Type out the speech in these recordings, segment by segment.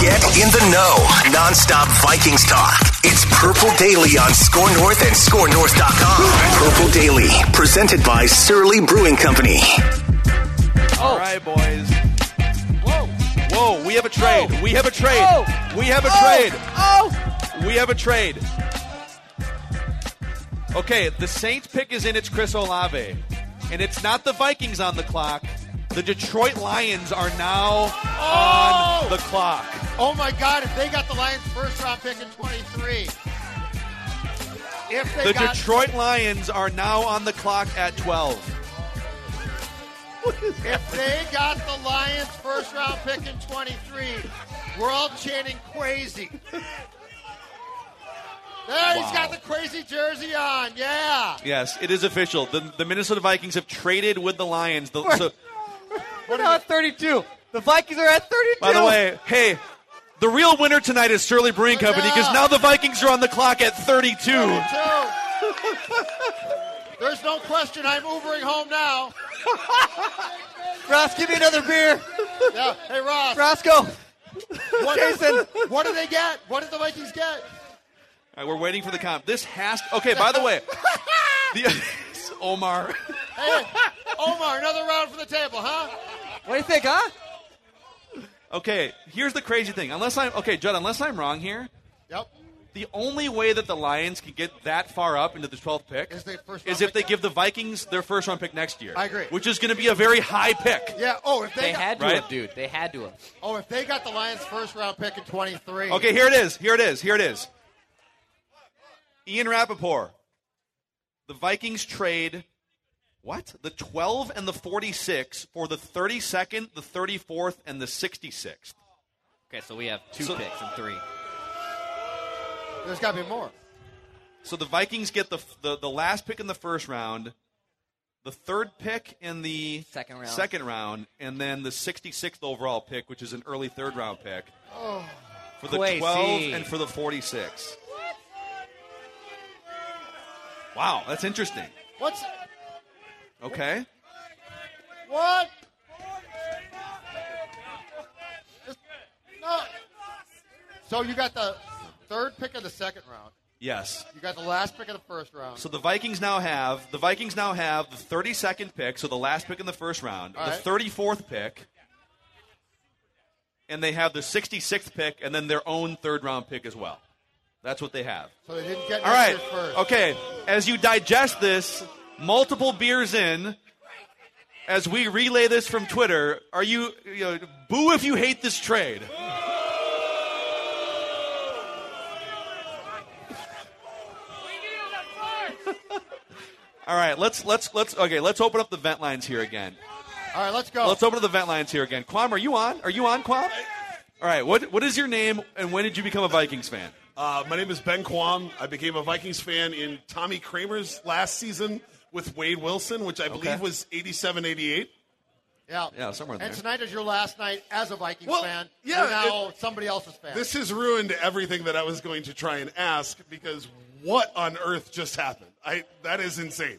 Get in the know. Nonstop Vikings talk. It's Purple Daily on Score North and ScoreNorth.com. Purple Daily, presented by Surly Brewing Company. All right, boys. Whoa. Whoa, we have a trade. We have a trade. We have a trade. Oh. We have a trade. Okay, the Saints pick is in. It's Chris Olave. And it's not the Vikings on the clock. The Detroit Lions are now on the clock. Oh my God! If they got the Lions' first round pick in 23, if they The got Detroit Lions are now on the clock at 12. if they got the Lions' first round pick in 23, we're all chanting crazy. There he's got the crazy jersey on. Yeah. Yes, it is official. The, the Minnesota Vikings have traded with the Lions. The, so, We're now at 32. The Vikings are at 32. By the way, hey, the real winner tonight is Shirley Brewing Company because now the Vikings are on the clock at 32. So, there's no question. I'm Ubering home now. Ross, give me another beer. Yeah. Hey Ross. Roscoe, what, Jason. What do they get? What did the Vikings get? All right, we're waiting for the comp. This has to. Okay, by the way, the, Omar. Hey, Omar, another round for the table, huh? what do you think, huh? Okay, here's the crazy thing. Unless I'm okay, Judd. Unless I'm wrong here, Yep. the only way that the Lions can get that far up into the 12th pick Is they first round is if pick they now. give the Vikings their first round pick next year. I agree. Which is going to be a very high pick. Yeah. Oh, if they, They got, had to Right? have, dude. They had to have. oh, if they got the Lions' first round pick in 23. Okay, here it is. Here it is. Here it is. Ian Rappaport. The Vikings trade what? The 12 and the 46 for the 32nd, the 34th, and the 66th. Okay, so we have two So- picks and three. There's got to be more. So the Vikings get the, the the last pick in the first round, the third pick in the Second round. second round, and then the 66th overall pick, which is an early third round pick. Oh. For the Crazy. 12 and for the 46. Wow, that's interesting. What's Okay. what? No. So you got the third pick of the second round. Yes. You got the last pick of the first round. So the Vikings now have the Vikings now have the 32nd pick, so the last pick in the first round, All the right. 34th pick, and they have the 66th pick, and then their own third round pick as well. That's what they have. So they didn't get All right. next year's first. Okay. As you digest this, multiple beers in. As we relay this from Twitter, are you, you know, boo if you hate this trade? All right, let's let's let's okay, let's open up the vent lines here again. All right, let's go. Let's open up the vent lines here again. Quam, are you on? Are you on, Quam? All right, what what is your name and when did you become a Vikings fan? Uh, my name is Ben Quam. I became a Vikings fan in Tommy Kramer's last season with Wade Wilson, which I believe was 87 88. yeah. Yeah, somewhere in And there. tonight is your last night as a Vikings Well, fan. yeah, You're now somebody else's fan. This has ruined everything that I was going to try and ask because what on earth just happened? I That is insane.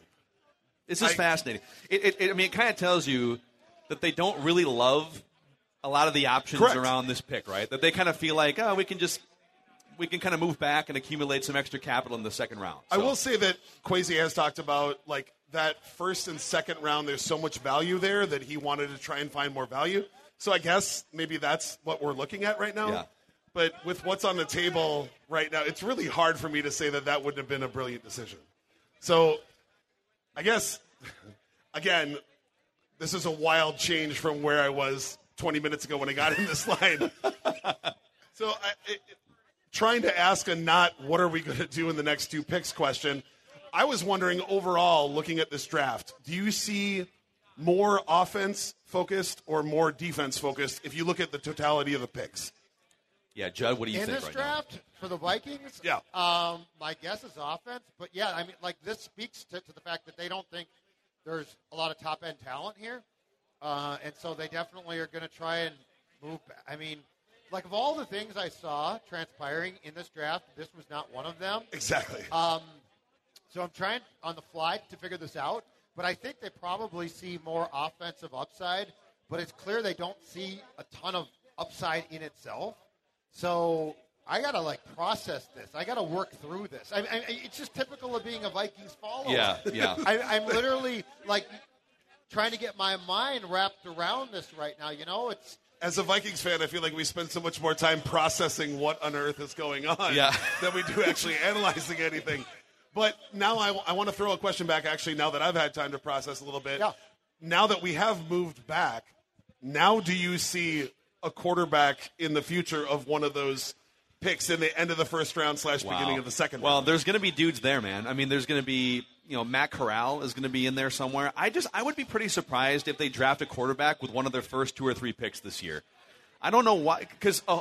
This is I- fascinating. It, it, it, I mean, it kind of tells you that they don't really love a lot of the options Correct. around this pick, right? That they kind of feel like, oh, we can just we can kind of move back and accumulate some extra capital in the second round. I So- will say that Quasi has talked about like that first and second round. There's so much value there that he wanted to try and find more value. So I guess maybe that's what we're looking at right now. Yeah. But with what's on the table right now, it's really hard for me to say that that wouldn't have been a brilliant decision. So I guess, again, this is a wild change from where I was 20 minutes ago when I got in this line. so I, it, it- trying to ask a not what are we going to do in the next two picks question, I was wondering overall, looking at this draft, do you see more offense focused or more defense focused if you look at the totality of the picks? Yeah, Judd, what do you in think this right draft for the Vikings, Yeah. Um, my guess is offense, but yeah, I mean, like this speaks to, to the fact that they don't think there's a lot of top end talent here, uh, and so they definitely are going to try and move. ba- I mean, like of all the things I saw transpiring in this draft, this was not one of them. Um, Exactly. So I'm trying on the fly to figure this out, but I think they probably see more offensive upside, but it's clear they don't see a ton of upside in itself. So I gotta like process this. I gotta work through this. I, I, it's just typical of being a Vikings follower. Yeah, yeah. I, I'm literally like trying to get my mind wrapped around this right now. You know, it's As a Vikings fan, I feel like we spend so much more time processing what on earth is going on Yeah. than we do actually analyzing anything. But now I, want to throw a question back, actually, now that I've had time to process a little bit. Yeah. Now that we have moved back, now do you see a quarterback in the future of one of those picks in the end of the first round slash Wow. beginning of the second Well, round? there's going to be dudes there, man. I mean, there's going to be you know Matt Corral is going to be in there somewhere. I just I would be pretty surprised if they draft a quarterback with one of their first two or three picks this year. I don't know why, because a,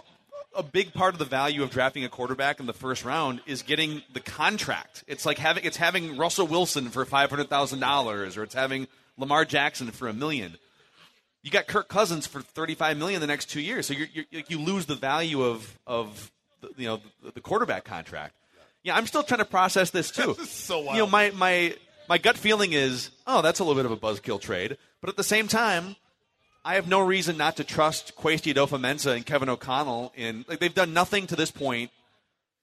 a big part of the value of drafting a quarterback in the first round is getting the contract. It's like having it's having Russell Wilson for five hundred thousand dollars, or it's having Lamar Jackson for a million. You got Kirk Cousins for thirty-five million the next two years, so you're, you're, you lose the value of of the, you know the, the quarterback contract. Yeah, I'm still trying to process this too. This is so wild. You know, my my my gut feeling is, oh, that's a little bit of a buzzkill trade, but at the same time, I have no reason not to trust Questi Mensa and Kevin O'Connell. In like they've done nothing to this point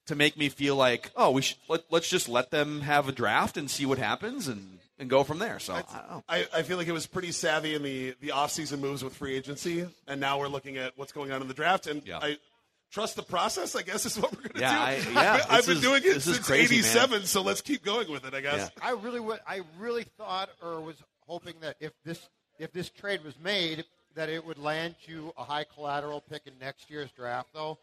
to make me feel like, oh, we should let, let's just let them have a draft and see what happens and and go from there. So I don't know. Oh. I, I feel like it was pretty savvy in the, the offseason moves with free agency, and now we're looking at what's going on in the draft. And Yeah. I trust the process, I guess, is what we're going to Yeah, I- do. yeah, I've, been- I've this been is- doing it this is since crazy, man. 87, so let's keep going with it, I guess. I really would. I really thought, or was hoping that if this if this trade was made, that it would land you a high collateral pick in next year's draft, though.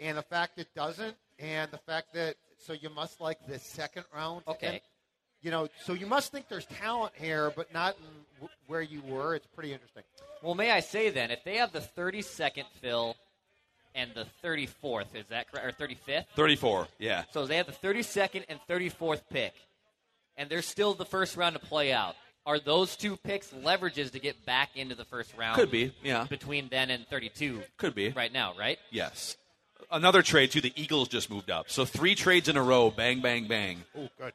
And the fact it doesn't, and the fact that so you must like the second round. Okay. And, you know, so you must think there's talent here, but not in w- where you were. It's pretty interesting. Well, may I say then, if they have the 32nd fill and the 34th, is that correct? Or 35th? Thirty-four. Yeah. So they have the 32nd and 34th pick, and they're still the first round to play out. Are those two picks leverages to get back into the first round? Could be, yeah. Between then and 32. Could be. Right now, right? Yes. Another trade too. The Eagles just moved up, so three trades in a row. Bang, bang, bang. Oh, good.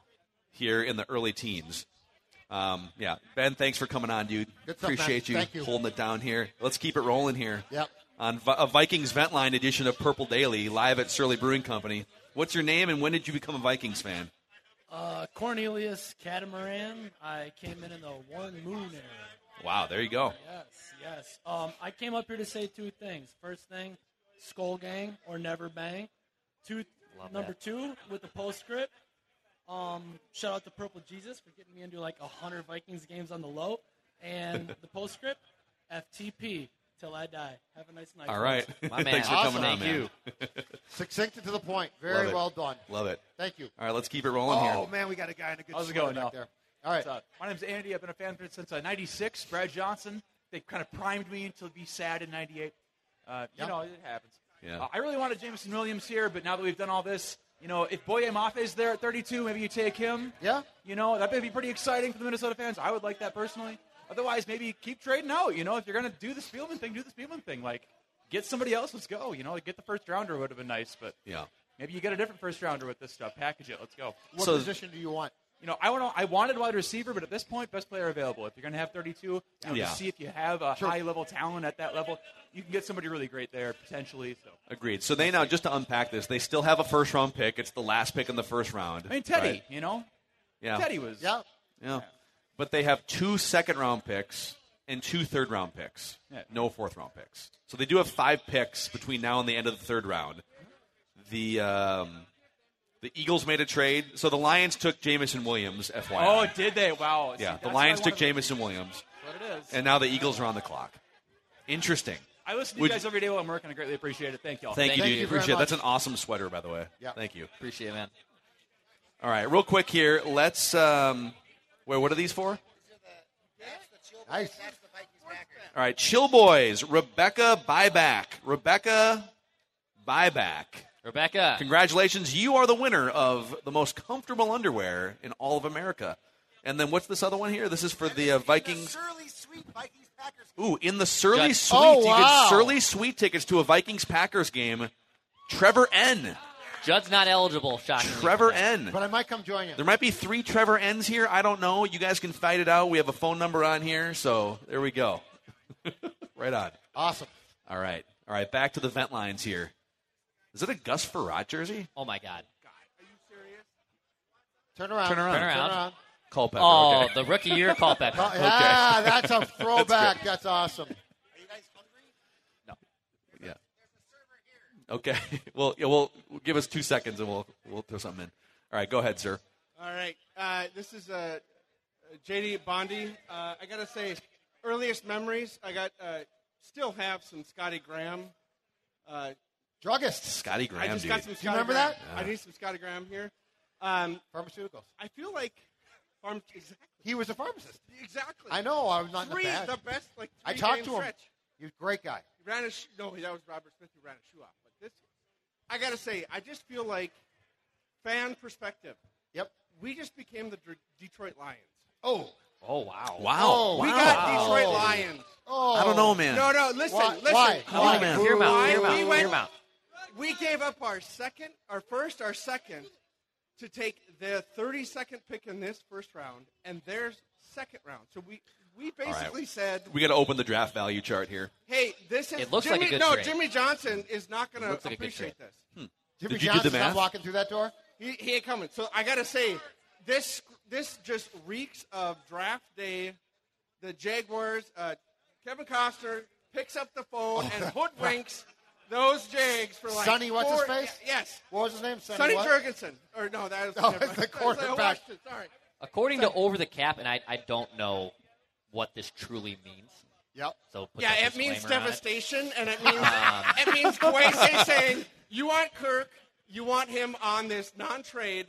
Here in the early teens. Um, yeah, Ben, thanks for coming on, dude. Good stuff, man. Appreciate Thank you you. holding it down here. Let's keep it rolling here. Yep. On Vi- a Vikings Vent Line edition of Purple Daily, live at Surly Brewing Company. What's your name, and when did you become a Vikings fan? Uh, Cornelius Catamaran. I came in in the one moon era. Wow, there you go. Yes, yes. Um, I came up here to say two things. First thing, Skull Gang or Never Bang. Two, number two with the postscript. Um, shout out to Purple Jesus for getting me into like hundred Vikings games on the low. And the postscript, FTP till I die. Have a nice night. All folks. right, My man. thanks for Awesome. coming on, Thank man. you. Succinct and to the point. Love Very it. well done. Love it. Thank you. All right, let's keep it rolling Oh here. man, we got a guy in a good. How's it spot going, back y'all? there? All right. What's up? My name's Andy. I've been a fan of it since uh, '96. Brad Johnson. They kind of primed me until be sad in '98. Uh, you know, it happens. Yeah. Uh, I really wanted Jameson Williams here, but now that we've done all this, you know, if Boye Mafe is there at 32, maybe you take him. Yeah. You know, that would be pretty exciting for the Minnesota fans. I would like that personally. Otherwise, maybe keep trading out. You know, if you're going to do the Spielman thing, do the Spielman thing. Like, get somebody else. Let's go. You know, like, get the first rounder would have been nice, but Yeah. maybe you get a different first rounder with this stuff. Package it. Let's go. What So- position do you want? You know, I want I wanted wide receiver, but at this point, best player available. If you're going to have 32, you know, Yeah. just see if you have a high level talent at that level. You can get somebody really great there potentially. So Agreed. So they now, just to unpack this, they still have a first round pick. It's the last pick in the first round. I mean, Teddy, Right? you know, Yeah. Teddy was Yeah. Yeah. But they have two second round picks and two third round picks. No fourth round picks. So they do have five picks between now and the end of the third round. The um, the Eagles made a trade. So the Lions took Jamison Williams, FYI. Oh, did they? Wow. See, yeah, that's the what Lions I took wanted- Jamison Williams. That's what it is. And now the Eagles are on the clock. Interesting. I listen to Would- you guys every day while I'm working. I greatly appreciate it. Thank y'all. Thank, you, dude. very Appreciate it. much. That's an awesome sweater, by the way. Yeah. Thank you. Appreciate it, man. All right, real quick here. Let's. Um, wait, what are these for? Nice. All right, Chill Boys, Rebecca Buyback. Rebecca Buyback. Rebecca. Congratulations. You are the winner of the most comfortable underwear in all of America. And then what's this other one here? This is for the uh, Vikings. Surly sweet Vikings Packers. Ooh, in the Surly Got- Suite. Oh, You wow. get Surly Suite tickets to a Vikings Packers game. Trevor N. Judd's not eligible, shockingly. Trevor N. But I might come join you. There might be three Trevor N's here. I don't know. You guys can fight it out. We have a phone number on here, so there we go. right on. Awesome. All right. All right. Back to the vent lines here. Is it a Gus Farrat jersey? Oh my God. Turn around. Turn around. Turn around. Turn around. Culpepper. Oh, okay. the rookie year Culpepper. Oh, yeah, that's a That's good. throwback. that's, awesome. Yeah. Okay. Well, yeah, well, give us two seconds and we'll we'll throw something in. All right. Go ahead, sir. All right. Uh, this is uh, JD Bondi. Uh, I got to say, earliest memories, I got uh, still have some Scotty Graham. Uh, Druggist. Scotty Graham, I just dude. got some Do Scotty you remember Graham. that? Yeah. I need some Scotty Graham here. Um, Pharmaceuticals. I feel like pharm- exactly. He was a pharmacist. Exactly. I know. I was not three, in the bad. the best. Like I three talked game to him. Stretch. He was a great guy. He ran a sh- no, that was Robert Smith who ran a shoe off. But this, I gotta say, I just feel like fan perspective. Yep. We just became the Dr- Detroit Lions. Oh. Oh wow. Wow. Oh, we wow. got Detroit Wow. Lions. Oh. I don't know, man. No, no. Listen, Why- listen. why? Why? man. Hear 'em out, Why hear 'em out, we went- hear 'em out. We gave up our second, our first, our second to take the 32nd pick in this first round and theirs second round. So we we All right. basically said we got to open the draft value chart here. Hey, this is It looks Jimmy, like a good no. trade. Jimmy Johnson is not going to Looks like a good appreciate trade. this. Jimmy Hmm. Did you do Johnson's the math? not walking through that door. He, he ain't coming. So I gotta say, this this just reeks of draft day. The Jaguars. Uh, Kevin Costner picks up the phone and hoodwinks those Jags for like Oh. Sonny, what's his four- face? Yes. What was his name? Sonny, Sonny what? Jurgensen. Or no, that was No, different. it's the quarterback. Sorry, Sorry. According to Over the Cap, and I, I don't know what this truly means. Yep. So put yeah, that it means disclaimer on it. Um, devastation, and it means it means Kwesi saying you want Kirk, you want him on this non-trade.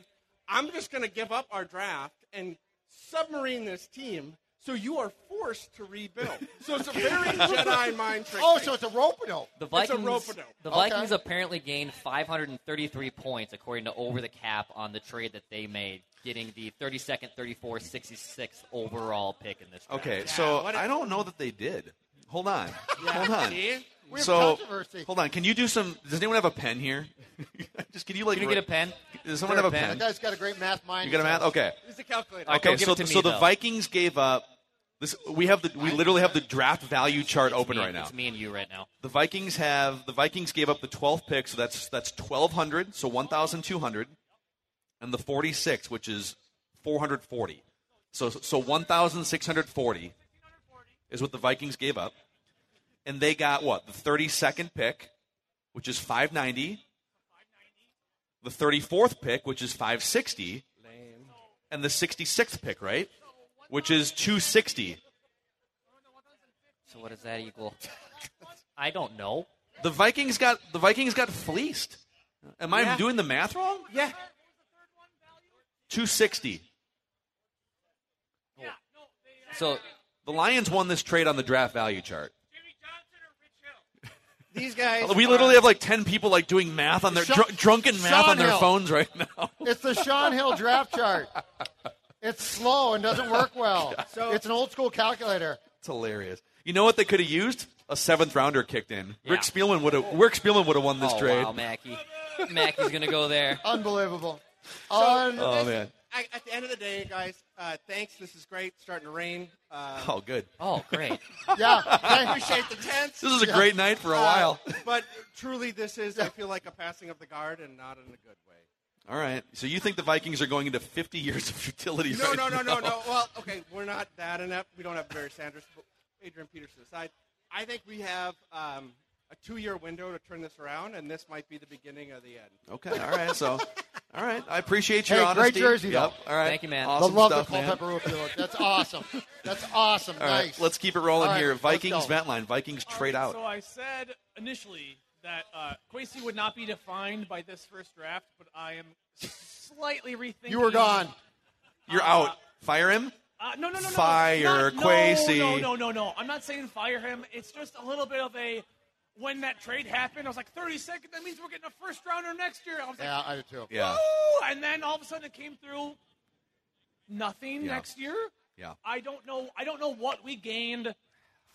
I'm just going to give up our draft and submarine this team, so you are forced to rebuild. So it's a very Jedi mind trick. Oh, thing. so it's a rope dope. The Vikings, it's a rope-a-dope. the Okay. Vikings apparently gained 533 points, according to Over the Cap, on the trade that they made, getting the 32nd, 34th, 66th overall pick in this. Draft. Okay, so I I don't know that they did. Hold on. Hold on. see? We have so controversy. hold on. Can you do some? Does anyone have a pen here? Just can you like? Can you get a pen? Does Is someone there have a That pen? guy's got a great math mind. You got a math? Okay. It's the calculator. Okay, so so the Vikings gave up. This we have the we literally have the draft value chart open me, right now. It's me and you right now. The Vikings have the Vikings gave up the 12th pick, so that's that's 1200, so 1200, and the 46, which is 440. So so 1640 is what the Vikings gave up, and they got what the 32nd pick, which is 590, the 34th pick, which is 560, and the 66th pick, right, which is 260. So what does that equal? I don't know. The Vikings got the Vikings got fleeced. Am I Yeah. doing the math wrong? yeah, Two sixty. So The Lions won this trade on the draft value chart. these guys. We are- literally have like ten people like doing math on their dr- drunken math Sean on their Hill. phones right now. It's the Sean Hill draft chart. It's slow and doesn't work well. So- it's an old school calculator. It's hilarious. You know what they could have used? A seventh rounder kicked in. Yeah. Rick Spielman would have. Rick Spielman would have won this oh, trade. wow, Mackey. Mackey's gonna go there. Unbelievable. Oh Unbelievable. man. I, at the end of the day, guys. Uh, thanks. This is great. It's starting to rain. Uh, Oh good. Oh, great. yeah. I thank- appreciate the tents. This is a great night for a while. Uh, but truly, this is, I feel like, a passing of the guard and not in a good way. All right. So you think the Vikings are going into fifty years of futility? No, right no, no, no, now. no. Well, okay, we're not that inept. We don't have Barry Sanders. But Adrian Peterson aside, I think we have um, a two-year window to turn this around, and this might be the beginning of the end. Okay, all right. So, all right, I appreciate your Hey, great honesty. jersey, though. Yep, All right, Thank you, man. Awesome the love stuff, the Cole man. Pepper Rook deal. That's awesome. That's awesome. All nice. right, let's keep it rolling All right, here. let's Vikings go. vent line. Vikings trade out. So I said initially that uh, Quasi would not be defined by this first draft, but I am slightly rethinking. You were gone. You're out. Fire him. Uh, no, no, no, no. Fire not, no, Quasi. No, no, no, no. I'm not saying fire him. It's just a little bit of a when that trade happened. I was like 30 seconds. That means we're getting a first rounder next year. I was like, Yeah, I do too. Yeah. "Woo!" Oh, and then all of a sudden it came through nothing Yeah. next year. Yeah. I don't know. I don't know what we gained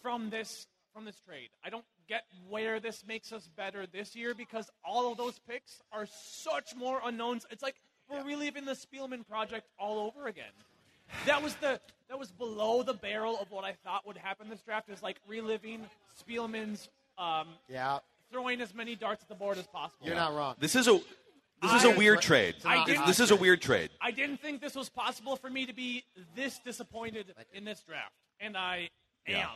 from this from this trade. I don't get where this makes us better this year because all of those picks are such more unknowns. It's like we're reliving the Spielman project all over again. That was the that was below the barrel of what I thought would happen this draft. Is like reliving Spielman's um, yeah throwing as many darts at the board as possible. You're not wrong. This is a this is a I- weird trade. I This- didn't- This is a weird trade. I didn't think this was possible for me to be this disappointed in this draft, and I am. Yeah.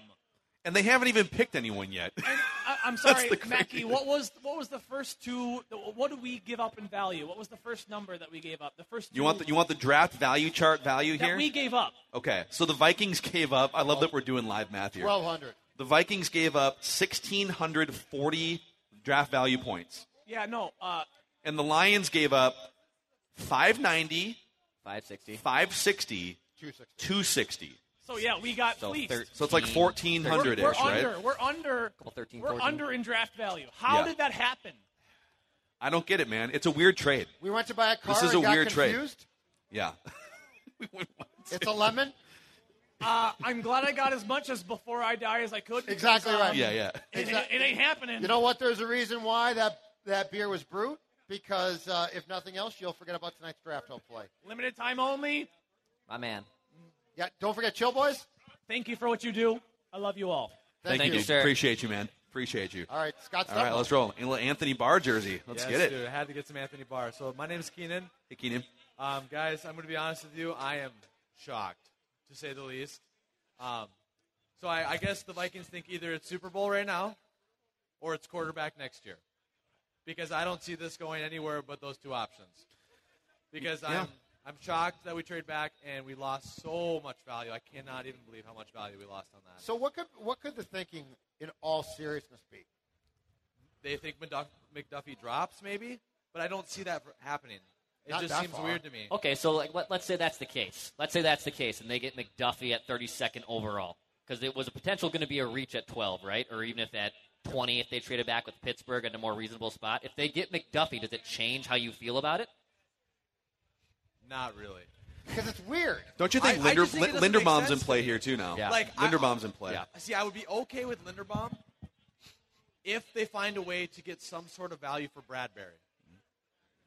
And they haven't even picked anyone yet. I, I'm That's sorry, the crazy Mackie. thing. What was what was the first two? What did we give up in value? What was the first number that we gave up? The first two You want the, you want the draft value chart value that here? we gave up. Okay, so the Vikings gave up. I love that we're doing live math here. 1,200. The Vikings gave up 1,640 draft value points, Yeah, no. Uh, and the Lions gave up 590, 560, 560, 260. 260. so yeah, we got So fleeced. thir- so it's like 1400 -ish, We're, we're right? under. We're under. we're 14. under in draft value. How Yeah. did that happen? I don't get it, man. It's a weird trade. We went to buy a car This is and a got weird confused. trade. Yeah. It's a lemon. Uh, I'm glad I got as much as before I die as I could. because, Exactly um, right. Yeah, yeah. It, it ain't happening. You know what? There's a reason why that that beer was brewed because uh, if nothing else, you'll forget about tonight's draft. Hopefully, limited time only. My man. Yeah. Don't forget, Chill Boys. Thank you for what you do. I love you all. Thank, you. Appreciate you, man. Appreciate you. All right, Scott. All right, let's roll. Anthony Barr jersey. Let's yes, get it. Dude, I had to get some Anthony Barr. So my name is Keenan. Hey, Keenan. Um, guys, I'm going to be honest with you. I am shocked, to say the least. Um, so I, I guess the Vikings think either it's Super Bowl right now, or it's quarterback next year, because I don't see this going anywhere but those two options. Because Yeah. I'm I'm shocked that we trade back and we lost so much value. I cannot even believe how much value we lost on that. So what could what could the thinking, in all seriousness, be? they think McDuff, McDuffie drops maybe, but I don't see that happening. It Not just that seems far. weird to me. Okay, so like, let, let's say that's the case. Let's say that's the case, and they get McDuffie at 32nd overall because it was a potential going to be a reach at 12, right? Or even if at 20, if they traded back with Pittsburgh at a more reasonable spot. If they get McDuffie, does it change how you feel about it? Not really. Because it's weird. Don't you think, I- I Linder, just think it doesn't make Linderbaum's in sense to play me. here too now? Like I- Linderbaum's in play. See, I would be okay with Linderbaum if they find a way to get some sort of value for Bradbury.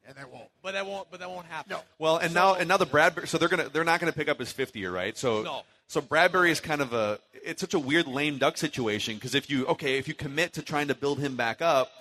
And they won't. But that won't. But that won't happen. No. Well, and now and now the Bradbury. So they're gonna they're not gonna pick up his fifth year, right? So No. so Bradbury is kind of a it's such a weird lame duck situation because if you okay if you commit to trying to build him back up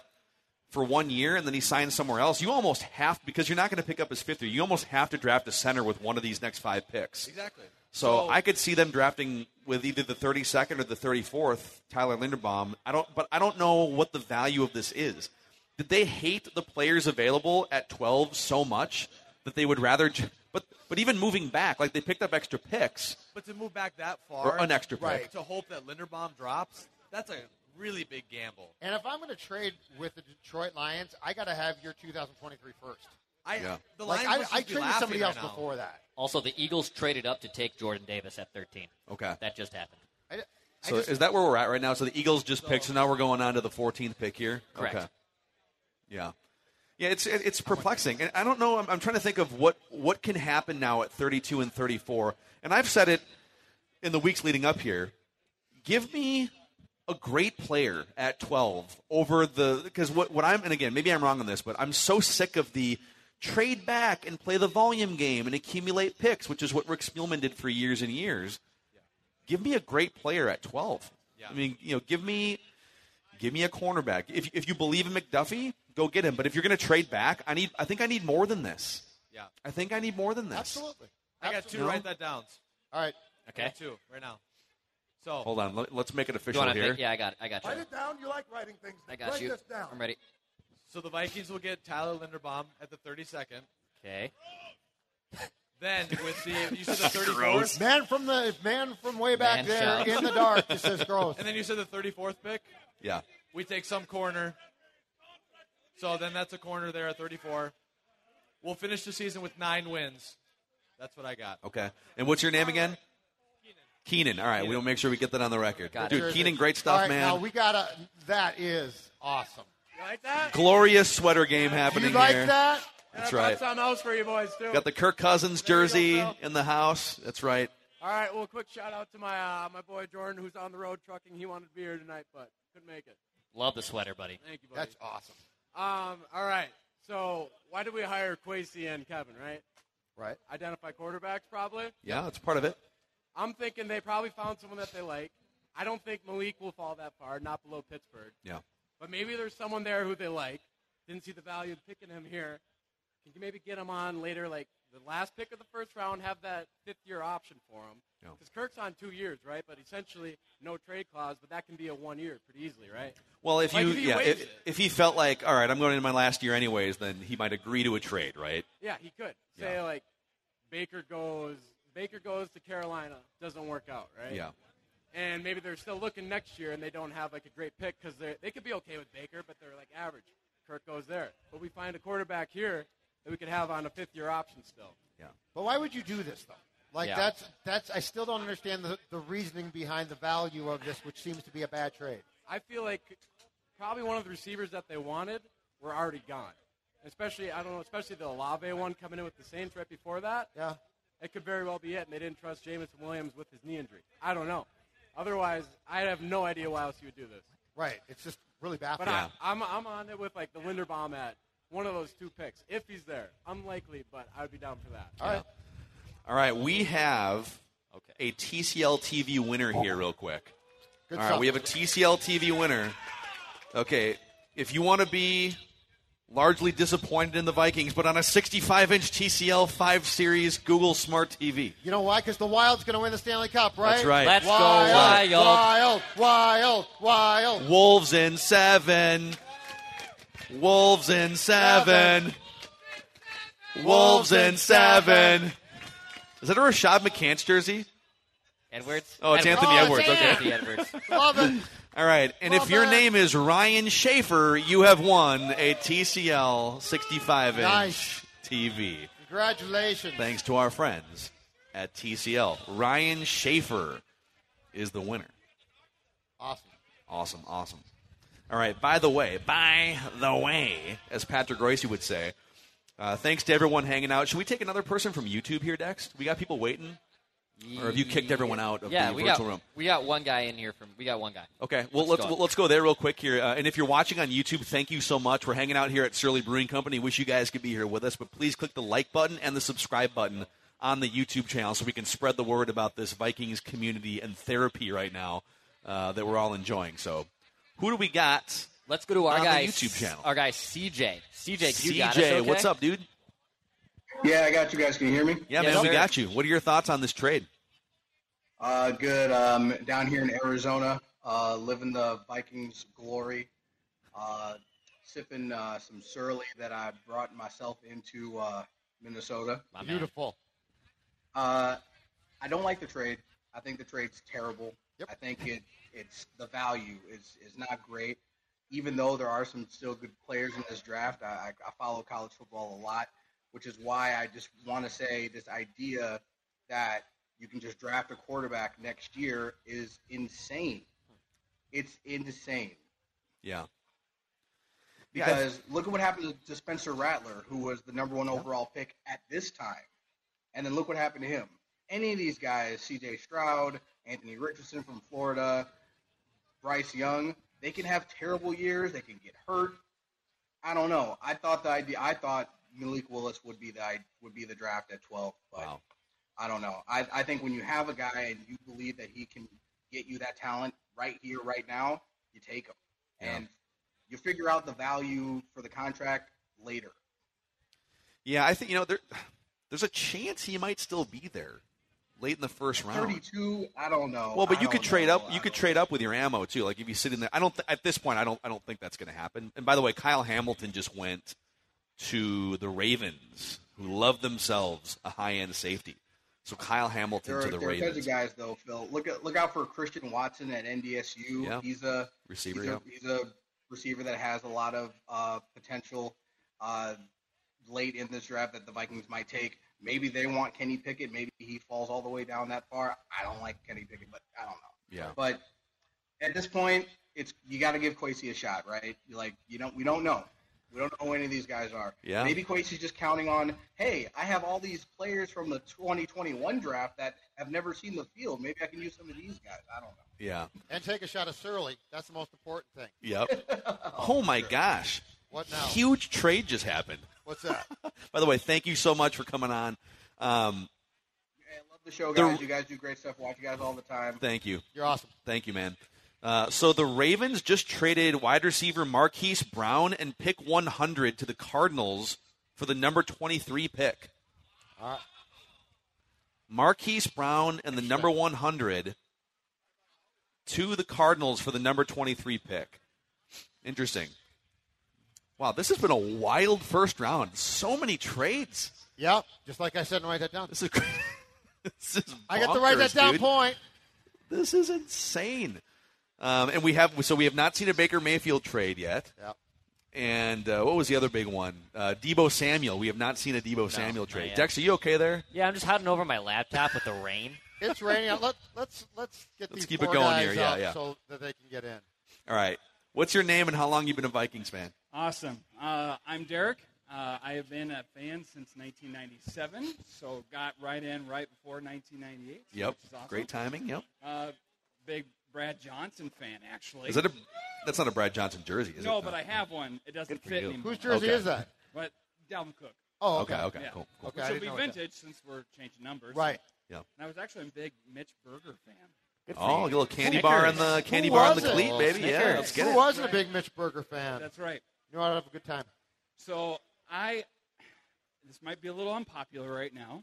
for one year and then he signs somewhere else, you almost have because you're not gonna pick up his fifth year. You almost have to draft a center with one of these next five picks. Exactly. So, I could see them drafting with either the 32nd or the 34th Tyler Linderbaum. I don't, but I don't know what the value of this is. Did they hate the players available at 12 so much that they would rather? j- But but even moving back, like they picked up extra picks. But to move back that far, Or an extra pick. Right. To hope that Linderbaum drops, that's a really big gamble. And if I'm going to trade with the Detroit Lions, I got to have your 2023 first. I Yeah. the like, Lions I, must I just be traded laughing somebody right else now. before that. Also, the Eagles traded up to take Jordan Davis at 13. Okay. That just happened. So is that where we're at right now? So the Eagles just picked. So now we're going on to the 14th pick here. Correct. Okay. Yeah. Yeah, it's it- it's perplexing, and I don't know. I'm, I'm trying to think of what what can happen now at 32 and 34. And I've said it in the weeks leading up here. Give me a great player at 12 over the because what what I'm and again maybe I'm wrong on this, but I'm so sick of the trade back and play the volume game and accumulate picks, which is what Rick Spielman did for years and years. Give me a great player at 12. I mean, you know, give me give me a cornerback. If, if you believe in McDuffie, go get him. But if you're going to trade back, I need. I think I need more than this. Yeah. I think I need more than this. Absolutely. I got two. No? Write that down. All right. I got two right now. So Hold on. Let, us make it You official wanna here. make- yeah, I got it. I got you. Write it down. You like writing things. I got Write you. this down. I'm ready. So the Vikings will get Tyler Linderbaum at the 32nd. Okay. Then with the you said the 34th. Man from the man from way back Man there shout. in the dark. This is gross. And then you said the 34th pick. Yeah. We take some corner. So then that's a corner there at 34. We'll finish the season with nine wins. That's what I got. Okay. And what's your name again? Keenan. All right. We'll make sure we get that on the record. Dude, Keenan, great All stuff, right, man. Now we gotta. That is awesome. You like that? Glorious sweater game happening you like here. that? That's right. Some else for you boys too. Got the Kirk Cousins jersey in the house. That's right. All right. Well, quick shout out to my uh, my boy Jordan, who's on the road trucking. He wanted to be here tonight, but couldn't make it. Love the sweater, buddy. Thank you, buddy. That's awesome. Um, all right. So why did we hire Quasi and Kevin? Right. Right. Identify quarterbacks, probably. Yeah, that's part of it. I'm thinking they probably found someone that they like. I don't think Malik will fall that far, not below Pittsburgh. Yeah. But maybe there's someone there who they like. Didn't see the value of picking him here. Can you maybe get him on later, like the last pick of the first round, have that fifth year option for him? Yeah. Because Kirk's on two years, right? But essentially, no trade clause, but that can be a one year pretty easily, right? Well, if Like, you he yeah, waives if, it- if he felt like, all right, I'm going into my last year anyways, then he might agree to a trade, right? Yeah, he could say like Baker goes Baker goes to Carolina, doesn't work out, right? Yeah. And maybe they're still looking next year, and they don't have like a great pick because they they could be okay with Baker, but they're like average. Kirk goes there, but we find a quarterback here that we could have on a fifth year option still. Yeah. But why would you do this though? Like Yeah. that's that's I still don't understand the, the reasoning behind the value of this, which seems to be a bad trade. I feel like probably one of the receivers that they wanted were already gone. Especially I don't know, especially the Olave one coming in with the Saints right before that. Yeah. It could very well be it, and they didn't trust Jamison Williams with his knee injury. I don't know. Otherwise, I have no idea why else you would do this. Right. It's just really baffling. But I, I'm, I'm on it with like the Linderbaum at one of those two picks. If he's there, unlikely, but I would be down for that. All right. All right, we have a TCL TV winner here, real quick. Good All right, stuff. we have a TCL TV winner. Okay, if you want to be largely disappointed in the Vikings, but on a 65-inch TCL 5 Series Google Smart TV, You know why? Because the Wild's going to win the Stanley Cup, right? That's right. Let's go wild, Wild. Wild, wild, wild. Wolves in seven. Wolves in seven. Wolves in seven. Is that a Rashad McCants jersey? Edwards. Oh, it's Edwards. Anthony Oh, Edwards. it's okay. Anthony Edwards. Love it. All right, and if Love your it. name is Ryan Schaefer, you have won a TCL 65 inch Nice. TV. Congratulations. Thanks to our friends at TCL. Ryan Schaefer is the winner. Awesome. Awesome, awesome. All right, by the way, by the way, as Patrick Royce would say, uh, thanks to everyone hanging out. Should we take another person from YouTube here next? We got people waiting? Or have you kicked everyone out of yeah, the we virtual got, room? Oh. We got one guy in here from. We got one guy. Okay, well let's let's go, let's go there real quick here. Uh, and if you're watching on YouTube, thank you so much. We're hanging out here at Surly Brewing Company. Wish you guys could be here with us, but please click the like button and the subscribe button on the YouTube channel so we can spread the word about this Vikings community and therapy right now uh, that we're all enjoying. So, who do we got? Let's go to our on guy. the YouTube channel. Our guy CJ. CJ, you CJ, got us, okay? what's up, dude? Yeah, I got you guys. Can you hear me? Yeah, man, we got you. What are your thoughts on this trade? Uh, good. Um, down here in Arizona, uh, living the Vikings glory, uh, sipping uh, some Surly that I brought myself into uh, Minnesota. My man. Beautiful. Uh, I don't like the trade. I think the trade's terrible. I think it it's the value is is not great. Even though there are some still good players in this draft, I, I I follow college football a lot, which is why I just want to say this idea that you can just draft a quarterback next year is insane. It's insane Yeah. Yeah, I- because look at what happened to Spencer Rattler, who was the number one overall pick at this time, and then look what happened to him. Any of these guys, C.J. Stroud, Anthony Richardson from Florida, Bryce Young, they can have terrible years. They can get hurt. I don't know. I thought the idea. I thought Malik Willis would be the would be the draft at twelve. But I don't know. I, I think when you have a guy and you believe that he can get you that talent right here, right now, you take him. And you figure out the value for the contract later. Yeah, I think you know there, there's a chance he might still be there. late in the first round. 32, I don't know. Well, but I you could don't trade know. up. You could trade up with your ammo too. Like if you sit in there, I don't. Th- at this point, I don't. I don't think that's going to happen. And by the way, Kyle Hamilton just went to the Ravens, who love themselves a high-end safety. So Kyle Hamilton There are, to the there are tons Ravens, of guys though, Phil. Look at look out for Christian Watson at NDSU. Yeah. He's a receiver. He's Yeah. a, he's a receiver that has a lot of uh, potential uh, late in this draft that the Vikings might take. Maybe they want Kenny Pickett. Maybe he falls all the way down that far. I don't like Kenny Pickett, but I don't know. Yeah. But at this point, it's you got to give Quasey a shot, right? You're like you don't we don't know. We don't know who any of these guys are. Yeah. Maybe Quasey's just counting on, hey, I have all these players from the 2021 draft that have never seen the field. Maybe I can use some of these guys. I don't know. Yeah. And take a shot of Surly. That's the most important thing. Yep. oh my gosh. What now? Huge trade just happened. What's that? By the way, thank you so much for coming on. Um, Love the show, The- guys. You guys do great stuff. Watch you guys all the time. Thank you. You're awesome. Thank you, man. Uh, so the Ravens just traded wide receiver Marquise Brown and pick 100 to the Cardinals for the number 23 pick. All right. Marquise Brown and the number 100 to the Cardinals for the number 23 pick. Interesting. Wow, this has been a wild first round. So many trades. Yep. Just like I said, and write that down. This is. crazy. this is I got to write that bonkers, down. dude. Point. This is insane. Um, and we have so we have not seen a Baker Mayfield trade yet. Yep. And uh, what was the other big one? Uh, Debo Samuel. We have not seen a Debo Samuel trade. yet. Dex, are you okay there? Yeah, I'm just hiding over my laptop with the rain. It's raining out. Let, let's let's get these Let's keep it four going guys here. Yeah, up yeah. so that they can get in. All right. What's your name and how long you been a Vikings fan? Awesome. Uh, I'm Derek. Uh, I have been a fan since 1997, so got right in right before 1998. so Yep. which is awesome. Great timing. Yep. Uh, big Brad Johnson fan, actually. Is that a? That's not a Brad Johnson jersey, is no, it? but I have one. It doesn't Good for fit you. anymore. Whose jersey Okay. is that? But Dalvin Cook. Oh, okay. Okay, okay, cool, cool. Okay, I Which didn't will know be what that- vintage since we're changing numbers. Right. Yeah. And I was actually a big Mitch Berger fan. Oh, you. a little candy bar in the- candy Who bar in was the it? cleat, baby. Yeah, Snickers. let's get Who it. wasn't a big Mitch Berger fan? That's right. You know, I'd have a good time. So I, this might be a little unpopular right now,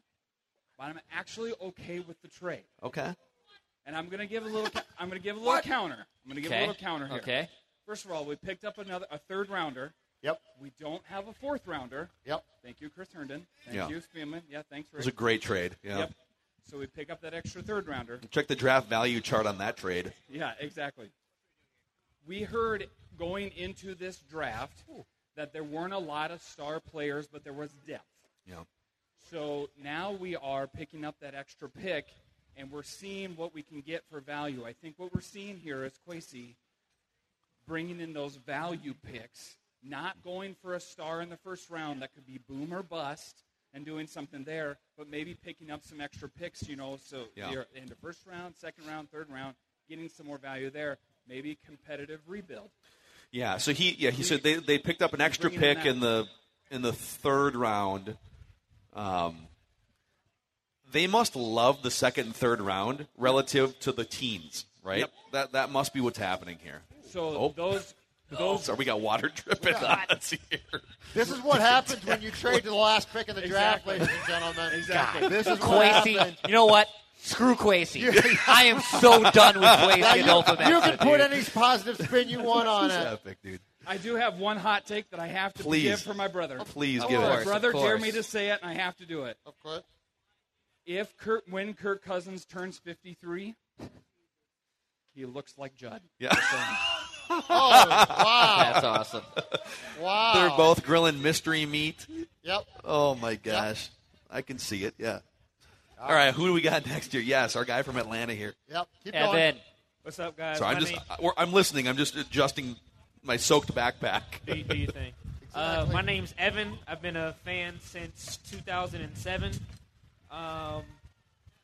but I'm actually okay with the trade. Okay. And I'm gonna give a little. cou- I'm gonna give a little counter. I'm gonna give Okay. a little counter here. Okay. First of all, we picked up another a third rounder. Yep. We don't have a fourth rounder. Yep. Thank you, Chris Herndon. Thank Yeah. you, Spielman. Yeah, thanks. was a great trade, yeah. Yep. So we pick up that extra third rounder. Check the draft value chart on that trade. Yeah, exactly. We heard going into this draft that there weren't a lot of star players, but there was depth. Yeah. So now we are picking up that extra pick, and we're seeing what we can get for value. I think what we're seeing here is Quasi bringing in those value picks, not going for a star in the first round that could be boom or bust, and doing something there, but maybe picking up some extra picks. You know, so Yeah. you're in the first round, second round, third round, getting some more value there. Maybe competitive rebuild. Yeah. So he yeah he said they they picked up an extra Bringing them pick in the in the third round. Um, they must love the second and third round relative to the teens, right? Yep. That that must be what's happening here. So Oh. those those Sorry, we got water dripping on us here. This is what happens when you trade to the last pick in the draft, Exactly. ladies and gentlemen. Exactly. God, this is what Quasey, happens. you know what? Screw Quasi. I am so done with Quasi Now, you- and Alpha You can Mesa, put dude. any positive spin you want on it. dude. I do have one hot take that I have to Please. give for my brother. Please Of give it. course, My of brother course. dare me to say it, and I have to do it. Of course. If Kirk, when Kirk Cousins turns 53, he looks like Judd. Yeah. oh, That's awesome. They're both grilling mystery meat. Yep. Oh my gosh. I can see it. Yeah. All right, who do we got next year? Yes, our guy from Atlanta here. Yep. Keep Evan. going. What's up, guys? so I'm My just name- I- we're- I'm listening. I'm just adjusting my soaked backpack. do, you- do you think? Uh, my name's Evan. I've been a fan since 2007. Um,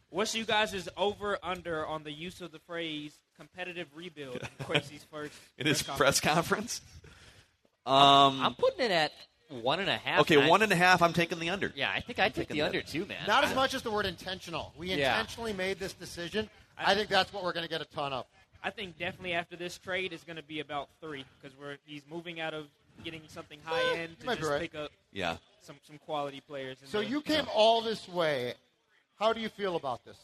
what's you guys' over under on the use of the phrase competitive rebuild in Quasi's first In his press conference. Um, I'm putting it at one and a half. okay, I- one and a half. I'm taking the under. Yeah, I think I'd take taking the under too, man. Not as I- much as the word intentional. We Yeah. intentionally made this decision. I think that's what we're going to get a ton of. I think definitely after this trade is going to be about three because we're he's moving out of getting something high end to might be just right. pick up Yeah. some some quality players. in So the- you came all this way. How do you feel about this?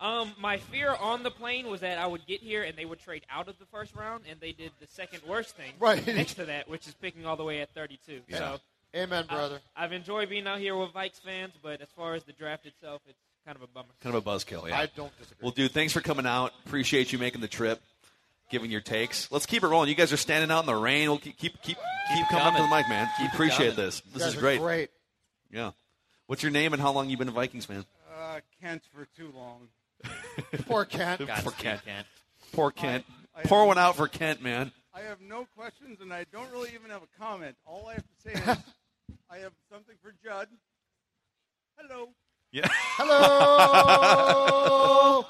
Um, my fear on the plane was that I would get here and they would trade out of the first round, and they did the second worst thing Right. next to that, which is picking all the way at 32. Yeah. So, Amen, I- brother. I've enjoyed being out here with Vikes fans, but as far as the draft itself, it's kind of a bummer. Kind of a buzzkill, yeah. I don't disagree. Well, dude, thanks for coming out. Appreciate you making the trip, giving your takes. Let's keep it rolling. You guys are standing out in the rain. We'll keep keep keep, keep coming up to the mic, man. Keep it Appreciate coming. this. You This guys is are great. great. Yeah. What's your name and how long you been a Vikings fan? Uh, Kent for too long. Poor Kent. Poor Kent. Poor Kent. I- Pour one out for Kent, man. I have no questions, and I don't really even have a comment. All I have to say is I have something for Judd. Hello. Yeah. Hello.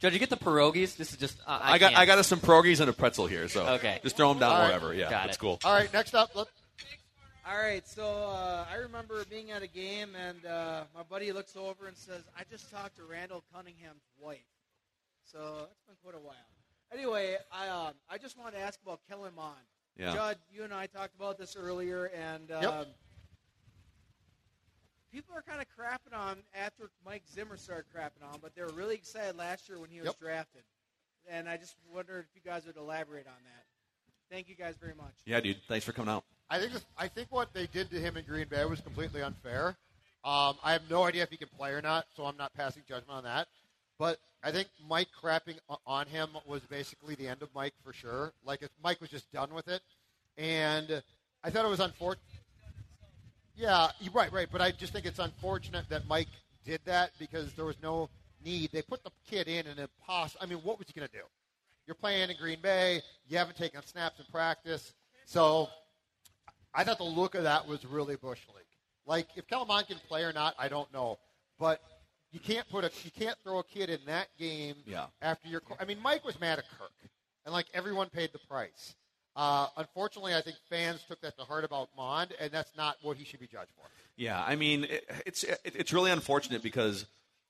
Judge, you get the pierogies. This is just uh, I, I, got can't. I got us some pierogies and a pretzel here, so Okay. just throw them down All right. wherever. Yeah, Got that's it. cool. All right, next up. Let, All right, so uh, I remember being at a game, and uh, my buddy looks over and says, "I just talked to Randall Cunningham's wife." So it's been quite a while. Anyway, I um, I just wanted to ask about Kellen Mond. Yeah. Judd, you and I talked about this earlier, and um, people are kind of crapping on after Mike Zimmer started crapping on, but they were really excited last year when he was Yep. drafted. And I just wondered if you guys would elaborate on that. Thank you guys very much. Yeah, dude. Thanks for coming out. I think this, I think what they did to him in Green Bay was completely unfair. Um, I have no idea if he can play or not, so I'm not passing judgment on that. But I think Mike crapping o- on him was basically the end of Mike for sure. Like if Mike was just done with it, and I thought it was unfortunate. Yeah, you're right, right. But I just think it's unfortunate that Mike did that because there was no need. They put the kid in an impossible. I mean, what was he going to do? You're playing in Green Bay. You haven't taken snaps in practice. So I thought the look of that was really bush league. Like if Calamon can play or not, I don't know. But you can't put a you can't throw a kid in that game Yeah. after your. I mean, Mike was mad at Kirk, and like everyone paid the price. Uh, unfortunately, I think fans took that to heart about Mond, and that's not what he should be judged for. Yeah, I mean, it, it's it, it's really unfortunate because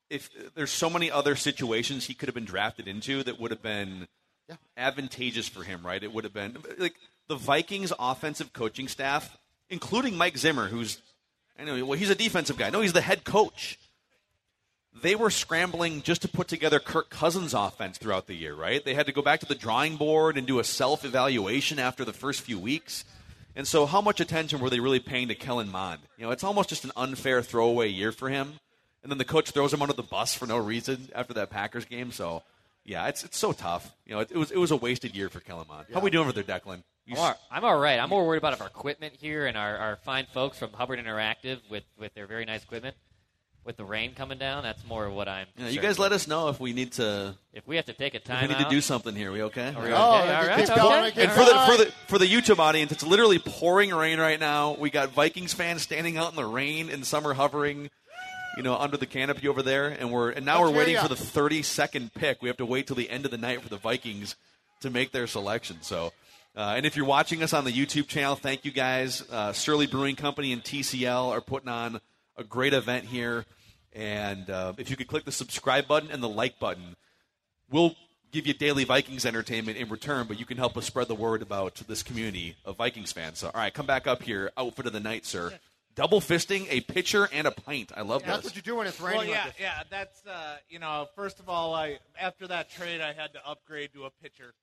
if there's so many other situations he could have been drafted into that would have been advantageous for him, right? It would have been like the Vikings offensive coaching staff, including Mike Zimmer, who's I know well, he's a defensive guy. No, he's the head coach. They were scrambling just to put together Kirk Cousins' offense throughout the year, right? They had to go back to the drawing board and do a self evaluation after the first few weeks. And so, how much attention were they really paying to Kellen Mond? You know, it's almost just an unfair throwaway year for him. And then the coach throws him under the bus for no reason after that Packers game. So, yeah, it's it's so tough. You know, it, it was it was a wasted year for Kellen Mond. How we doing over there, Declan? You I'm all, I'm all right. I'm more worried about our equipment here and our, our fine folks from Hubbard Interactive with, with their very nice equipment. With the rain coming down, that's more what I'm. Yeah, you concerned guys with. let us know if we need to. If we have to take a If we need to timeout. do something here, we okay? Are we Oh, okay? All right, okay. And for the for the for the YouTube audience, it's literally pouring rain right now. We got Vikings fans standing out in the rain and some are hovering, you know, under the canopy over there. And we're and now Let's we're waiting hurry for up. the thirty second pick. We have to wait till the end of the night for the Vikings to make their selection. So. Uh, and if you're watching us on the YouTube channel, thank you guys. Uh, Surly Brewing Company and TCL are putting on a great event here. And uh, if you could click the subscribe button and the like button, we'll give you daily Vikings entertainment in return, but you can help us spread the word about this community of Vikings fans. So, all right, come back up here. Outfit of the night, sir. Double fisting, a pitcher, and a pint. I love That's this. what you do when it's raining. Well, yeah, like this. yeah. That's uh, you know, first of all, I after that trade, I had to upgrade to a pitcher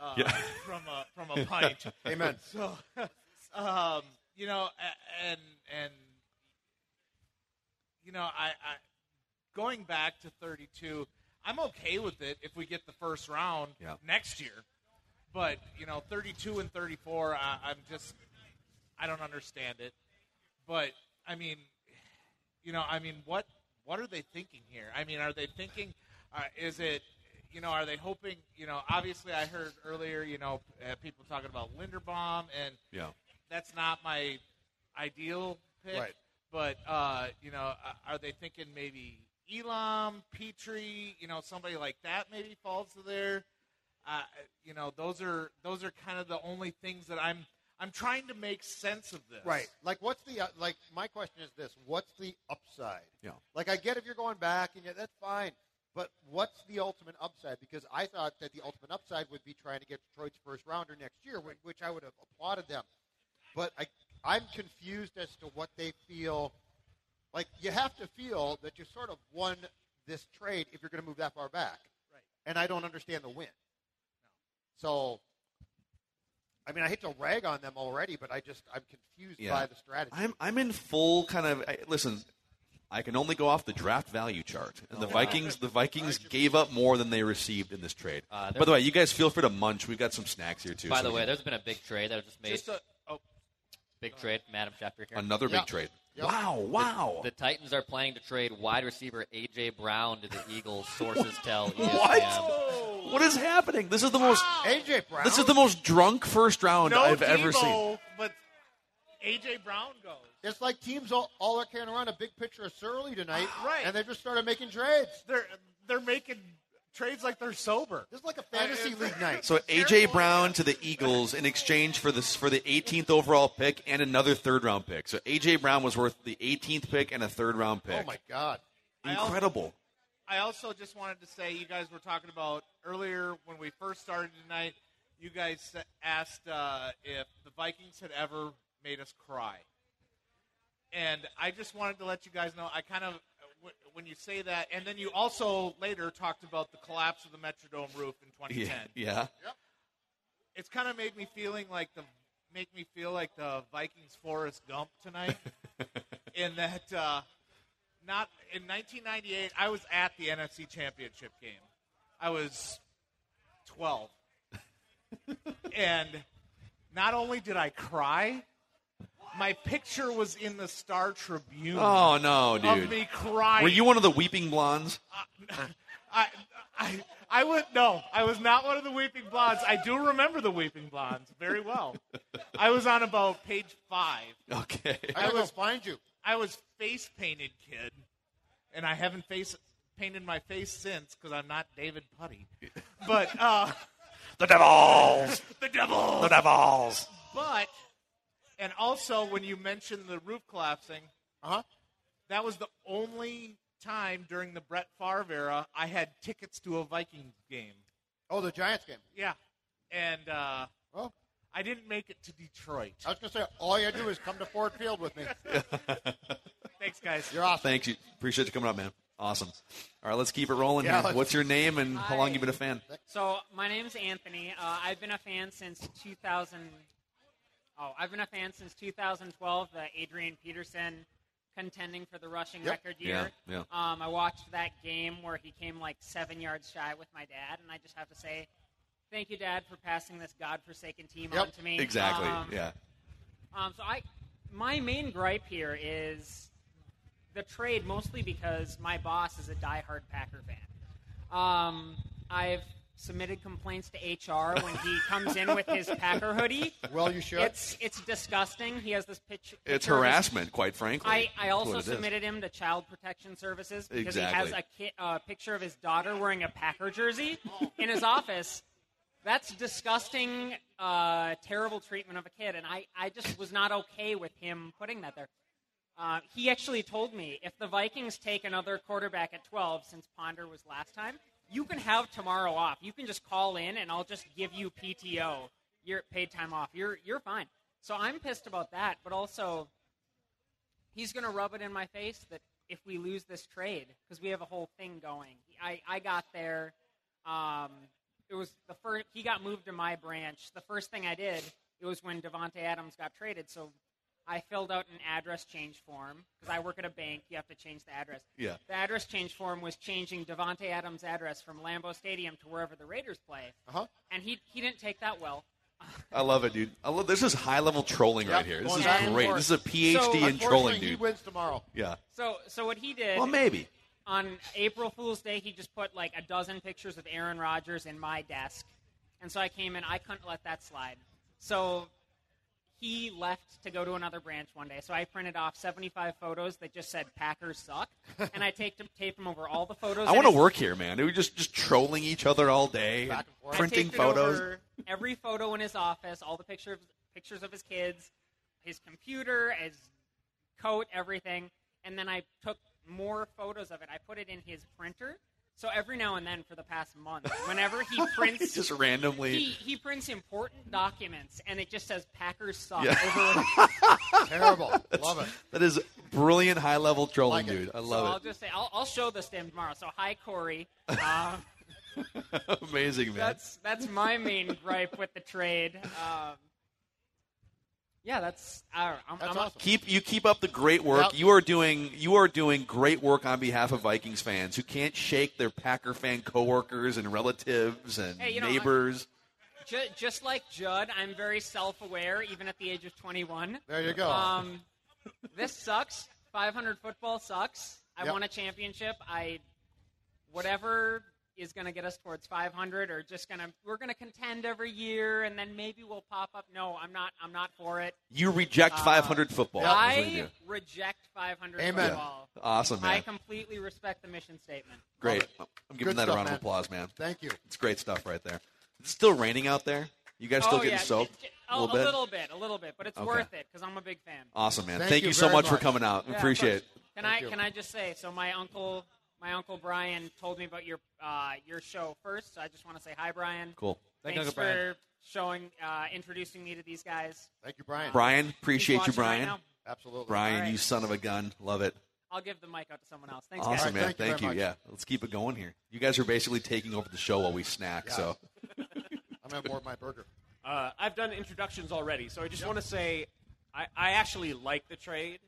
uh, Yeah. from a from a pint. Amen. So, um, you know, a- and and you know, I, I going back to 32. I'm okay with it if we get the first round Yeah. next year, but you know, 32 and 34, I, I'm just I don't understand it. But I mean, you know, I mean, what what are they thinking here? I mean, are they thinking? Uh, is it you know, are they hoping? You know, obviously, I heard earlier, you know, uh, people talking about Linderbaum, and Yeah. that's not my ideal pick. Right. But uh, you know, uh, are they thinking maybe Elam, Petrie, you know, somebody like that maybe falls to there? Uh, you know, those are those are kind of the only things that I'm I'm trying to make sense of this. Right. Like, what's the uh, like? My question is this: What's the upside? Yeah. Like, I get if you're going back, and yeah, that's fine. But what's the ultimate upside? Because I thought that the ultimate upside would be trying to get Detroit's first rounder next year, whi- which I would have applauded them. But I, I'm confused as to what they feel. Like, you have to feel that you sort of won this trade if you're going to move that far back. Right. And I don't understand the win. So, I mean, I hate to rag on them already, but I just I'm confused by the strategy. I'm I'm in full kind of I, listen. I can only go off the draft value chart, and the Oh. Vikings the Vikings gave up more than they received in this trade. Uh, there- By the way, you guys feel free to munch. We've got some snacks here too. By so the we way, can- there's been a big trade that was just made. Just a- big trade, Madam Schefter here. Another big Yeah. trade. Yep. Wow, The- wow. The, Titans are planning to trade wide receiver A.J. Brown to the Eagles, sources tell E ESPN. What? What is happening? This is the most AJ Brown. This is the most drunk first round No I've ever Debo. seen. But AJ Brown goes. It's like teams all, all are carrying around a big picture of Surly tonight, Right. And they just started making trades. They're they're making trades like they're sober. This is like a fantasy league night. So AJ Brown to the Eagles in exchange for this for the 18th overall pick and another third round pick. So AJ Brown was worth the 18th pick and a third round pick. Oh my God, incredible! I also just wanted to say you guys were talking about earlier when we first started tonight. You guys asked uh, if the Vikings had ever made us cry, and I just wanted to let you guys know. I kind of w- when you say that, and then you also later talked about the collapse of the Metrodome roof in 2010. Yeah. It's kind of made me feeling like the make me feel like the Vikings Forrest Gump tonight, in that. Uh, not in 1998 i was at the nfc championship game i was 12 and not only did i cry my picture was in the star tribune Oh no, dude! of me crying Were you one of the weeping blondes? I, I, I would no. I was not one of the Weeping Blondes. I do remember the Weeping Blondes very well. I was on about page five. Okay. I gotta go find you. I was face painted, kid, and I haven't face painted my face since because I'm not David Putty. But uh, The Devils! the Devils, The Devils! But and also when you mentioned the roof collapsing, uh-huh. that was the only time during the Brett Favre era I had tickets to a Vikings game. Oh, the Giants game. Yeah, and uh, well, I didn't make it to Detroit. I was gonna say all you gotta do is come to Ford Field with me. Thanks, guys. You're awesome. Thanks, you. Appreciate you coming up, man. Awesome. All right, let's keep it rolling. Yeah, here. let's- What's your name and how long Hi. you been a fan? So my name's Anthony. Uh, I've been a fan since 2000. Oh, I've been a fan since 2012. The Adrian Peterson contending for the rushing Yep. record year. Yeah, yeah. Um, I watched that game where he came like seven yards shy with my dad, and I just have to say, thank you, Dad, for passing this godforsaken team Yep. on to me. Exactly. Um, yeah. um, so I, my main gripe here is the trade, mostly because my boss is a diehard Packer fan. Um, I've submitted complaints to HR when he comes in with his Packer hoodie. Well, you should. It's it's disgusting. He has this It's pitch. picture of his- harassment, quite frankly. I, I That's also what it is. submitted him to Child Protection Services because he has Exactly. a ki- uh, picture of his daughter wearing a Packer jersey in his office. That's disgusting, uh, terrible treatment of a kid, and I, I just was not okay with him putting that there. Uh, he actually told me if the Vikings take another quarterback at 12, since Ponder was last time, you can have tomorrow off. You can just call in, and I'll just give you PTO, your paid time off. You're you're fine. So I'm pissed about that, but also he's going to rub it in my face that if we lose this trade, because we have a whole thing going. I, I got there. Um, it was the first. He got moved to my branch. The first thing I did it was when Devonte Adams got traded. So I filled out an address change form because I work at a bank. You have to change the address. Yeah. The address change form was changing Devonte Adams' address from Lambeau Stadium to wherever the Raiders play. Uh-huh. And he he didn't take that well. I love it, dude. I love this is high level trolling right here. This going is back and great. forth. This is a PhD in Unfortunately, trolling, He dude. wins tomorrow. Yeah. So, so what he did? Well, maybe. On April Fool's Day, he just put like a dozen pictures of Aaron Rodgers in my desk, and so I came in. I couldn't let that slide. So he left to go to another branch one day. So I printed off 75 photos that just said Packers suck, and I taped them, taped them over all the photos. I in want to his- work here, man. We're just just trolling each other all day, and I printing taped it photos. over every photo in his office, all the pictures pictures of his kids, his computer, his coat, everything. And then I took more photos of it. I put it in his printer. So every now and then, for the past month, whenever he prints, Just randomly. he, he prints important documents, and it just says Packers suck Yeah. over. Terrible. That's- Love it. That is Brilliant high level trolling, Like it. dude. I so love I'll just say I'll, I'll show this to him tomorrow. So hi, Corey. Um, it. Amazing, man. that's that's my main gripe with the trade. Um, yeah, that's. I, I'm, I'm, Keep you keep up the great work. You are doing you are doing great work on behalf of Vikings fans who can't shake their Packer fan coworkers and relatives and Hey, you know, I- neighbors. Ju- just like Judd, I'm very self-aware, even at the age of 21. There you go. Um, this sucks. 500 football sucks. I Yep. won a championship. I, whatever is going to get us towards 500, or just going to we're going to contend every year, and then maybe we'll pop up. No, I'm not. I'm not for it. Uh, You reject 500 football. That's what I you do. reject 500 Amen. football. Yeah. Awesome, man. I completely respect the mission statement. Great. I'm giving Good that a stuff, round man. of applause, man. Thank you. It's great stuff right there. It's still raining out there. You guys Oh, still getting yeah. soaked? J- j- oh, a little bit, a little bit, but it's Okay. worth it because I'm a big fan. Awesome, man. Thank Thank you you so very much for much. coming out. We appreciate of course. it. Can Thank I you. can I just say so? My uncle, my uncle Brian told me about your uh, your show first, so I just want to say hi, Brian. Cool. Thanks Thank you, Uncle for Brian. showing, uh, introducing me to these guys. Thank you, Brian. Brian, appreciate you, Brian. Absolutely, Brian, All right. you son of a gun. Love it. I'll give the mic out to someone else. Thanks, awesome, guys. man. Thank you. Yeah, let's keep it going here. You guys are basically taking over the show while we snack. Yeah. So I'm gonna board my burger. Uh, I've done introductions already, so I just want to say I, I actually like the trade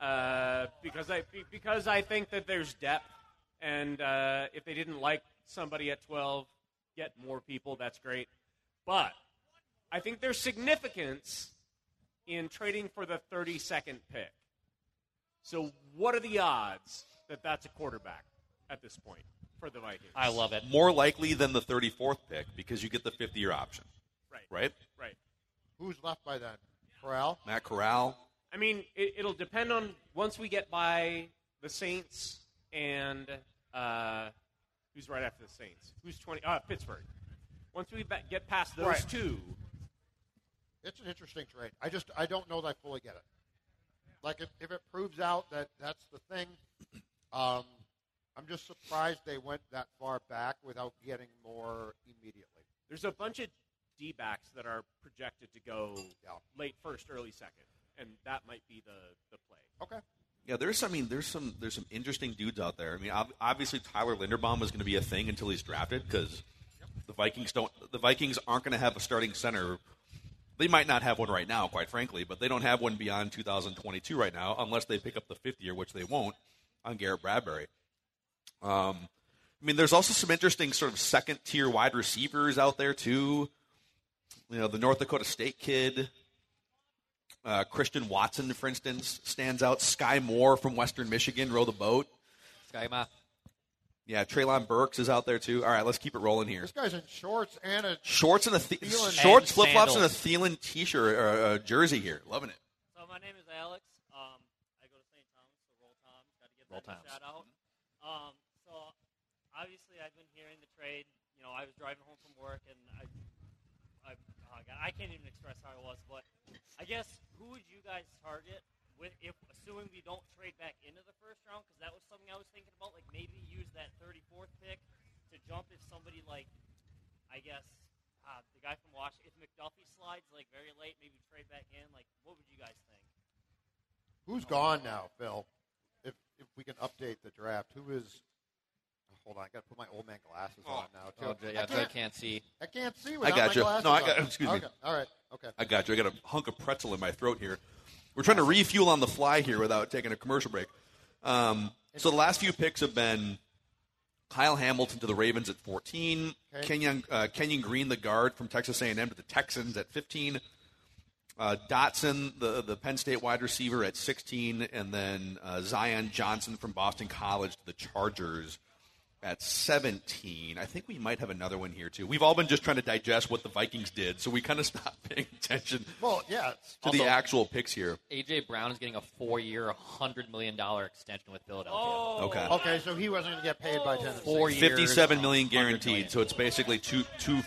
uh, because I be- because I think that there's depth, and uh, if they didn't like somebody at 12, get more people. That's great, but I think there's significance in trading for the 32nd pick. So, what are the odds that that's a quarterback at this point for the Vikings? More likely than the 34th pick because you get the 50 year option. Right. Right. Right. Who's left by then? Corral. Matt Corral. I mean, it, it'll depend on once we get by the Saints and uh, who's right after the Saints. Who's twenty? Uh, Pittsburgh. Once we ba- get past those Right. two, It's an interesting trade. I just I don't know that I fully get it. Like if, if it proves out that that's the thing, um, I'm just surprised they went that far back without getting more immediately. there's a bunch of D backs that are projected to go late first, early second, and that might be the the play. Okay. Yeah, there's. I mean, there's some. There's some interesting dudes out there. I mean, ob- obviously Tyler Linderbaum is going to be a thing until he's drafted because the Vikings don't. The Vikings aren't going to have a starting center. They might not have one right now, quite frankly, but they don't have one beyond 2022 right now, unless they pick up the fifth year, which they won't, on Garrett Bradbury. Um, I mean, there's also some interesting sort of second tier wide receivers out there too. You know, the North Dakota State kid, uh, Christian Watson, for instance, stands out. Sky Moore from Western Michigan, row the boat. Sky Moore. Yeah, Traylon Burks is out there too. All right, let's keep it rolling here. This guy's in shorts and a Shorts and a th- Thielen- shorts, flip flops, and a Thielen t-shirt or uh, jersey here. Loving it. So my name is Alex. Um, I go to St. Thomas, so roll Tom. Got to give Roll that a Toms. shout out. Um, so obviously I've been hearing the trade. You know, I was driving home from work and I, I, oh God, I can't even express how I was. But I guess who would you guys target with if assuming we don't trade back into the first round? Because that was something I was thinking about. Like maybe use that 34th pick to jump if somebody like, I guess. Uh, the guy from Washington, if McDuffie slides like very late, maybe trade back in. Like, what would you guys think? Who's gone now, Phil? If if we can update the draft, who is? Hold on, I got to put my old man glasses on now Oh, too. Jay- yeah, I Jay can't, can't see. I can't see. I Without got my you. glasses No, I on. got. Excuse me. Okay, All right. Okay. I got you. I got a hunk of pretzel in my throat here. We're trying to refuel on the fly here without taking a commercial break. Um, so the last few picks have been Kyle Hamilton to the Ravens at 14, Okay. Kenyon uh, Kenyon Green, the guard from Texas A&M, to the Texans at 15. Uh, Dotson, the the Penn State wide receiver, at 16, and then uh, Zion Johnson from Boston College to the Chargers at 17. I think we might have another one here too. We've all been just trying to digest what the Vikings did, so we kind of stopped paying attention Well, yeah. it's- to the Also- actual picks here. AJ Brown is getting a four-year, hundred million dollar extension with Philadelphia. Okay. Okay, so he wasn't going to get paid by Tennessee. Oh. Four years. 57 million guaranteed, so it's basically two, two,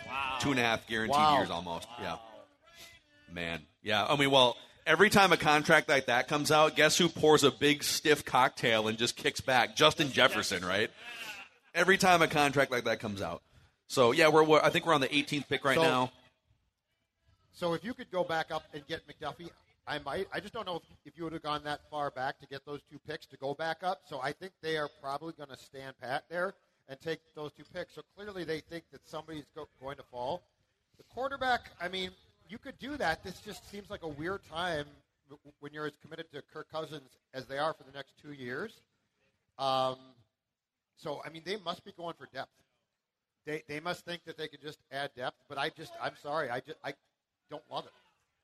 two and a half guaranteed Wow. years almost. Yeah, man. Yeah, I mean, well, every time a contract like that comes out, guess who pours a big stiff cocktail and just kicks back? Justin Jefferson, right? Every time a contract like that comes out. So yeah, we're, we're I think we're on the 18th pick right So- now. So if you could go back up and get McDuffie, I might. I just don't know if, if you would have gone that far back to get those two picks to go back up. So I think they are probably going to stand pat there and take those two picks. So clearly they think that somebody's go, going to fall. The quarterback. I mean, you could do that. This just seems like a weird time w- when you're as committed to Kirk Cousins as they are for the next two years. Um, so I mean, they must be going for depth. They they must think that they can just add depth. But I just I'm sorry. I just I don't love it.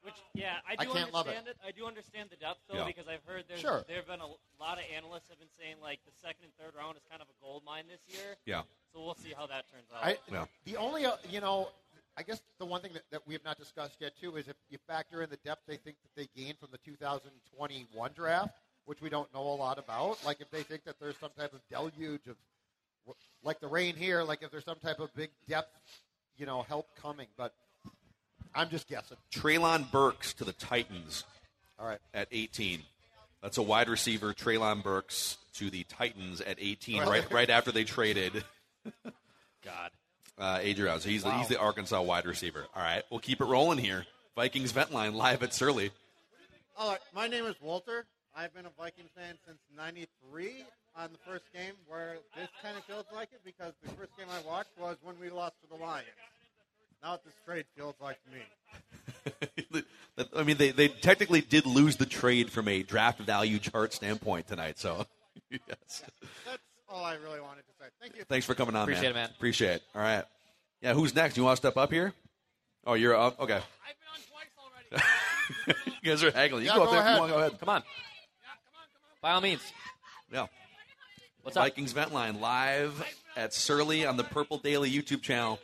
Which yeah, I I do can't love it. understand it. I do understand the depth though Yeah. because I've heard there's Sure. there have been a lot of analysts have been saying like the second and third round is kind of a gold mine this year. Yeah. So we'll see how that turns out. I, The only, uh, you know, I guess the one thing that, that we have not discussed yet, too, is if you factor in the depth they think that they gained from the 2021 draft, which we don't know a lot about, like if they think that there's some type of deluge of, like the rain here, like if there's some type of big depth, you know, help coming. But I'm just guessing. Traylon Burks to the Titans. All right. At 18. That's a wide receiver, Traylon Burks to the Titans at 18, All right right. right after they traded God. uh, Adrian. So he's, the Wow. he's the Arkansas wide receiver. All right, we'll keep it rolling here. Vikings vent line live at Surly. All right, my name is Walter. I've been a Vikings fan since '93 on the first game, where this kind of feels like it because the first game I watched was when we lost to the Lions. Now what this trade feels like to me. I mean, they, they technically did lose the trade from a draft value chart standpoint tonight. So, yes. That's all I really wanted to say. Thank you. Thanks for coming on, Appreciate it, man. man. Appreciate it. All right. Yeah, who's next? You want to step up here? Oh, you're up? Okay. I've been on twice already. you guys are haggling. You Yeah, go up go there. ahead. Come on, go ahead. Come on. By all means. Yeah. What's up? Vikings Vent Line live at Surly on the Purple Daily YouTube channel.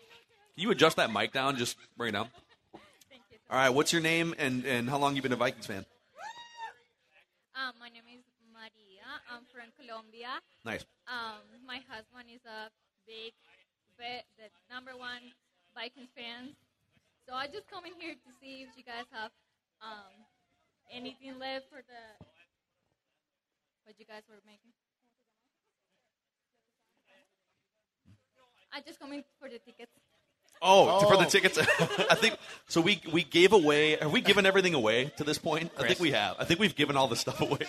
Can you adjust that mic down? Just bring it down. All right. What's your name and, and how long you been a Vikings fan? Um, my name is Maria. I'm from Colombia. Nice. Um, my husband is a big, ba- the number one Vikings fan. So I just come in here to see if you guys have um, anything left for the what you guys were making. I just come in for the tickets. Oh, for Oh. the tickets. I think so. We we gave away. Have we given everything away to this point? I think we have. I think we've given all the stuff away.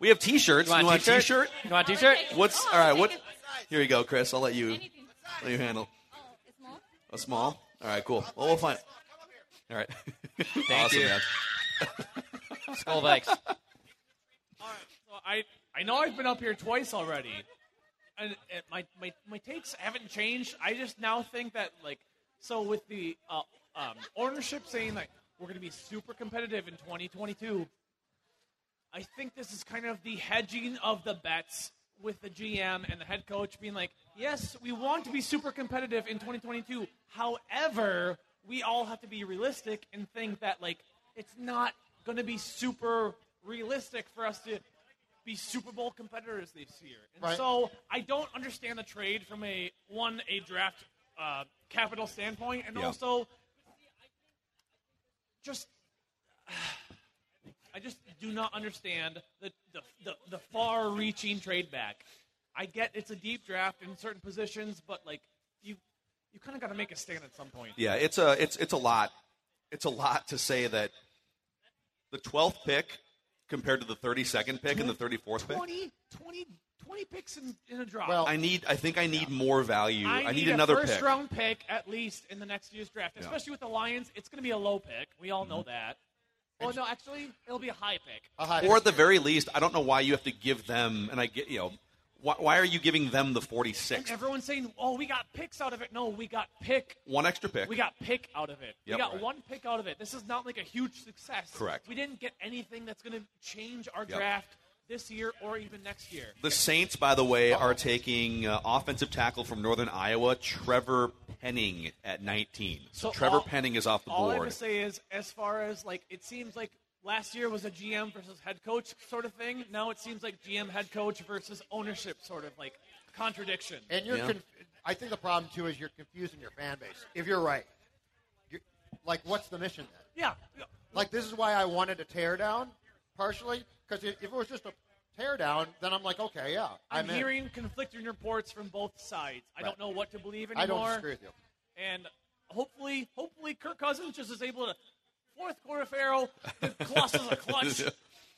we have T-shirts. You want a a t-shirt? T-shirt? You want a t-shirt? What's all right? What? Here you go, Chris. I'll let you. Let you handle. A small. All right. Cool. Well, we'll find. All right. awesome, you. man. Skull Vikes. So I I know I've been up here twice already, and, and my, my my takes haven't changed. I just now think that like so with the uh, um, ownership saying like we're going to be super competitive in 2022. I think this is kind of the hedging of the bets with the GM and the head coach being like, yes, we want to be super competitive in 2022. However, we all have to be realistic and think that like it's not going to be super realistic for us to be Super Bowl competitors this year. And Right. so I don't understand the trade from a one a draft uh, capital standpoint, and Yeah. also just I just do not understand the the, the, the far reaching trade back. I get it's a deep draft in certain positions, but like you you kind of got to make a stand at some point. Yeah, it's a it's it's a lot. It's a lot to say that the 12th pick compared to the 32nd pick and the 34th pick. 20, 20, 20 picks in, in a draft. I need. I think I need more value. I need, a another first pick. round pick at least in the next year's draft, Yeah. Mm-hmm. especially with the Lions. It's going to be a low pick. We all know that. Oh no, actually, it'll be a high pick. Or at the very least, I don't know why you have to give them. And I get you know, why, why are you giving them the And 46th? everyone's saying, "Oh, we got picks out of it." No, we got pick. One extra pick. We got pick out of it. Yep, we got right. one pick out of it. This is not like a huge success. Correct. We didn't get anything that's going to change our Yep. draft this year or even next year. the Saints, by the way, are taking uh, offensive tackle from Northern Iowa, Trevor Penning at 19. So, So Trevor all- Penning is off the All I'm board. gonna say is, as far as like, it seems like last year was a GM versus head coach sort of thing. Now it seems like GM head coach versus ownership sort of like contradiction. And you're, conf- I think the problem too is you're confusing your fan base. If you're right, you're, like, what's the mission then? Yeah. Like, this is why I wanted a teardown, partially, because if, if it was just a teardown, then I'm like, okay, yeah, I'm, I'm, in. hearing conflicting reports from both sides. I Right. don't know what to believe I anymore. don't disagree with you. And hopefully, hopefully, Kirk Cousins just is able to fourth quarter Farrell, the Colossus are clutch,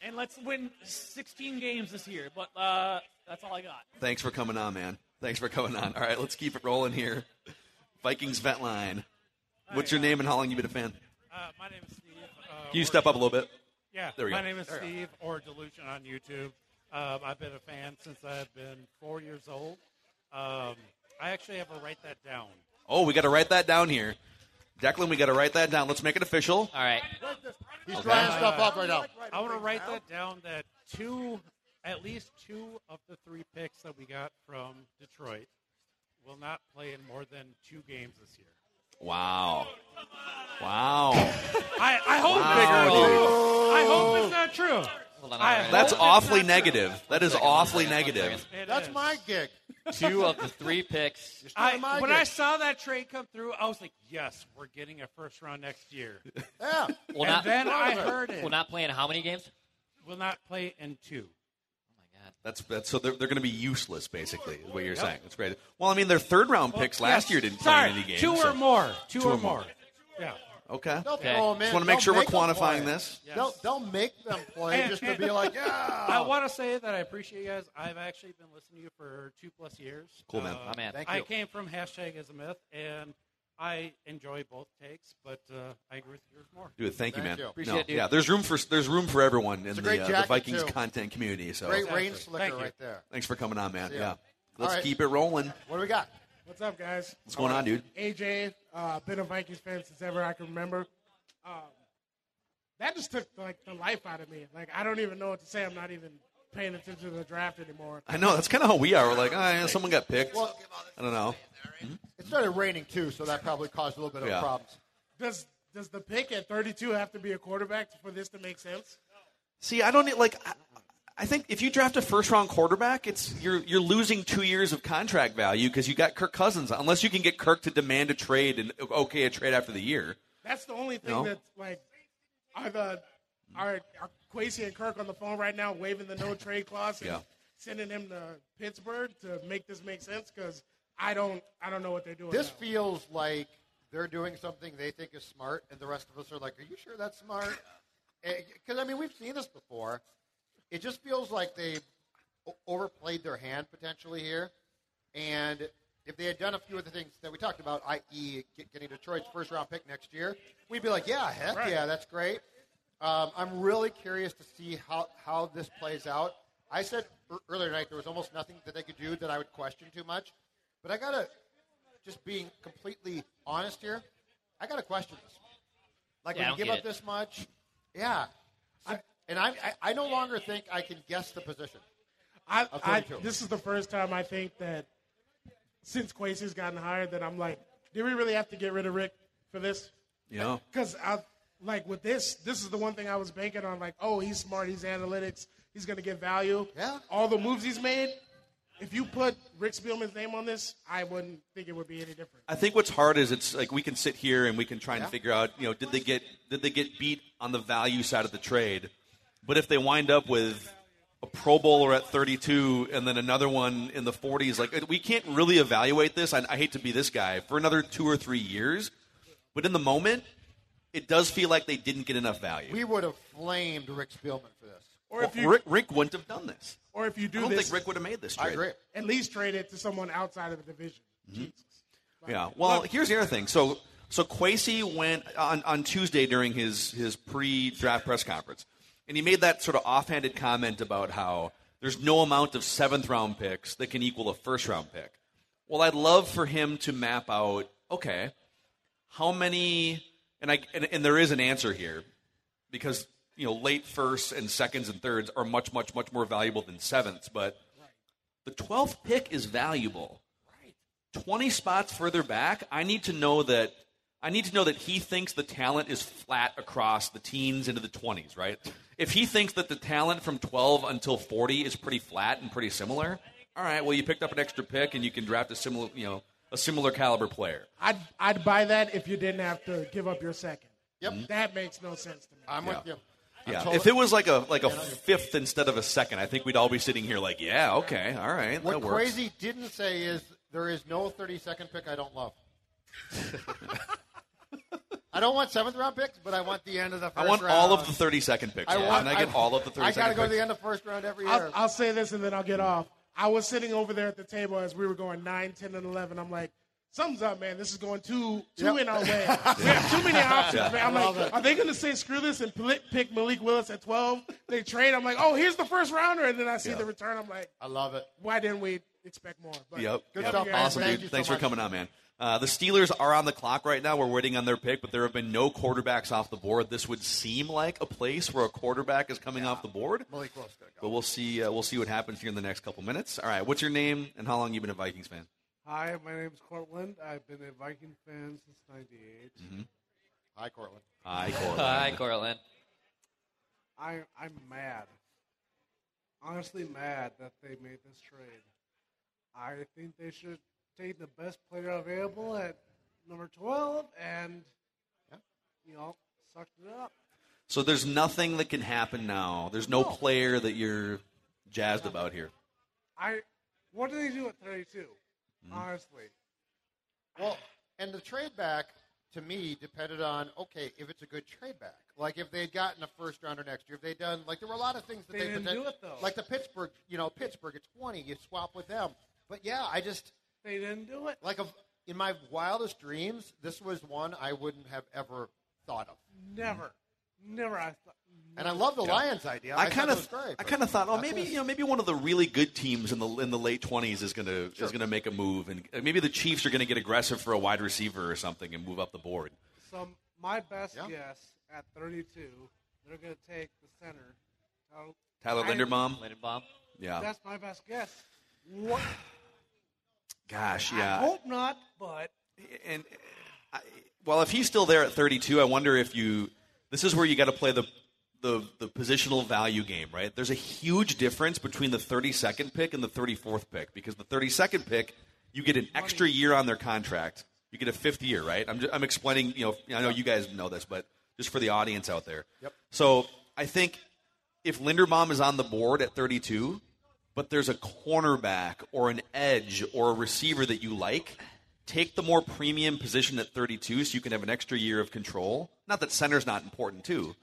and let's win 16 games this year. But uh, that's all I got. Thanks for coming on, man. Thanks for coming on. All right, let's keep it rolling here. Vikings vet line. What's your name and how long you been a fan? Uh, my name is Steve. Uh, Can you step up a little bit? Yeah, There we my go. name is There we go. Steve or Delusion on YouTube. Um, I've been a fan since I've been four years old. Um, I actually have to write that down. Oh, we got to write that down here. Declan, we got to write that down. Let's make it official. All right. He's trying stuff up right now. Uh, I want to write that down. That two, at least two of the three picks that we got from Detroit will not play in more than two games this year. Wow. Wow. I, I hope it's Wow, not dude. true. I hope it's not true. I hope That's it's awfully not true. negative. That is awfully negative. That's my gig. Two of the three picks. I, my when gig. I saw that trade come through, I was like, "Yes, we're getting a first round next year." Yeah. Well, and not- then I heard it. Will not play in how many games? Will not play in two. That's, that's so they're, they're going to be useless, basically, is what you're Yep. saying. That's great. Well, I mean, their third round picks Well, last yes. year didn't Sorry, play in any games. Two so- or more. Two, or more. Yeah. Okay. They'll okay. throw 'em in. Just want to make They'll sure we're make 'em quantifying play. this. They'll, they'll make them play just to be like, yeah. I want to say that I appreciate you guys. I've actually been listening to you for two plus years. Uh, Cool, man. My man. Thank I you. came from hashtag as a myth, and I enjoy both takes, but uh, I agree with yours more. Dude, thank, you, man. Appreciate No, it, dude. Yeah, there's room for there's room for everyone in It's a the, great uh, the jacket, Vikings too. content community. So Great rain slicker Thank you. right there. Thanks for coming on, man. See ya. Yeah, All let's right. keep it rolling. What do we got? What's up, guys? What's going on, dude? AJ, uh, been a Vikings fan since ever I can remember. Um, that just took like the life out of me. Like I don't even know what to say. I'm not even paying attention to the draft anymore. I know that's kind of how we are. We're like, ah, yeah, someone got picked. Well- I don't know. It started raining too, so that probably caused a little bit of Yeah. problems. Does does the pick at 32 have to be a quarterback for this to make sense? See, I don't need like. I, I think if you draft a first round quarterback, it's you're you're losing two years of contract value because you got Kirk Cousins. Unless you can get Kirk to demand a trade and okay a trade after the year. That's the only thing No. that's like are the are, are Quasi and Kirk on the phone right now waving the no trade clause and Yeah. sending him to Pittsburgh to make this make sense because I don't I don't know what they're doing. This now. feels like they're doing something they think is smart, and the rest of us are like, "Are you sure that's smart?" Because I mean, we've seen this before. It just feels like they o- overplayed their hand potentially here, and if they had done a few of the things that we talked about, i.e., get, getting Detroit's first round pick next year, we'd be like, "Yeah, heck Right. yeah, that's great." Um, I'm really curious to see how, how this plays out. I said ear- earlier tonight there was almost nothing that they could do that I would question too much, but I gotta just being completely honest here, I got to question this. Like Yeah, I when don't you give get up it. this much, yeah. I, and I, I, I no longer think I can guess the position. I, Of I 32. this is the first time I think that since Quasi's gotten hired that I'm like, do we really have to get rid of Rick for this? Yeah. Because I like with this, this is the one thing I was banking on. Like, oh, he's smart. He's analytics. He's gonna get value. Yeah. All the moves he's made. If you put Rick Spielman's name on this, I wouldn't think it would be any different. I think what's hard is it's like we can sit here and we can try and Yeah. figure out, you know, did they get did they get beat on the value side of the trade? But if they wind up with a Pro Bowler at 32 and then another one in the 40s, like we can't really evaluate this. I, I hate to be this guy for another two or three years, but in the moment, it does feel like they didn't get enough value. We would have flamed Rick Spielman for this. Or if Well, you- Rick, Rick wouldn't have done this. Or if you do I don't this, think Rick would have made this I trade. agree. At least trade it to someone outside of the division. Mhm. Yeah. Well, here's the other thing. So so Quasi went on, on Tuesday during his his pre-draft press conference, and he made that sort of offhanded comment about how there's no amount of seventh round picks that can equal a first round pick. Well, I'd love for him to map out okay, how many and I and, and there is an answer here because you know late firsts and seconds and thirds are much much much more valuable than sevenths, but the 12th pick is valuable. 20 spots further back, I need to know that I need to know that he thinks the talent is flat across the teens into the 20s, right? If he thinks that the talent from 12 until 40 is pretty flat and pretty similar, all right, well you picked up an extra pick and you can draft a similar, you know, a similar caliber player. I'd I'd buy that if you didn't have to give up your second. Yep. That makes no sense to me. I'm with Yeah. you. Yeah. If it was like a like a fifth instead of a second, I think we'd all be sitting here like, yeah, okay, all right, What that works. Crazy didn't say is there is no 32nd pick I don't love. I don't want seventh round picks, but I want the end of the first I round. want all of the 30 second picks. I want- and I get I- all of the 30 I second gotta go to picks. the end of first round every year. I'll, I'll say this and then I'll get off. I was sitting over there at the table as we were going 9, 10, and 11. I'm like, something's up, man. This is going too too Yep. in our way. We have too many options, Yeah. man. I'm Love like, it. are they going to say screw this and pl- pick Malik Willis at 12? They trade. I'm like, oh, here's the first rounder. And then I see Yeah. the return. I'm like, I love it. why didn't we expect more? But Yep. good yep. stuff, man. Awesome, Thank you dude. so Thanks much. for coming on, man. Uh, the Steelers are on the clock right now. We're waiting on their pick, but there have been no quarterbacks off the board. This would seem like a place where a quarterback is coming off the board. Malik Willis gotta But we'll see. Uh, we'll see what happens here in the next couple minutes. All right. What's your name and how long you been a Vikings fan? Hi, my name's Cortland. I've been a Viking fan since '98. Mhm. Hi, Cortland. Hi, Cortland. Hi, Cortland. I, I'm mad. Honestly, mad that they made this trade. I think they should take the best player available at number 12 and, you know, sucked it up. So there's nothing that can happen now. There's no player that you're jazzed about here. I, what do they do at 32? Mm-hmm. Honestly, Well, and the trade back to me depended on okay if it's a good trade back. Like if they had gotten a first rounder next year, if they'd done like there were a lot of things that They they, didn't poten- do it, though. Like the Pittsburgh, you know, Pittsburgh at twenty, you swap with them. But yeah, I just they didn't do it. Like of in my wildest dreams, this was one I wouldn't have ever thought of. never, never. I thought, And I love the Yeah. Lions idea. I thought kind that of, was great, I but kind of thought, oh, not maybe this. you know, maybe one of the really good teams in the in the late twenties is gonna Sure. is gonna make a move, and uh, maybe the Chiefs are gonna get aggressive for a wide receiver or something and move up the board. So my best Yeah. guess at 32, they're going to take the center. Tyler, Tyler I- Linderbaum, yeah, That's my best guess. What? gosh, I yeah. hope not, but and Well, if he's still there at thirty-two, I wonder if you. This is where you got to play the the the positional value game, right? There's a huge difference between the thirty-second pick and the thirty-fourth pick because the thirty-second pick, you get an extra year on their contract. You get a fifth year, right? I'm, ju- I'm explaining. You know, I know you guys know this, but just for the audience out there. Yep. So I think if Linderbaum is on the board at 32, but there's a cornerback or an edge or a receiver that you like, take the more premium position at 32 so you can have an extra year of control. Not that center's not important too,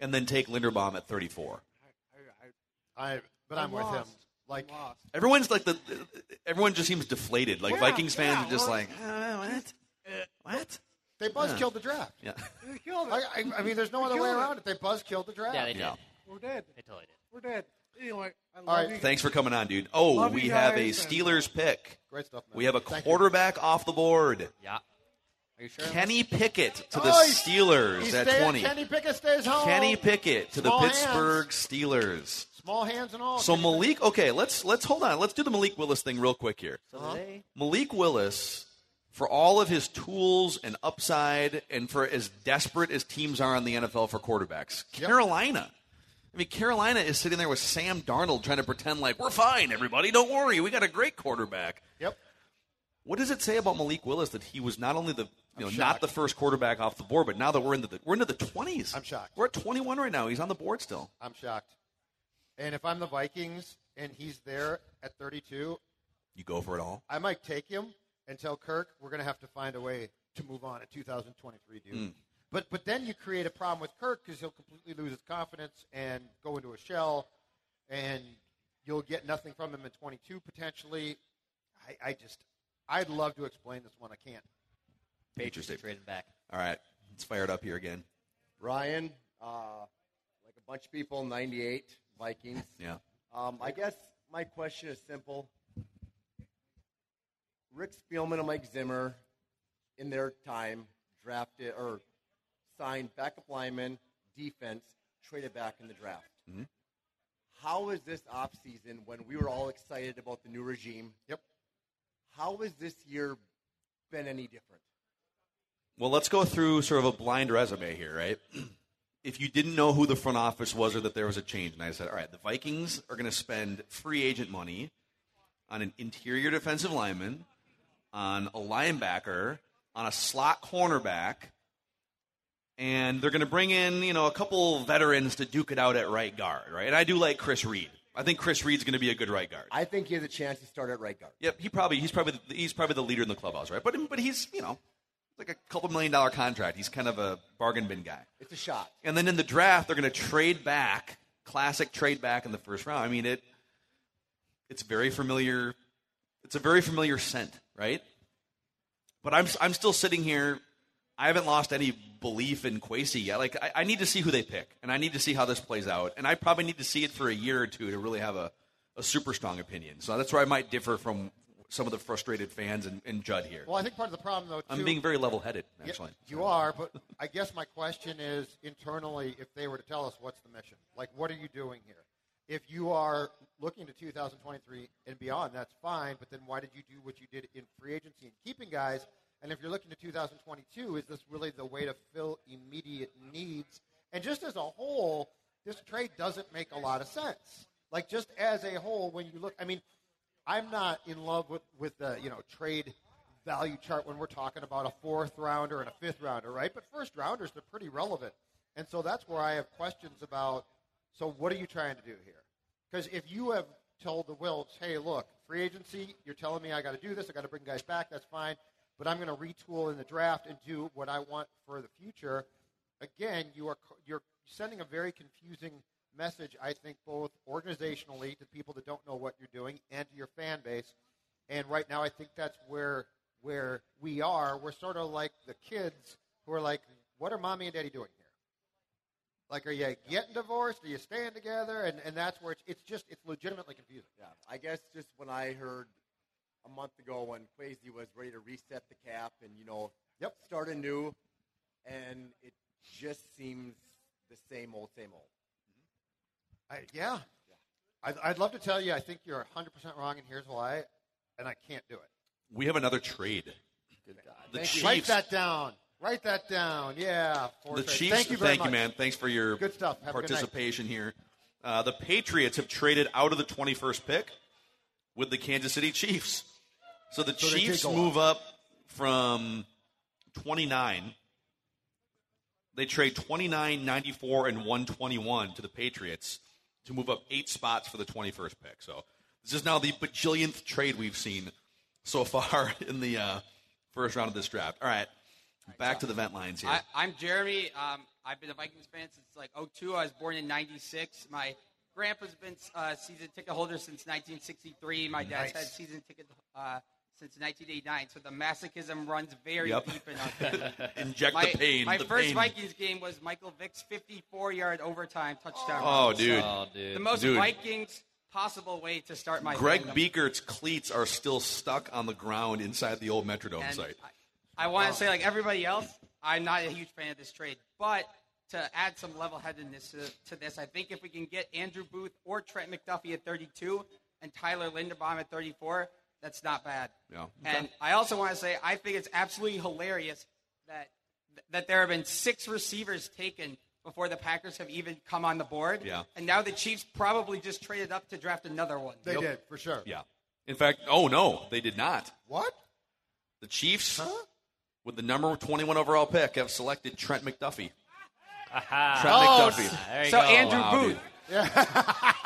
and then take Linderbaum at 34. I, but I'm, I'm with him. lost. Like Everyone's like the everyone just seems deflated. Like Yeah, Vikings fans yeah, are just or- like what? what? They buzz Yeah. killed the draft. yeah. they killed it. I, I, I mean, there's no They other way killed it. around it. They buzz killed the draft. Yeah, they did. Yeah. We're dead. They totally did. We're dead. Anyway, I love you. Thanks for coming on, dude. Oh, Love you we have a guys, and- Steelers pick. Great stuff, We have a quarterback off the board. Yeah. Are you sure? Kenny Pickett to the Oh, he's- Steelers He at stay- 20. Kenny Pickett stays home. Kenny Pickett to the Small hands. Pittsburgh Steelers. Small hands and all. So Malik, okay, let's let's hold on. Let's do the Malik Willis thing real quick here. So Uh-huh. they- Malik Willis, for all of his tools and upside, and for as desperate as teams are in the NFL for quarterbacks, Carolina. I mean, Carolina is sitting there with Sam Darnold trying to pretend like we're fine, everybody. Don't worry, we got a great quarterback. Yep. What does it say about Malik Willis that he was not only the you know not the first quarterback off the board, but now that we're into the we're into the twenties? I'm shocked. We're at twenty one right now. He's on the board still. I'm shocked. And if I'm the Vikings and he's there at 32, You go for it all. I might take him and tell Kirk we're going to have to find a way to move on in 2023, dude. Mm. But but then you create a problem with Kirk because he'll completely lose his confidence and go into a shell, and you'll get nothing from him in 22 potentially. I, I just I'd love to explain this one. I can't. Patriots trading back. All right, let's fire it up here again. Ryan, uh, like a bunch of people, 98 Vikings. Yeah. Um, I guess my question is simple. Rick Spielman and Mike Zimmer, in their time, drafted or signed backup linemen, defense, traded back in the draft. Mhm. How is this offseason when we were all excited about the new regime? Yep. How has this year been any different? Well, let's go through sort of a blind resume here, right? if you didn't know who the front office was or that there was a change, and I said, all right, the Vikings are going to spend free agent money on an interior defensive lineman, on a linebacker, on a slot cornerback, and they're going to bring in, you know, a couple veterans to duke it out at right guard, right? And I do like Chris Reed. I think Chris Reed's going to be a good right guard. I think he has a chance to start at right guard. Yep, he probably he's probably the, he's probably the leader in the clubhouse, right? But but he's you know like a couple million dollar contract. He's kind of a bargain bin guy. It's a shot. And then in the draft, they're going to trade back, classic trade back in the first round. I mean, it it's very familiar. It's a very familiar scent, right? But I'm I'm still sitting here. I haven't lost any belief in Quasi yet. Like I, I need to see who they pick, and I need to see how this plays out, and I probably need to see it for a year or two to really have a, a super strong opinion. So that's where I might differ from some of the frustrated fans and, and Judd here. Well, I think part of the problem, though, I'm too- being very level-headed, Yeah, actually. you are, but I guess my question is internally, if they were to tell us what's the mission, like what are you doing here? If you are looking to 2023 and beyond, that's fine. But then why did you do what you did in free agency and keeping guys? And if you're looking to 2022, is this really the way to fill immediate needs? And just as a whole, this trade doesn't make a lot of sense. Like just as a whole, when you look, I mean, I'm not in love with with the you know trade value chart when we're talking about a fourth rounder and a fifth rounder, right? But first rounders they're pretty relevant, and so that's where I have questions about. So what are you trying to do here? Because if you have told the Wilts, hey, look, free agency, you're telling me I got to do this, I got to bring guys back, that's fine, but I'm going to retool in the draft and do what I want for the future. Again, you are co- you're sending a very confusing message, I think, both organizationally to people that don't know what you're doing and to your fan base. And right now, I think that's where where we are. We're sort of like the kids who are like, "What are mommy and daddy doing here? Like, are you getting divorced? Are you staying together?" And and that's where it's, it's just it's legitimately confusing. Yeah, I guess just when I heard a month ago when Quasi was ready to reset the cap and you know yep. start anew, and it just seems the same old, same old. I, yeah. I'd, I'd love to tell you I think you're 100% wrong, and here's why, and I can't do it. We have another trade. The Thank you. Write Chiefs. that down. Write that down. Yeah. The Fortress. Chiefs. Thank you very much. man. Thanks for your Good stuff. Have a good night. participation here. Uh, the Patriots have traded out of the 21st pick with the Kansas City Chiefs. So the So they did Chiefs go move up from 29. They trade 29, 94, and 121 to the Patriots to move up eight spots for the 21st pick. So this is now the bajillionth trade we've seen so far in the uh, first round of this draft. All right, back to the vent lines here. I, I'm Jeremy. Um, I've been a Vikings fan since like 02. I was born in 96. My grandpa's been uh, season ticket holder since 1963. My dad's Nice. had season ticket uh, since 1989. So the masochism runs very Yep. deep in us. Inject my, the pain, My the first pain. Vikings game was Michael Vick's 54-yard overtime touchdown. Oh, run. dude. So Oh, dude. The most Dude. Vikings possible way to start my Greg fandom. Beakert's cleats are still stuck on the ground inside the old Metrodome And site. I want to say, like everybody else, I'm not a huge fan of this trade. But to add some level headedness to, to this, I think if we can get Andrew Booth or Trent McDuffie at 32 and Tyler Linderbaum at 34, that's not bad. Yeah. And I also want to say, I think it's absolutely hilarious that that there have been six receivers taken before the Packers have even come on the board. Yeah. And now the Chiefs probably just traded up to draft another one. Yep. for sure. Yeah. In fact, oh no, they did not. What? The Chiefs, with the number 21 overall pick, have selected Trent McDuffie. Trent Oh, McDuffie. there you so go. Andrew Wow, Booth. dude.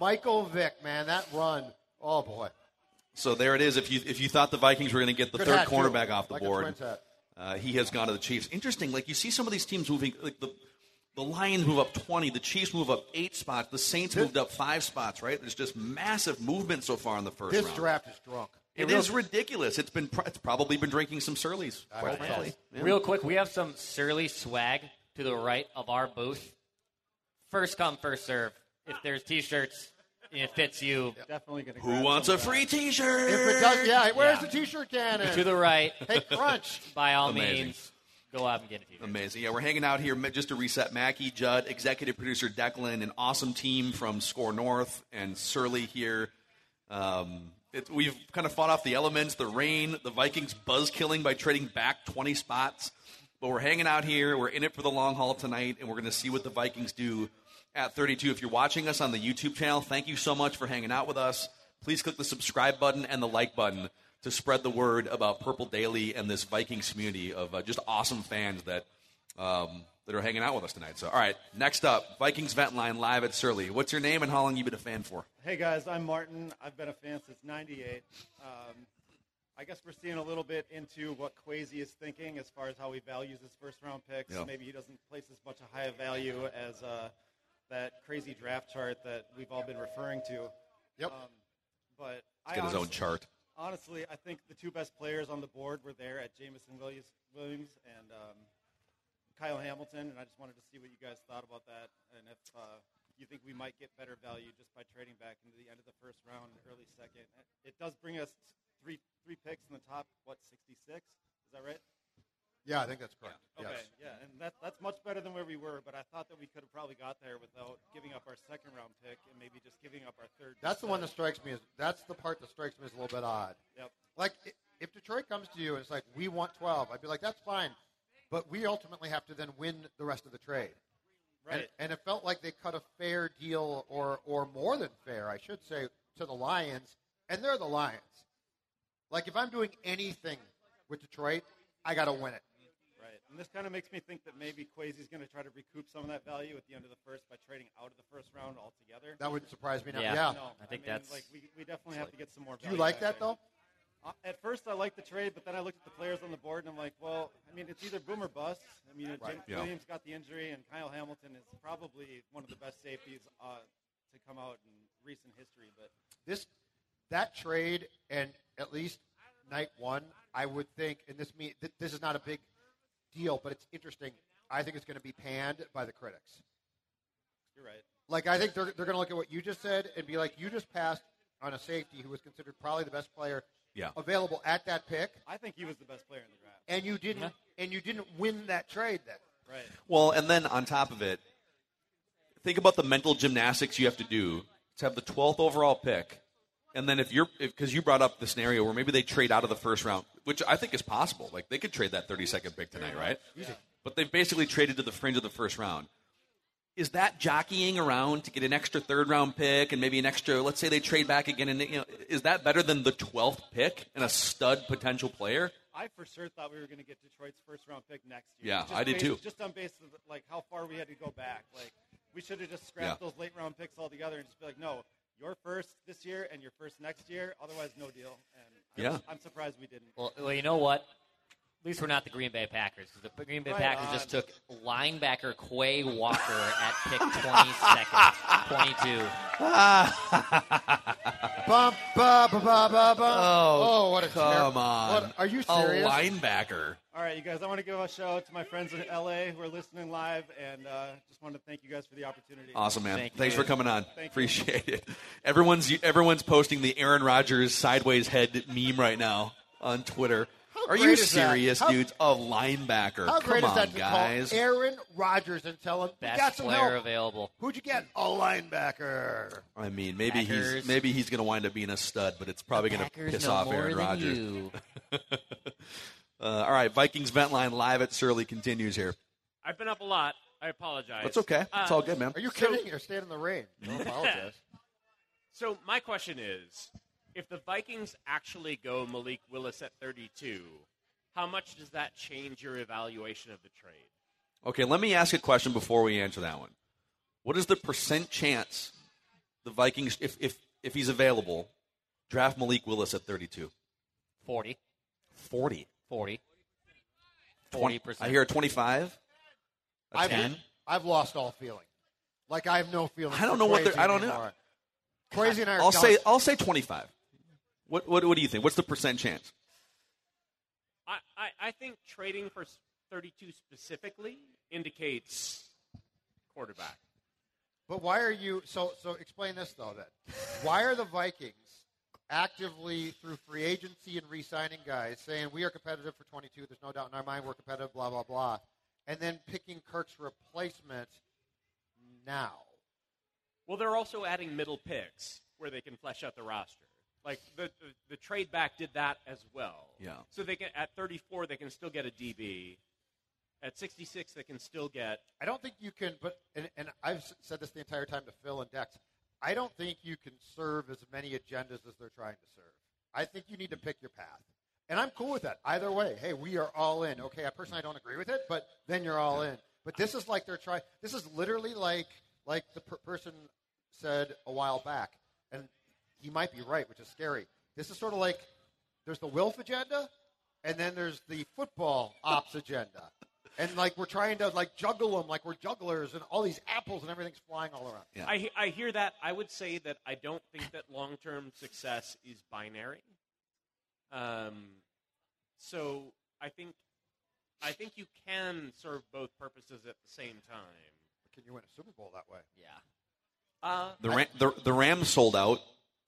Michael Vick, man, that run. Oh boy. So there it is. If you if you thought the Vikings were going to get the Good third hat, too. cornerback off the Like a board, Twins hat. uh, he has gone to the Chiefs. Interesting. Like you see some of these teams moving. Like the the Lions move up twenty. The Chiefs move up eight spots. The Saints moved up five spots. Right. There's just massive movement so far in the first This round. draft is drunk. It is ridiculous. It's been pr- it's probably been drinking some Surly's. Quite frankly. Yeah. Real quick, we have some surly swag to the right of our booth. First come, first serve. If there's t-shirts, and it fits you. Definitely gonna. Who wants a free T-shirt? If it does, yeah. Where's Yeah. the T-shirt cannon? To the right. Hey, crunch. By all Amazing. means, go out and get a few. Amazing. Yeah, we're hanging out here ma- just to reset. Mackie, Judd, executive producer Declan, an awesome team from Score North, and Surly here. Um, it, we've kind of fought off the elements, the rain, the Vikings buzz killing by trading back 20 spots. But we're hanging out here. We're in it for the long haul tonight, and we're going to see what the Vikings do at 32. If you're watching us on the YouTube channel, thank you so much for hanging out with us. Please click the subscribe button and the like button to spread the word about Purple Daily and this Vikings community of uh, just awesome fans that um, that are hanging out with us tonight. So, all right, next up, Vikings Vent Line live at Surly. What's your name and how long you been a fan for? Hey guys, I'm Martin. I've been a fan since '98. Um, I guess we're seeing a little bit into what Quasi is thinking as far as how he values his first round picks. Yeah. Maybe he doesn't place as much a high a value as uh, that crazy draft chart that we've all been referring to. Um, Yep. but I He's got his own honestly- chart. Honestly, I think the two best players on the board were there at Jamison Williams, Williams and um, Kyle Hamilton, and I just wanted to see what you guys thought about that, and if uh, you think we might get better value just by trading back into the end of the first round, early second. It does bring us three three picks in the top what sixty six? Is that right? Yeah, I think that's correct. Okay, Yes. yeah, and that, that's much better than where we were, but I thought that we could have probably got there without giving up our second round pick and maybe just giving up our third. That's the one that instead. strikes me as that's the part that strikes me as a little bit odd. Yep. Like i- if Detroit comes to you and it's like we want 12, I'd be like that's fine, but we ultimately have to then win the rest of the trade. And- Right. And, it felt like they cut a fair deal or or more than fair, I should say, to the Lions, and they're the Lions. Like if I'm doing anything with Detroit, I got to win it. Right. And this kind of makes me think that maybe Quasi's going to try to recoup some of that value at the end of the first by trading out of the first round altogether. That wouldn't surprise me now. No, Yeah. I think that's like we, we definitely have to get some more. Do Value you like back that there. though? Uh, at first, I liked the trade, but then I looked at the players on the board and I'm like, well, I mean, it's either boom or bust. I mean, Right. Jim Yeah. Williams got the injury, and Kyle Hamilton is probably one of the best safeties uh, to come out in recent history. But this that trade and at least night one, I would think, and this mean th- this is not a big deal, but it's interesting. I think it's going to be panned by the critics. you're right. Like I think they're they're going to look at what you just said and be like, you just passed on a safety who was considered probably the best player Yeah. available at that pick, I think he was the best player in the draft. and you didn't and you didn't win that trade then. Right. Well, and then on top of it, think about the mental gymnastics you have to do to have the 12th overall pick. And then if you're because you brought up the scenario where maybe they trade out of the first round, which I think is possible. Like they could trade that 32nd pick tonight, right? Easy. But they've basically traded to the fringe of the first round. Is that jockeying around to get an extra third round pick and maybe an extra? Let's say they trade back again, and you know, is that better than the 12th pick and a stud potential player? I for sure thought we were going to get Detroit's first round pick next year. Yeah, just I did based- too. Just on basis of like how far we had to go back, like we should have just scrapped Yeah. those late round picks altogether and just be like, no, your first this year and your first next year. Otherwise, no deal. And I'm- Yeah. I'm surprised we didn't. Well, well, you know what? At least we're not the Green Bay Packers because the Green Bay Right Packers on. just took linebacker Quay Walker at pick 22nd, 22. Bum, ba, ba, ba, ba, ba. Oh, what a come terrible- on. What, are you A serious? linebacker. All right, you guys, I want to give a shout out to my friends in LA who are listening live, and uh, just wanted to thank you guys for the opportunity. Awesome, man. Thank you. Thanks for coming on. Thank you. Appreciate it. Everyone's everyone's posting the Aaron Rodgers sideways head meme right now on Twitter. Are you great is that? serious, How- dudes? A linebacker. How Come great on, is that to guys. call Aaron Rodgers and tell him we Best got some player help. available. Who'd you get? A linebacker. I mean, maybe Packers. he's maybe he's going to wind up being a stud, but it's probably going to Packers piss know off more Aaron than Rodgers. you. uh, all right, Vikings vent line live at Surly continues here. I've been up a lot. I apologize. Uh, That's okay. It's all good, man. Are you so- kidding? You're staying in the rain. Don't apologize. So my question is, if the Vikings actually go Malik Willis at 32, how much does that change your evaluation of the trade? Okay, let me ask a question before we answer that one. What is the percent chance the Vikings, if if if he's available, draft Malik Willis at 32? 40. 40. 40. 20 40%. I hear a 25. A I've, 10. I've lost all feeling. Like I have no feeling. I don't know what they're. I don't know. Crazy and I are I'll done. say I'll say 25. What what what do you think? What's the percent chance? I, I, I think trading for s- 32 specifically indicates quarterback. But why are you so so? Explain this though. Then, why are the Vikings actively through free agency and re-signing guys saying we are competitive for 22? There's no doubt in our mind we're competitive. Blah blah blah, and then picking Kirk's replacement now. Well, they're also adding middle picks where they can flesh out the roster. Like the, the, the trade back did that as well. Yeah. So they can at 34 they can still get a DB. At 66 they can still get I don't think you can, but and, and I've s- said this the entire time to Phil and Dex. I don't think you can serve as many agendas as they're trying to serve. I think you need to pick your path, and I'm cool with that. Either way, hey, we are all in. Okay, I personally don't agree with it, but then you're all in. But this is like they're trying. This is literally like like the per- person said a while back, and he might be right, which is scary. This is sort of like There's the Wilf agenda, and then there's the football ops agenda. And like we're trying to like juggle them, like we're jugglers, and all these apples and everything's flying all around. I, he- I hear that. I would say that I don't think that long term success is binary. Um, so I think I think you can serve both purposes at the same time. Can you win a Super Bowl that way? Yeah. Uh, The, Ram, the, the Rams sold out.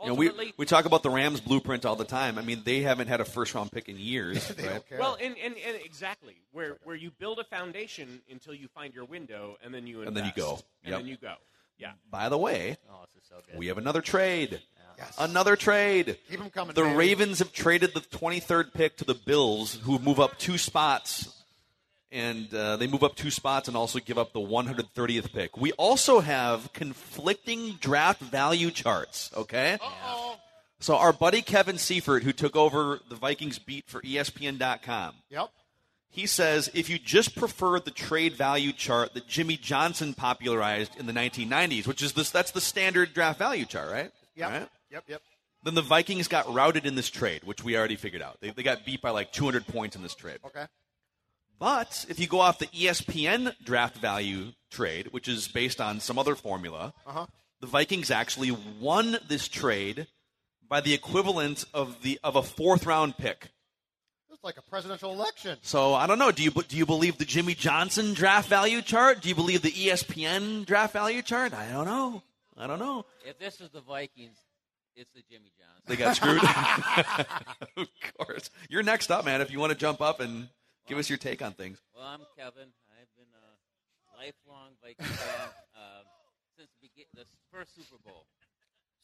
You know, we, Ultimately- we talk about the Rams blueprint all the time. I mean, they haven't had a first round pick in years. right? Well, and, and, and exactly where where you build a foundation until you find your window, and then you invest, And then you go. and Yep. then you go. Yeah. By the way, Oh, we have another trade. Yes. Another trade. Keep 'em coming, The baby. Ravens have traded the 23rd pick to the Bills, who move up two spots. And uh, they move up two spots and also give up the 130th pick. We also have conflicting draft value charts, okay? Oh. So our buddy Kevin Seifert, who took over the Vikings beat for E ESPN.com, Yep. he says if you just prefer the trade value chart that Jimmy Johnson popularized in the 1990s, which is this that's the standard draft value chart, right? Yep. Right? Yep. Yep. Then the Vikings got routed in this trade, which we already figured out. They, they got beat by like 200 points in this trade. Okay. But if you go off the E ESPN draft value trade, which is based on some other formula, Uh-huh. the Vikings actually won this trade by the equivalent of the of a fourth round pick. It's like a presidential election. So I don't know. Do you do you believe the Jimmy Johnson draft value chart? Do you believe the E ESPN draft value chart? I don't know. I don't know. If this is the Vikings, it's the Jimmy Johnson. They got screwed. of course. You're next up, man. If you want to jump up and give us your take on things. Well, I'm Kevin. I've been a lifelong Viking fan um, since the, begin- the first Super Bowl.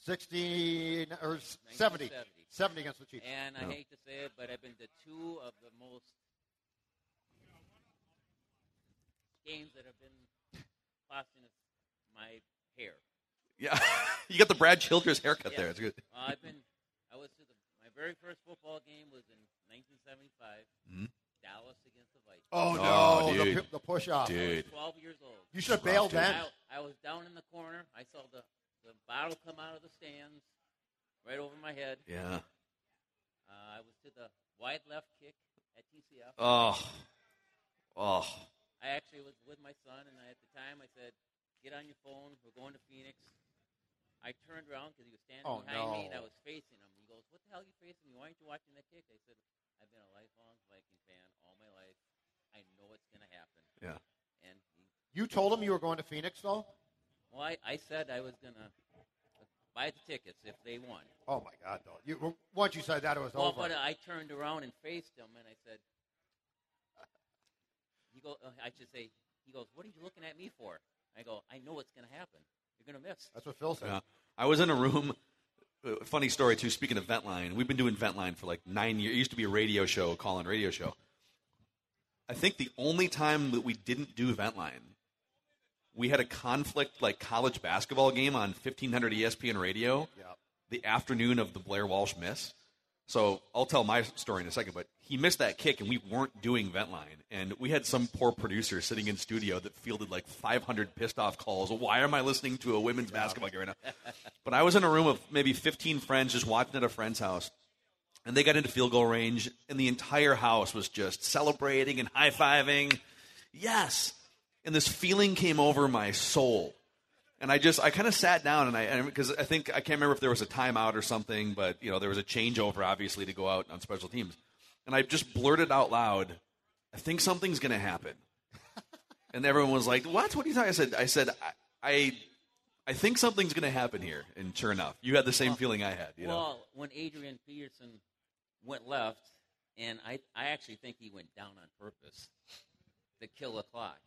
16 or 70. 1970. 70 against the Chiefs. And I hate to say it, but I've been to two of the most games that have been costing us my hair. Yeah. you got the Brad Childress haircut Yeah. there. It's good. Well, I've been. I was to the, my very first football game was in 1975, Mhm. Dallas against the Vikings. Oh, Oh, no, the dude. pu- the push-off. I was Dude. 12 years old. You should have bailed I- then. I, was down in the corner. I saw the the bottle come out of the stands, right over my head. Yeah. Uh, I was to the wide left kick at TCF. Oh. Oh. I actually was with my son, and I, at the time I said, "Get on your phone. We're going to Phoenix." I turned around because he was standing Oh, behind me, and I no. was facing him. He goes, "What the hell are you facing me? Why aren't you watching that kick?" I said, "I've been a lifelong Viking fan all my life. I know it's going to happen." Yeah. And he, You told him you were going to Phoenix, though? well, I, I said I was going to buy the tickets if they won. Oh, my God, though. You, once you said that, it was well, over. but I turned around and faced him, and I said, "He go." uh, I should say, "He goes. What are you looking at me for?" I go, "I know what's going to happen. You're going to miss." That's what Phil said. Yeah. I was in a room. uh, Funny story too. Speaking of Ventline, we've been doing Ventline for like nine years. It used to be a radio show, a call-in radio show. I think the only time that we didn't do Ventline, we had a conflict like college basketball game on E 1500 ESPN radio. Yep. The afternoon of the Blair Walsh miss. So I'll tell my story in a second, but he missed that kick and we weren't doing Ventline. And we had some poor producer sitting in studio that fielded like 500 pissed off calls. Why am I listening to a women's basketball game right now? But I was in a room of maybe 15 friends just watching at a friend's house. And they got into field goal range, and the entire house was just celebrating and high fiving. Yes. And this feeling came over my soul. And I just, I kind of sat down, and I, because I think, I can't remember if there was a timeout or something, but, you know, there was a changeover, obviously, to go out on special teams. And I just blurted out loud, I think something's going to happen. and everyone was like, What? What are you talking I said, I said, I, I, I think something's going to happen here. And sure enough, you had the same feeling I had, you know? well, when Adrian Peterson went left, and I, I actually think he went down on purpose to kill the clock.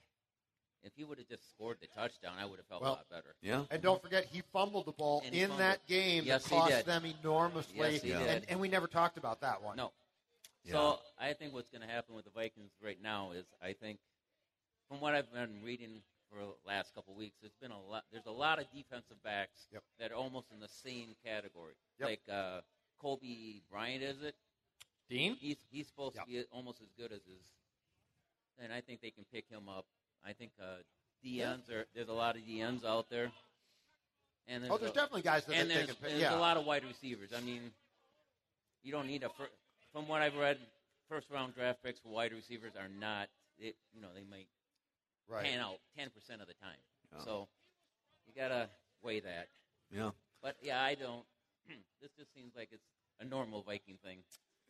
If he would have just scored the touchdown, I would have felt Well, a lot better. And don't forget, he fumbled the ball And he in fumbled. that game Yes, that he cost did. them enormously. Yes, he and, did. and we never talked about that one. No. So I think what's going to happen with the Vikings right now is I think, from what I've been reading for the last couple of weeks, there's been a lot. There's a lot of defensive backs that are almost in the same category. Yep. Like uh, Kobe Bryant, is it? Dean. He's he's supposed to be almost as good as his. And I think they can pick him up. I think uh, DNs are. There's a lot of DNs out there. And Oh, there's a- definitely guys that and they there's, can pick- there's yeah. a lot of wide receivers. I mean, you don't need a fir- from what I've read, first round draft picks for wide receivers are not. It, you know, they might Right. pan out ten percent of the time. Yeah. So you gotta weigh that. Yeah. But yeah, I don't. this just seems like it's a normal Viking thing.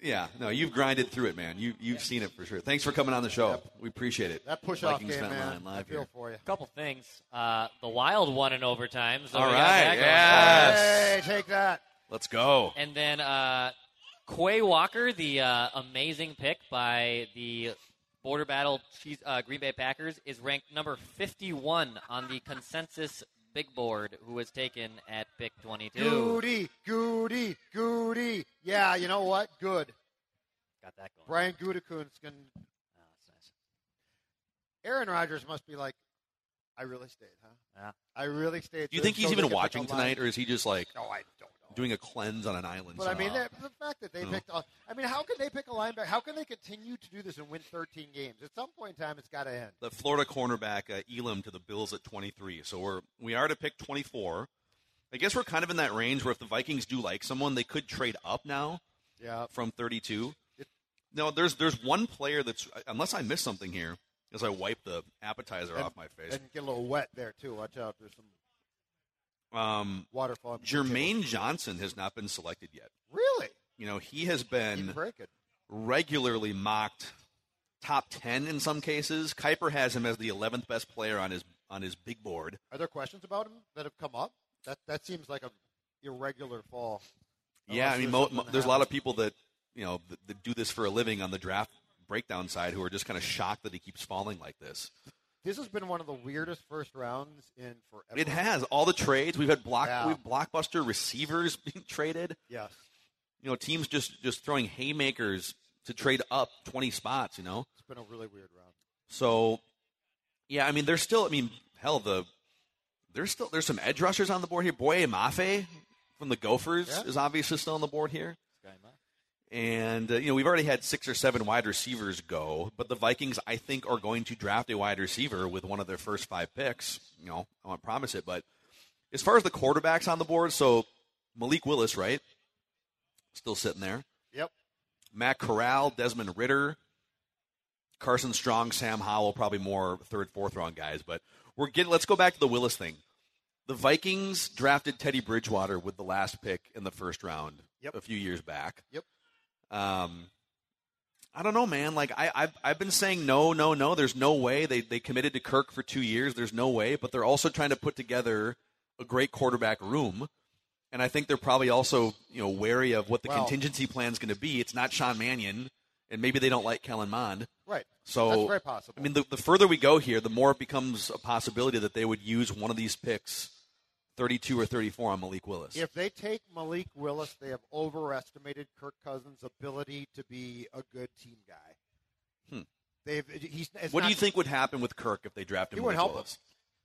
Yeah, no, you've grinded through it, man. You you've seen it for sure. Thanks for coming on the show. We appreciate it. That push off Vikings game, Vent man. Line live I feel here. for you. Couple things. Uh, the Wild won in overtime. So All we got right, that going. yes. Hey, take that. Let's go. And then uh, Quay Walker, the uh, amazing pick by the Border Battle Cheese, uh, Green Bay Packers, is ranked number 51 on the consensus big board, who was taken at pick 22. Goody, Goody, Goody. Yeah, you know what? Good. Got that going. Ah, Brian Gutekunst can. Aaron Rodgers must be like, I really stayed, huh? Yeah. I really stayed. Do you through think it, he's so even they could watching pick a line." tonight, or is he just like No, I don't doing a cleanse on an island? Mm-hmm. But I mean, Ah. somewhere? that, the fact that they No. picked. Off, I mean, how can they pick a linebacker? How can they continue to do this and win 13 games? At some point in time, it's got to end. the Florida cornerback uh, Elam to the Bills at 23. So we're we are to pick 24. I guess we're kind of in that range where if the Vikings do like someone, they could trade up now. Yeah. From 32. No, there's there's one player that's uh, unless I miss something here as I wipe the appetizer off my face. and get a little wet there too. Watch out, there's some um, waterfall. Jermaine Johnson has not been selected yet. Really? You know, he has been break it. regularly mocked top 10 in some cases. Kuiper has him as the 11th best player on his on his big board. Are there questions about him that have come up? That that seems like a irregular fall. Yeah, I Unless mean, there's mo- something mo- that there's a lot of happens. people that you know that, that do this for a living on the draft breakdown side who are just kind of shocked that he keeps falling like this. This has been one of the weirdest first rounds in forever. It has all the trades we've had. Block Yeah. we've blockbuster receivers being traded. Yes. You know, teams just just throwing haymakers to trade up 20 spots. You know, It's been a really weird round. so yeah, I mean, there's still. I mean, hell, the there's still there's some edge rushers on the board here. Boye Mafe from the Gophers Yeah. is obviously still on the board here. And, uh, you know, we've already had six or seven wide receivers go, but the Vikings, I think, are going to draft a wide receiver with one of their first five picks. You know, I won't promise it, but as far as the quarterbacks on the board, so Malik Willis, right? Still sitting there. Yep. Matt Corral, Desmond Ritter, Carson Strong, Sam Howell, probably more third, fourth round guys, but we're getting, let's go back to the Willis thing. The Vikings drafted Teddy Bridgewater with the last pick in the first round a few years back. Yep. Um, I don't know, man. Like I, I've, I've been saying no, no, no. There's no way they they committed to Kirk for two years. There's no way, but they're also trying to put together a great quarterback room, and I think they're probably also you know wary of what the Well- contingency plan is going to be. It's not Sean Mannion, and maybe they don't like Kellen Mond. Right. So That's very possible. I mean, the, the further we go here, the more it becomes a possibility that they would use one of these picks, 32 or 34 on Malik Willis. If they take Malik Willis, they have overestimated Kirk Cousins' ability to be a good team guy. Hmm. They've he's. It's What do not- you think would happen with Kirk if they drafted He Malik wouldn't help Willis? him.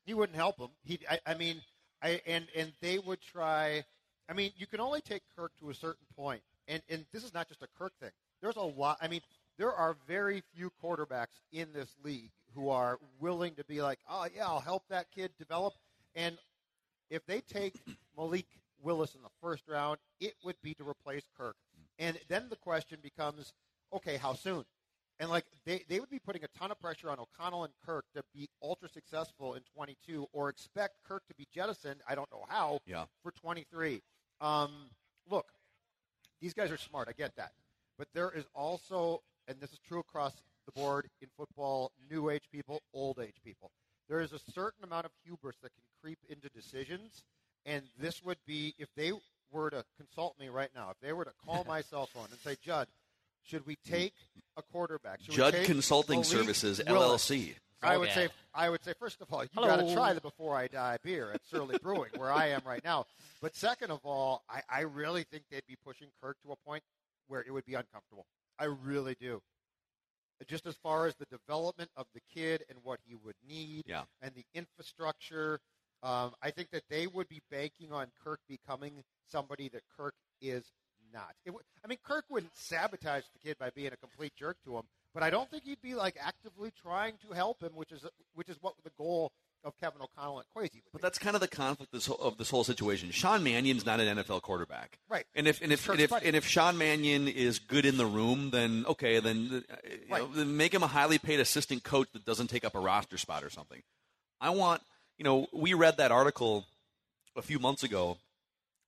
He wouldn't help him. He. I, I mean, I and and they would try. I mean, you can only take Kirk to a certain point, and and this is not just a Kirk thing. There's a lot. I mean, there are very few quarterbacks in this league who are willing to be like, oh yeah, I'll help that kid develop. And if they take Malik Willis in the first round, it would be to replace Kirk. And then the question becomes, okay, how soon? And like they, they would be putting a ton of pressure on O'Connell and Kirk to be ultra successful in 22, or expect Kirk to be jettisoned. I don't know how. Yeah. For 23, um, look, these guys are smart. I get that, but there is also, and this is true across the board in football, new age people, old age people. There is a certain amount of hubris that can creep into decisions, and this would be if they were to consult me right now, if they were to call my cell phone and say, Judd, should we take a quarterback? Should we Judd take Consulting Malik Services, Willis?" LLC. I would Zolgad. say, I would say, first of all, you Hello. got to try the Before I Die beer at Surly Brewing, where I am right now. But second of all, I, I really think they'd be pushing Kirk to a point where it would be uncomfortable. I really do. Just as far as the development of the kid and what he would need, Yeah. and the infrastructure, um, I think that they would be banking on Kirk becoming somebody that Kirk is not. It would- I mean, Kirk wouldn't sabotage the kid by being a complete jerk to him, but I don't think he'd be like actively trying to help him, which is which is what the goal of Kevin O'Connell and Quasi. But that's kind of the conflict this whole, of this whole situation. Sean Mannion's not an NFL quarterback, Right. And if and if Kirk's and if, buddy. and if Sean Mannion is good in the room, then okay, then, uh, you know, then make him a highly paid assistant coach that doesn't take up a roster spot or something. I want you know we read that article a few months ago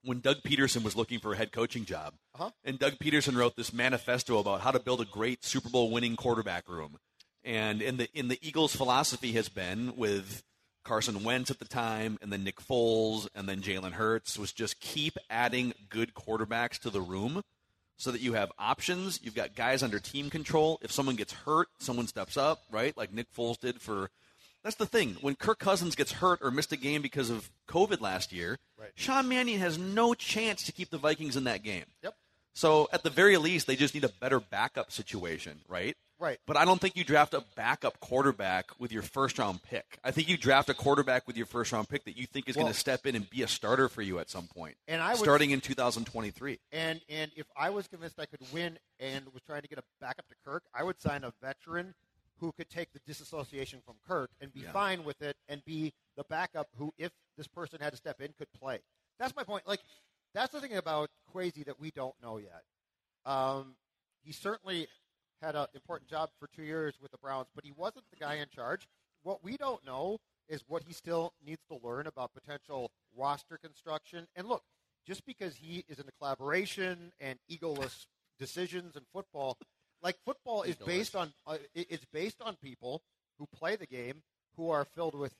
when Doug Peterson was looking for a head coaching job, Uh-huh. and Doug Peterson wrote this manifesto about how to build a great Super Bowl winning quarterback room. And in the in the Eagles' philosophy has been with Carson Wentz at the time, and then Nick Foles, and then Jalen Hurts was just keep adding good quarterbacks to the room, so that you have options. You've got guys under team control. If someone gets hurt, someone steps up, right? Like Nick Foles did for. That's the thing. When Kirk Cousins gets hurt or missed a game because of COVID last year, Right. Sean Mannion has no chance to keep the Vikings in that game. Yep. So at the very least, they just need a better backup situation, right? Right. But I don't think you draft a backup quarterback with your first round pick. I think you draft a quarterback with your first round pick that you think is going Well- to step in and be a starter for you at some point. And I would- starting in 2023. And and if I was convinced I could win and was trying to get a backup to Kirk, I would sign a veteran who could take the disassociation from Kirk and be Yeah. fine with it and be the backup who, if this person had to step in, could play. That's my point. Like, that's the thing about Quasi that we don't know yet. Um, he certainly had an important job for two years with the Browns, but he wasn't the guy in charge. What we don't know is what he still needs to learn about potential roster construction. And look, just because he is in a collaboration and egoless decisions in football, like football is Egoless. based on uh, it- it's based on people who play the game who are filled with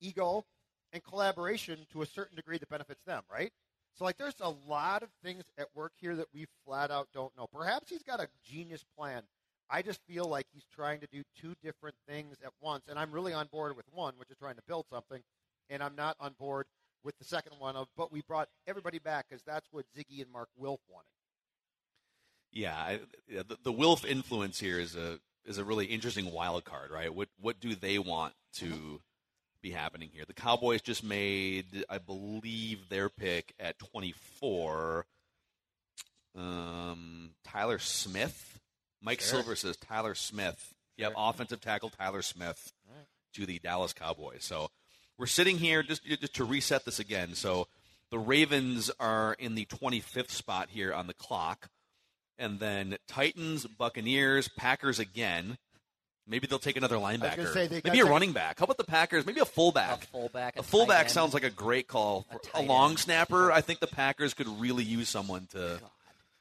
ego and collaboration to a certain degree that benefits them, right? So like there's a lot of things at work here that we flat out don't know. Perhaps he's got a genius plan. I just feel like he's trying to do two different things at once and I'm really on board with one, which is trying to build something, and I'm not on board with the second one of but we brought everybody back cuz that's what Ziggy and Mark Wilf wanted. Yeah, I, yeah, the, the Wilf influence here is a is a really interesting wild card, right? What what do they want to be happening here? The Cowboys just made, I believe, their pick at twenty four. Um, Tyler Smith, Mike Sure. Silver says Tyler Smith. Yep, offensive tackle Tyler Smith Right. to the Dallas Cowboys. So we're sitting here just just to reset this again. So the Ravens are in the twenty fifth spot here on the clock and then Titans, Buccaneers, Packers again. Maybe they'll take another linebacker. say they Maybe got a some- running back. How about the Packers? Maybe a fullback. A fullback, a tight fullback end. sounds like a great call. For a, tight long end. snapper. I think the Packers could really use someone to, you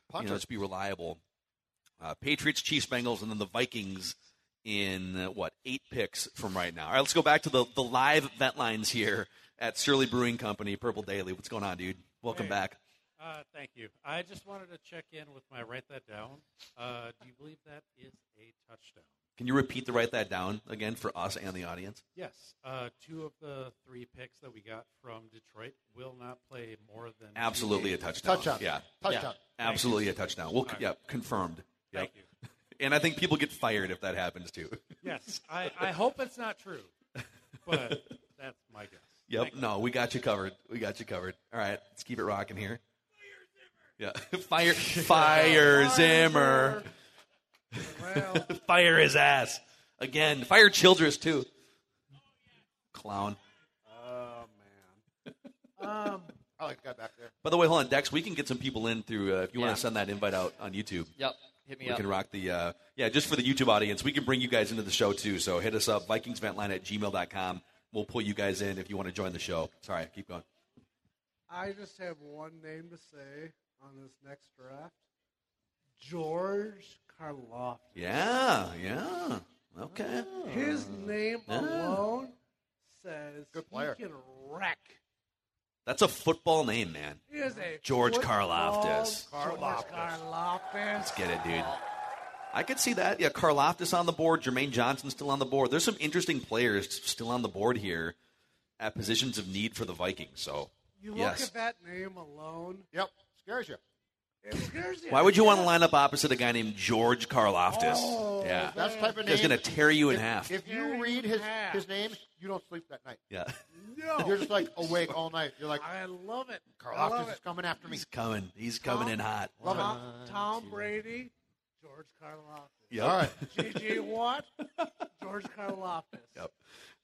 Punter. know, just be reliable. Uh, Patriots, Chiefs, Bengals, and then the Vikings in uh, what eight picks from right now. All right, let's go back to the the live vent lines here at Surly Brewing Company, Purple Daily. What's going on, dude? Welcome Hey. back. Uh, thank you. I just wanted to check in with my write that down. Uh, do you believe that is a touchdown? Can you repeat the write that down again for us and the audience? Yes. Uh, two of the three picks that we got from Detroit will not play more than two Absolutely a games. touchdown. Yeah. Thank you. Absolutely a touchdown. We'll, All right. yeah, confirmed. Yep. Thank you. And I think people get fired if that happens too. Yes. I, I hope it's not true, but that's my guess. Yep. No, we got you covered. We got you covered. All right, let's keep it rocking here. Yeah. Fire Fire Zimmer. fire his ass. Again, fire Childress too. Clown. Um, Oh man. um, I like the guy back there. By the way, hold on, Dex. We can get some people in through uh, if you Yeah. want to send that invite out on YouTube. Yep. Hit me we up. can rock the uh, yeah just for the youtube audience we can bring you guys into the show too so hit us up vikingsventline at gmail.com we'll pull you guys in if you want to join the show sorry keep going I just have one name to say on this next draft. George Karloff. yeah yeah okay His name Yeah. alone says Good player. he can wreck. that's a football name man He is a george football- karloftis George Karloftis. Let's get it dude i could see that yeah karloftis on the board jermaine johnson still on the board there's some interesting players still on the board here at positions of need for the vikings so You look yes at that name alone. Yep, scares you. It scares you. why would you want to line up opposite a guy named george karloftis Oh, yeah That's the type of He's name- gonna tear you in if- half. If you read his his name, you don't sleep that night. Yeah. No. You're just like awake all night. You're like, I love it. I love Karloftis is it. coming after me. He's coming. He's coming in hot. Tom, Tom Brady, George Karloff. Yep. All right. G.G. Watt. George Karloff. Yep.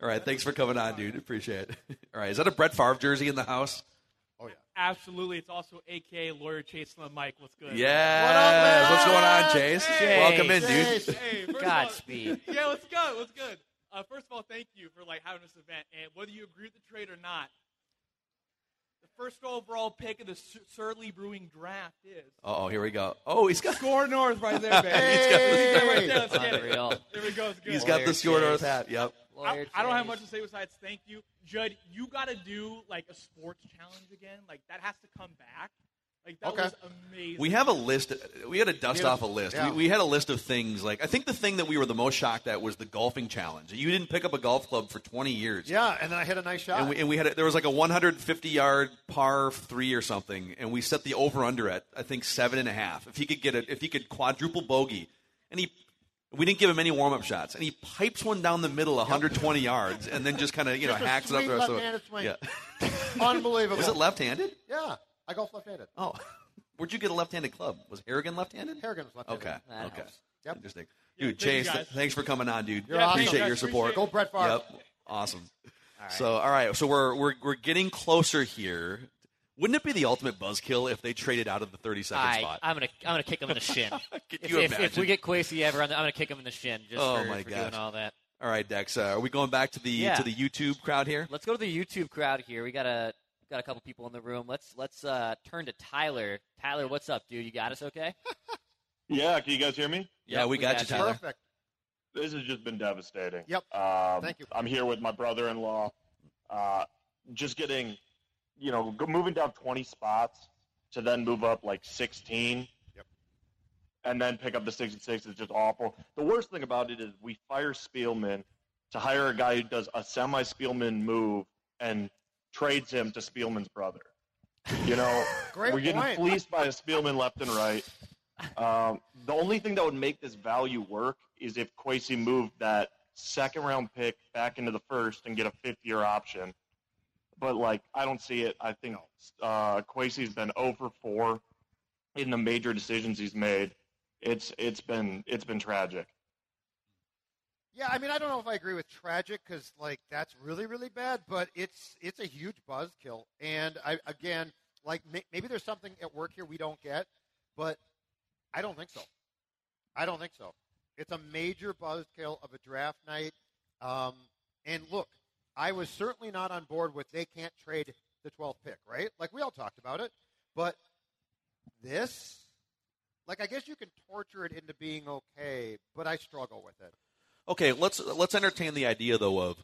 All right. Thanks for coming on, dude. Appreciate it. All right. Is that a Brett Favre jersey in the house? Oh, Absolutely. It's also AKA lawyer Chase on the mic. What's good? Yes. What's going on, Chase? Welcome in, dude. Hey, first of all- Godspeed. yeah, what's good? What's good? Uh, first of all, thank you for like having this event, and whether you agree with the trade or not, the first overall pick of the Sur- Surly Brewing draft is Uh oh, here we go. Oh, he's got score north right there, baby. He's got- Right there, let's get it. Unreal. There we go. It's good. He's got the score north hat. Yep. I, I don't have much to say besides thank you, Judd. You got to do like a sports challenge again. Like that has to come back. Like that Okay. was amazing. We have a list. We had to dust Yeah. off a list. Yeah. We, we had a list of things. Like I think the thing that we were the most shocked at was the golfing challenge. You didn't pick up a golf club for 20 years. Yeah, and then I hit a nice shot. And we, and we had a, there was like a 150 yard par three or something, and we set the over under at I think seven and a half. If he could get a, if he could quadruple bogey, and he, we didn't give him any warm up shots, and he pipes one down the middle 120 yards, and then just kind of you know Just a hacks it up sweet the rest of left-handed swing. Yeah. Unbelievable. Was it left handed? Yeah, I golf left-handed. Oh, where'd you get a left handed club? Was Harrigan left handed? Harrigan was left-handed. Okay. That okay. helps. Yep. Interesting. Yeah, Dude, thank you, Chase, th- guys. thanks for coming on, dude. You're awesome. Appreciate your Guys, support. appreciate it. Go Brett Favre. Yep. Awesome. So, all right. So we're we're we're getting closer here. Wouldn't it be the ultimate buzzkill if they traded out of the 30 second I, spot? I'm gonna I'm gonna kick him in the shin. Could if, you if, if imagine? we get Quasi ever on, the, I'm gonna kick him in the shin just oh for, my for gosh. doing all that. All right, Dex. Uh, are we going back to the Yeah. to the YouTube crowd here? Let's go to the YouTube crowd here. We got a got a couple people in the room. Let's let's uh, turn to Tyler. Tyler, what's up, dude? You got us okay? Yeah, can you guys hear me? Yeah, we we got got you, you. Tyler. Perfect. This has just been devastating. Yep. Um, Thank you. I'm here with my brother-in-law. Uh, just getting, you know, go, moving down 20 spots to then move up like 16. Yep. And then pick up the 66 is just awful. The worst thing about it is we fire Spielman to hire a guy who does a semi-Spielman move and trades him to Spielman's brother. You know, Great we're getting point. fleeced by a Spielman left and right. Um, the only thing that would make this value work is if Quasi moved that second round pick back into the first and get a fifth year option. But like, I don't see it. I think uh, Quasi's been 0 for 4 in the major decisions he's made. It's it's been it's been tragic. Yeah, I mean, I don't know if I agree with tragic because like that's really really bad, but it's it's a huge buzzkill. And I again, like may, maybe there's something at work here we don't get, but I don't think so. I don't think so. It's a major buzzkill of a draft night. Um, and look, I was certainly not on board with they can't trade the 12th pick, right? Like we all talked about it, but this. Like I guess you can torture it into being okay, but I struggle with it. Okay, let's let's entertain the idea though of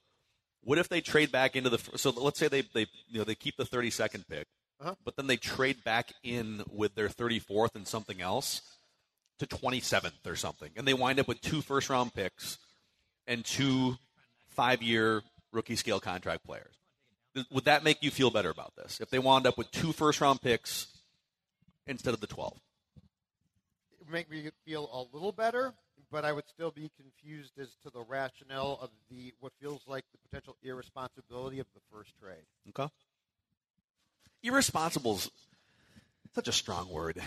what if they trade back into the fir- so let's say they they you know they keep the 32nd pick, Uh-huh. but then they trade back in with their 34th and something else to 27th or something, and they wind up with two first round picks and two five year rookie scale contract players. Th- Would that make you feel better about this if they wound up with two first round picks instead of the 12? make me feel a little better, but I would still be confused as to the rationale of the what feels like the potential irresponsibility of the first trade. Okay. Irresponsible's such a strong word.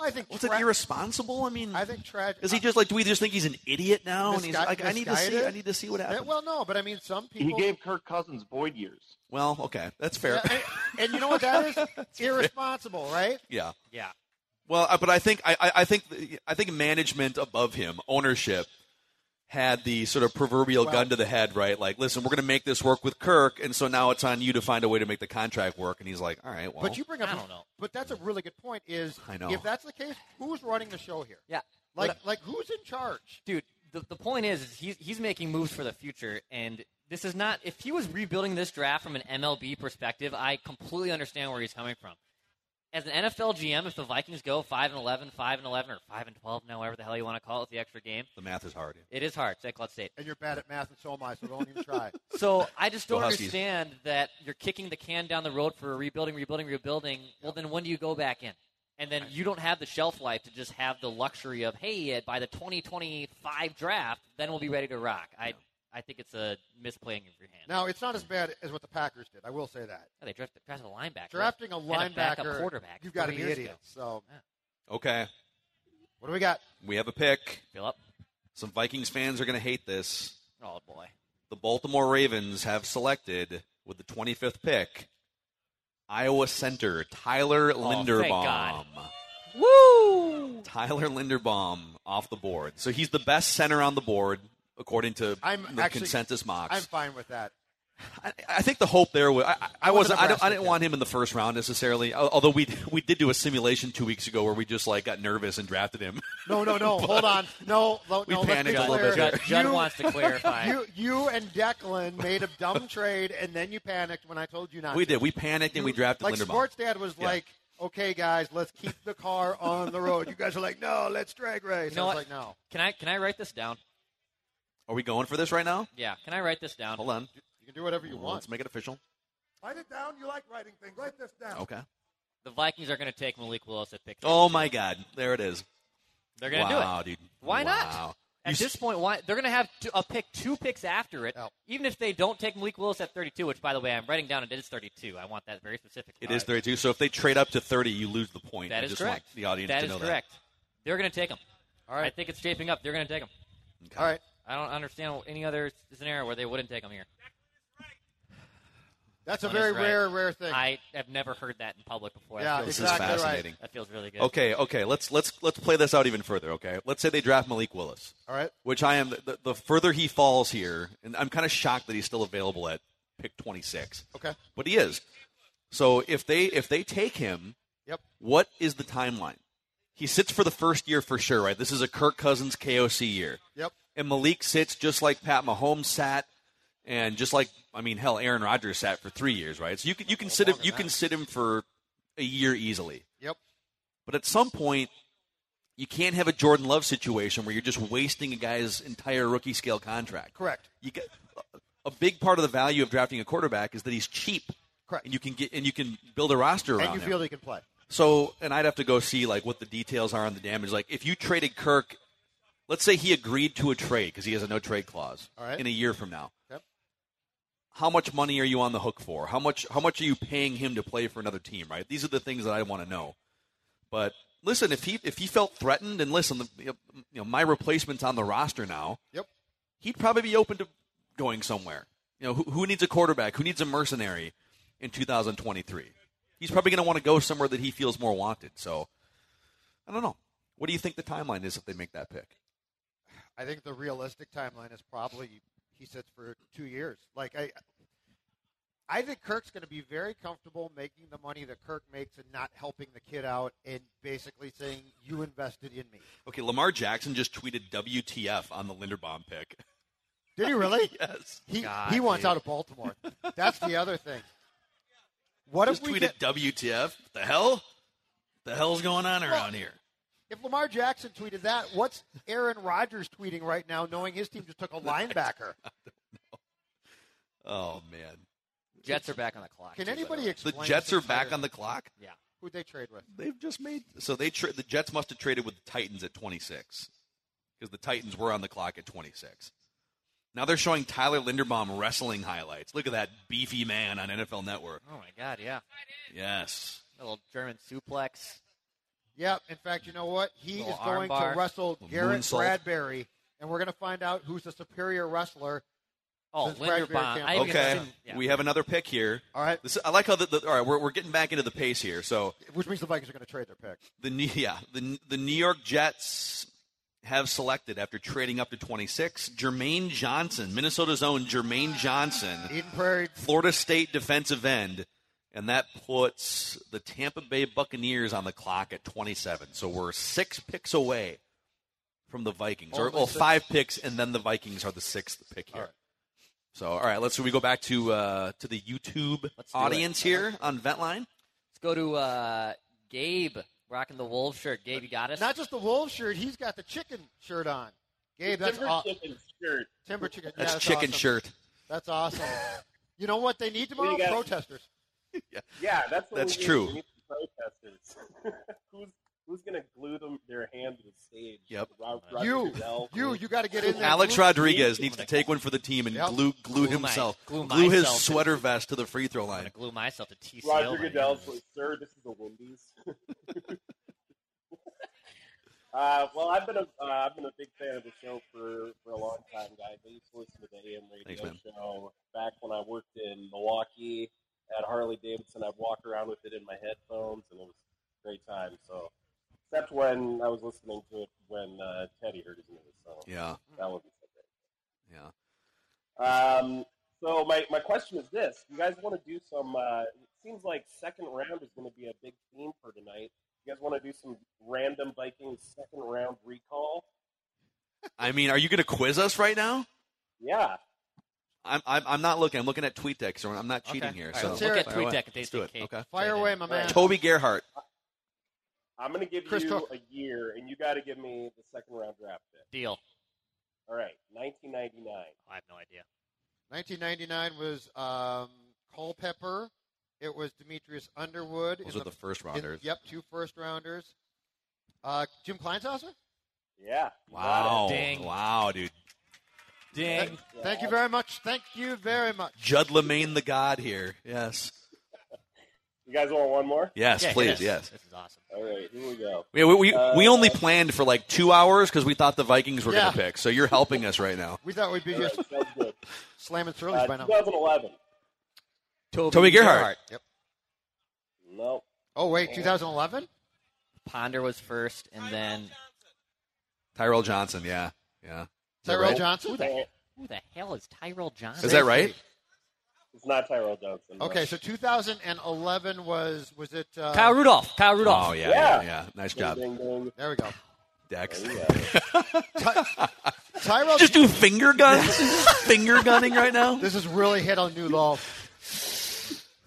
I think What's it irresponsible? I mean, I think tragic. Is he just like? Do we just think he's an idiot now? and he's Misgui- like, I need to see. I misguided? need to see what Yeah, happens. Well, no, but I mean, some He people. gave Kirk Cousins void years. Well, okay, that's fair. Yeah. and, and you know what that is? irresponsible, right? yeah. Yeah. Well, I- but I think I, I- I think I think management above him, ownership, had the sort of proverbial Well- gun to the head, right? Like, listen, we're going to make this work with Kirk, and so now it's on you to find a way to make the contract work. And he's like, all right, well, but you bring up. But that's a really good point. Is I know. if that's the case, who's running the show here? Yeah. Like, But- like who's in charge? Dude, the, the point is, is he's, he's making moves for the future, and this is not. If he was rebuilding this draft from an MLB perspective, I completely understand where he's coming from. As an NFL GM, if the Vikings go 5 and 11, 5 and 11, or 5 and 12, now, whatever the hell you want to call it, the extra game, the math is hard. it is hard. It's at Cloud State. And you're bad at math, and so am I. So don't even try. So I just Go don't Huskies. understand that you're kicking the can down the road for rebuilding, rebuilding, rebuilding. Well, then when do you go back in? And then you don't have the shelf life to just have the luxury of, hey, uh, by the 2025 draft, then we'll be ready to rock. I, I think it's a misplaying of your hand. Now it's not as bad as what the Packers did. I will say that. Yeah, they drafted, drafted a linebacker. Drafting a and a backup linebacker, quarterback. you've got to three be years idiots. So Okay. What do we got? We have a pick. Philip. Some Vikings fans are going to hate this. Oh boy. The Baltimore Ravens have selected with the 25th pick Iowa center Tyler Linderbaum. Oh, Oh, God. Woo! Tyler Linderbaum off the board. So he's the best center on the board according to I'm the actually- consensus mocks. I'm fine with that. I think the hope there was I, I- I I'm with wasn't I, don't, I Nebraska, didn't yeah. want him in the first round necessarily. al- Although we we did do a simulation two weeks ago where we just like got nervous and drafted him. No, no, no. But Hold on. No, no. We no, let's be panicked a little clear. bit there. Judd- Judd wants to clarify. You, you and Declan made a dumb trade, and then you panicked when I told you not. We to. did. We panicked and we drafted Like Linderbaum. Sports Dad was Yeah. like, "Okay, guys, let's keep the car on the road." You guys are like, "No, let's drag race." You know I was what? like, "No." Can I can I write this down? Are we going for this right now? Yeah. Can I write this down? Hold on. You can do whatever you Let's make it official. Write it down. You like writing things. Write this down. Okay. The Vikings are going to take Malik Willis at pick. Oh my God! There it is. They're going to do it. Wow, dude. Why Wow. not? At this point, why they're going to have to, a pick two picks after it, even if they don't take Malik Willis at 32. Which, by the way, I'm writing down. It is 32. I want that very specific. It is 32. So if they trade up to 30, you lose the point. That I is just correct. want the audience That to is know correct. They're going to take him. All right. I think it's shaping up. They're going to take him. All right. I don't understand any other scenario where they wouldn't take him here. That's a One is very right. rare, rare thing. I have never heard that in public before. Yeah, that This feels is fascinating. That feels really good. that. Okay, okay. Let's let's let's play this out even further. Okay, let's say they draft Malik Willis. All right. Which I am the, the further he falls here, and I'm kind of shocked that he's still available at pick 26. Okay. But he is. So if they if they take him, Yep. What is the timeline? He sits for the first year for sure, right? This is a Kirk Cousins KOC year. Yep. And Malik sits just like Pat Mahomes sat, and just like I mean, hell, Aaron Rodgers sat for three years, right? So you can you can sit him you can sit him for a year easily. Yep. But at some point, you can't have a Jordan Love situation where you're just wasting a guy's entire rookie scale contract. Correct. You get a big part of the value of drafting a quarterback is that he's cheap. Correct. And you can get and you can build a roster around and you him. feel they can play. So, and I'd have to go see like what the details are on the damage. Like, if you traded Kirk, let's say he agreed to a trade because he has a no trade clause All right. in a year from now. Yep. How much money are you on the hook for? How much? How much are you paying him to play for another team? Right. These are the things that I want to know. But listen, if he if he felt threatened, and listen, the, you know my replacement's on the roster now. Yep. He'd probably be open to going somewhere. You know, who, who needs a quarterback? Who needs a mercenary in 2023? He's probably going to want to go somewhere that he feels more wanted. So, I don't know. What do you think the timeline is if they make that pick? I think the realistic timeline is probably he sits for two years. Like I, I think Kirk's going to be very comfortable making the money that Kirk makes and not helping the kid out and basically saying you invested in me. Okay, Lamar Jackson just tweeted WTF on the Linderbaum pick. Did he really? yes. He God, he wants dude. out of Baltimore. That's the other thing. What just if we tweeted get, WTF? What the hell? The hell's going on around here? if Lamar Jackson tweeted that? What's Aaron Rodgers tweeting right now, knowing his team just took a linebacker? Oh man. Jets are back on the clock. Can anybody explain The Jets this are back entire- on the clock. Yeah. Who'd they trade with? They've just made So they tra- the Jets must have traded with the Titans at 26 because the Titans were on the clock at 26. Now they're showing Tyler Linderbaum wrestling highlights. Look at that beefy man on NFL Network. Oh my God. Yeah. Yes. A little German suplex. Yep. In fact, you know what? He Little is going armbar. to wrestle Little Garrett moonsault. Bradbury, and we're going to find out who's the superior wrestler. Oh, since Bradbury Linderbaum. can't I play. even Okay, seen- yeah. we have another pick here. All right. This, I like how the, the all right. We're, we're getting back into the pace here. So Which means the Vikings are going to trade their pick. the New- yeah the the New York Jets have selected after trading up to 26 Jermaine Johnson, Minnesota's own Jermaine Johnson, Eden Prairie, Florida State defensive end, and that puts the Tampa Bay Buccaneers on the clock at 27. So we're six picks away from the Vikings, Oh or Only well, six. five picks, and then the Vikings are the sixth pick here. So all right, let's so we go back to uh, to the YouTube do it. audience I like here on Ventline. Let's go to uh, Gabe rocking the wolf shirt. Gabe, you got us. Not just the wolf shirt; he's got the chicken shirt on. Gabe, that's Timber aw- chicken shirt. Timber chicken. yeah, That's chicken awesome. shirt. That's awesome. you know what they need Well, you tomorrow? got- Protesters. Yeah, that's what That's we need. true. We need some Protesters. who's who's gonna glue them their hand to the stage? Yep. Rob, You, you, you got to get in there. Alex Glue- Rodriguez needs to take one for the team and Yep. glue Glue glue, my- himself, glue his myself. sweater vest to the free throw line. glue myself to TCL. Roger my Goodell's goodness. like, sir, this is a Wendy's. Uh, well, I've been a uh, I've been a big fan of the show for, for a long time, guys. I used to listen to the AM radio Thanks, man. show back when I worked in Milwaukee at Harley Davidson. I'd walk around with it in my headphones, and it was a great time. So, except when I was listening to it when uh, Teddy heard his name, so Yeah. that was Yeah. um, so my, my question is this: You guys want to do some? Uh, it seems like second round is going to be a big theme for tonight. You guys want to do some random Vikings second round recall? I mean, are you going to quiz us right now? Yeah. I'm, I'm, I'm not looking. I'm looking at TweetDeck, so I'm not cheating Okay. here. All right, so let's hear Look it. at Fire away. TweetDeck if they Let's do it. think Okay. Fire away, my man. Toby Gerhart. I'm going to give Chris you Tok- a year, and you got to give me the second round draft pick. Deal. All right, 1999. I have no idea. 1999 was um, Culpepper. It was Demetrius Underwood. Those in are the first in- rounders. yep, two first rounders. Uh, Jim Kleinsaucer? Yeah. Wow. Dang. Wow, dude. Thank, thank you very much. Thank you very much. Judd Lemaine, the god here. Yes. You guys want one more? Yes, Yeah, please, yes. yes. This is awesome. All right, here we go. Yeah, we, we, we Uh, only planned for like two hours because we thought the Vikings were Yeah. going to pick. So you're helping us right now. We thought we'd be All right, just sounds good. slamming Surly's Uh, by now. 2011. Toby, Gerhardt. Yep. No. Oh, wait, 2011? Ponder was first, and then Tyrell Johnson. Yeah. Yeah. Is that Tyrell right? Johnson? Who the, who the hell is Tyrell Johnson? Is that right? It's not Tyrell Johnson. Okay, so 2011 was, was it? Uh, Kyle Rudolph. Kyle Rudolph. Oh, yeah. Yeah. yeah. Nice job, There we go. Dex. Tyrell. Just do finger guns? finger gunning right now? This is really hit on new low.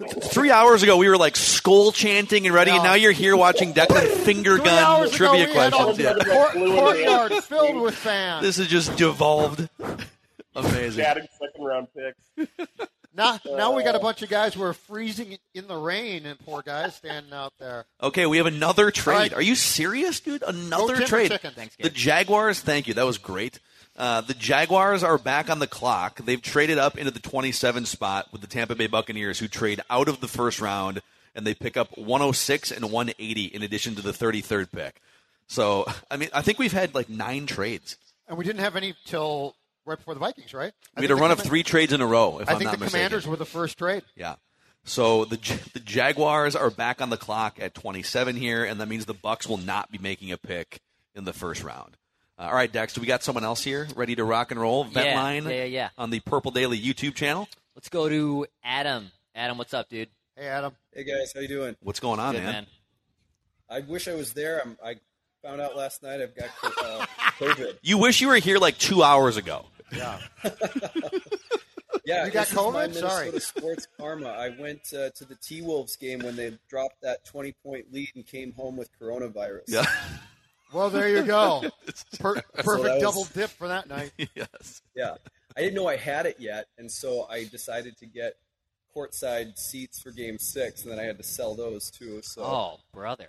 Three hours ago, we were like skull chanting and ready, and now you're here watching Declan finger Three gun hours trivia ago, we had all- questions. Yeah. court- courtyard filled with fans. This is just devolved. Amazing. Chatting second round picks. Now, now we got a bunch of guys who are freezing in the rain, and poor guys standing out there. Okay, we have another trade. All right. Are you serious, dude? Go Another Tim or trade. chicken. Thanks, the Jaguars, thank you. That was great. Uh, the Jaguars are back on the clock. They've traded up into the 27 spot with the Tampa Bay Buccaneers, who trade out of the first round, and they pick up 106 and 180 in addition to the 33rd pick. So, I mean, I think we've had like nine trades. And we didn't have any till right before the Vikings, right? I We had a think the run of Command- three trades in a row, if I am think not the mistaken. Commanders were the first trade. Yeah. So the J- the Jaguars are back on the clock at 27 here, and that means the Bucks will not be making a pick in the first round. Uh, all right, Dex, do we got someone else here ready to rock and roll? Vent Yeah, line yeah, yeah, yeah. on the Purple Daily YouTube channel. Let's go to Adam. Adam, what's up, dude? Hey, Adam. Hey guys, how you doing? What's going on, Good, man? man. I wish I was there. I'm, I found out last night I've got uh, COVID. You wish you were here like two hours ago. Yeah. yeah. You got this is my COVID? Sorry. Minnesota sports karma. I went uh, to the T Wolves game when they dropped that 20 point lead and came home with coronavirus. Yeah. Well, there you go. Per- perfect So that was- double dip for that night. yes. Yeah. I didn't know I had it yet, and so I decided to get courtside seats for Game Six, and then I had to sell those too. So. Oh, brother.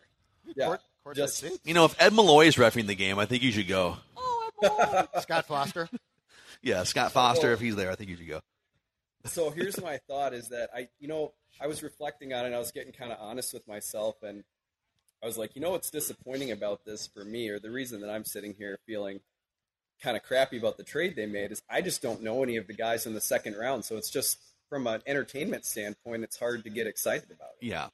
Yeah. courtside just You know, if Ed Malloy is refing the game, I think you should go. Scott Foster. Yeah, Scott Foster, if he's there, I think you should go. so here's my thought is that I, you know, I was reflecting on it. And I was getting kind of honest with myself, and I was like, you know, what's disappointing about this for me, or the reason that I'm sitting here feeling kind of crappy about the trade they made is I just don't know any of the guys in the second round. So it's just from an entertainment standpoint, it's hard to get excited about. Yeah.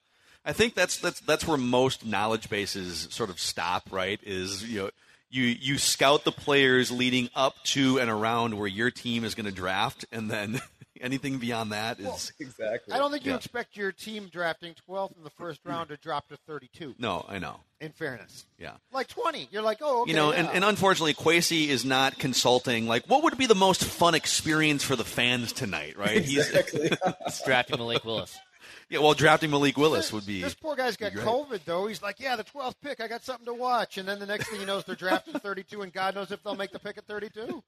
I think that's that's that's where most knowledge bases sort of stop, right? Is you know you you scout the players leading up to and around where your team is going to draft and then anything beyond that is exactly. I don't think you Yeah. Hmm. expect your team drafting 12th in the first round to drop to 32. No, I know. In fairness. Yeah. Like 20. You're like, oh, okay, you know, yeah. and, and unfortunately, Quasey is not consulting. Like, what would be the most fun experience for the fans tonight, right? Exactly. He's drafting Malik Willis. Yeah, well, drafting Malik Willis would be. This poor guy's got You're right. COVID, though. He's like, yeah, the 12th pick. I got something to watch. And then the next thing he knows, they're drafting 32, and God knows if they'll make the pick at 32.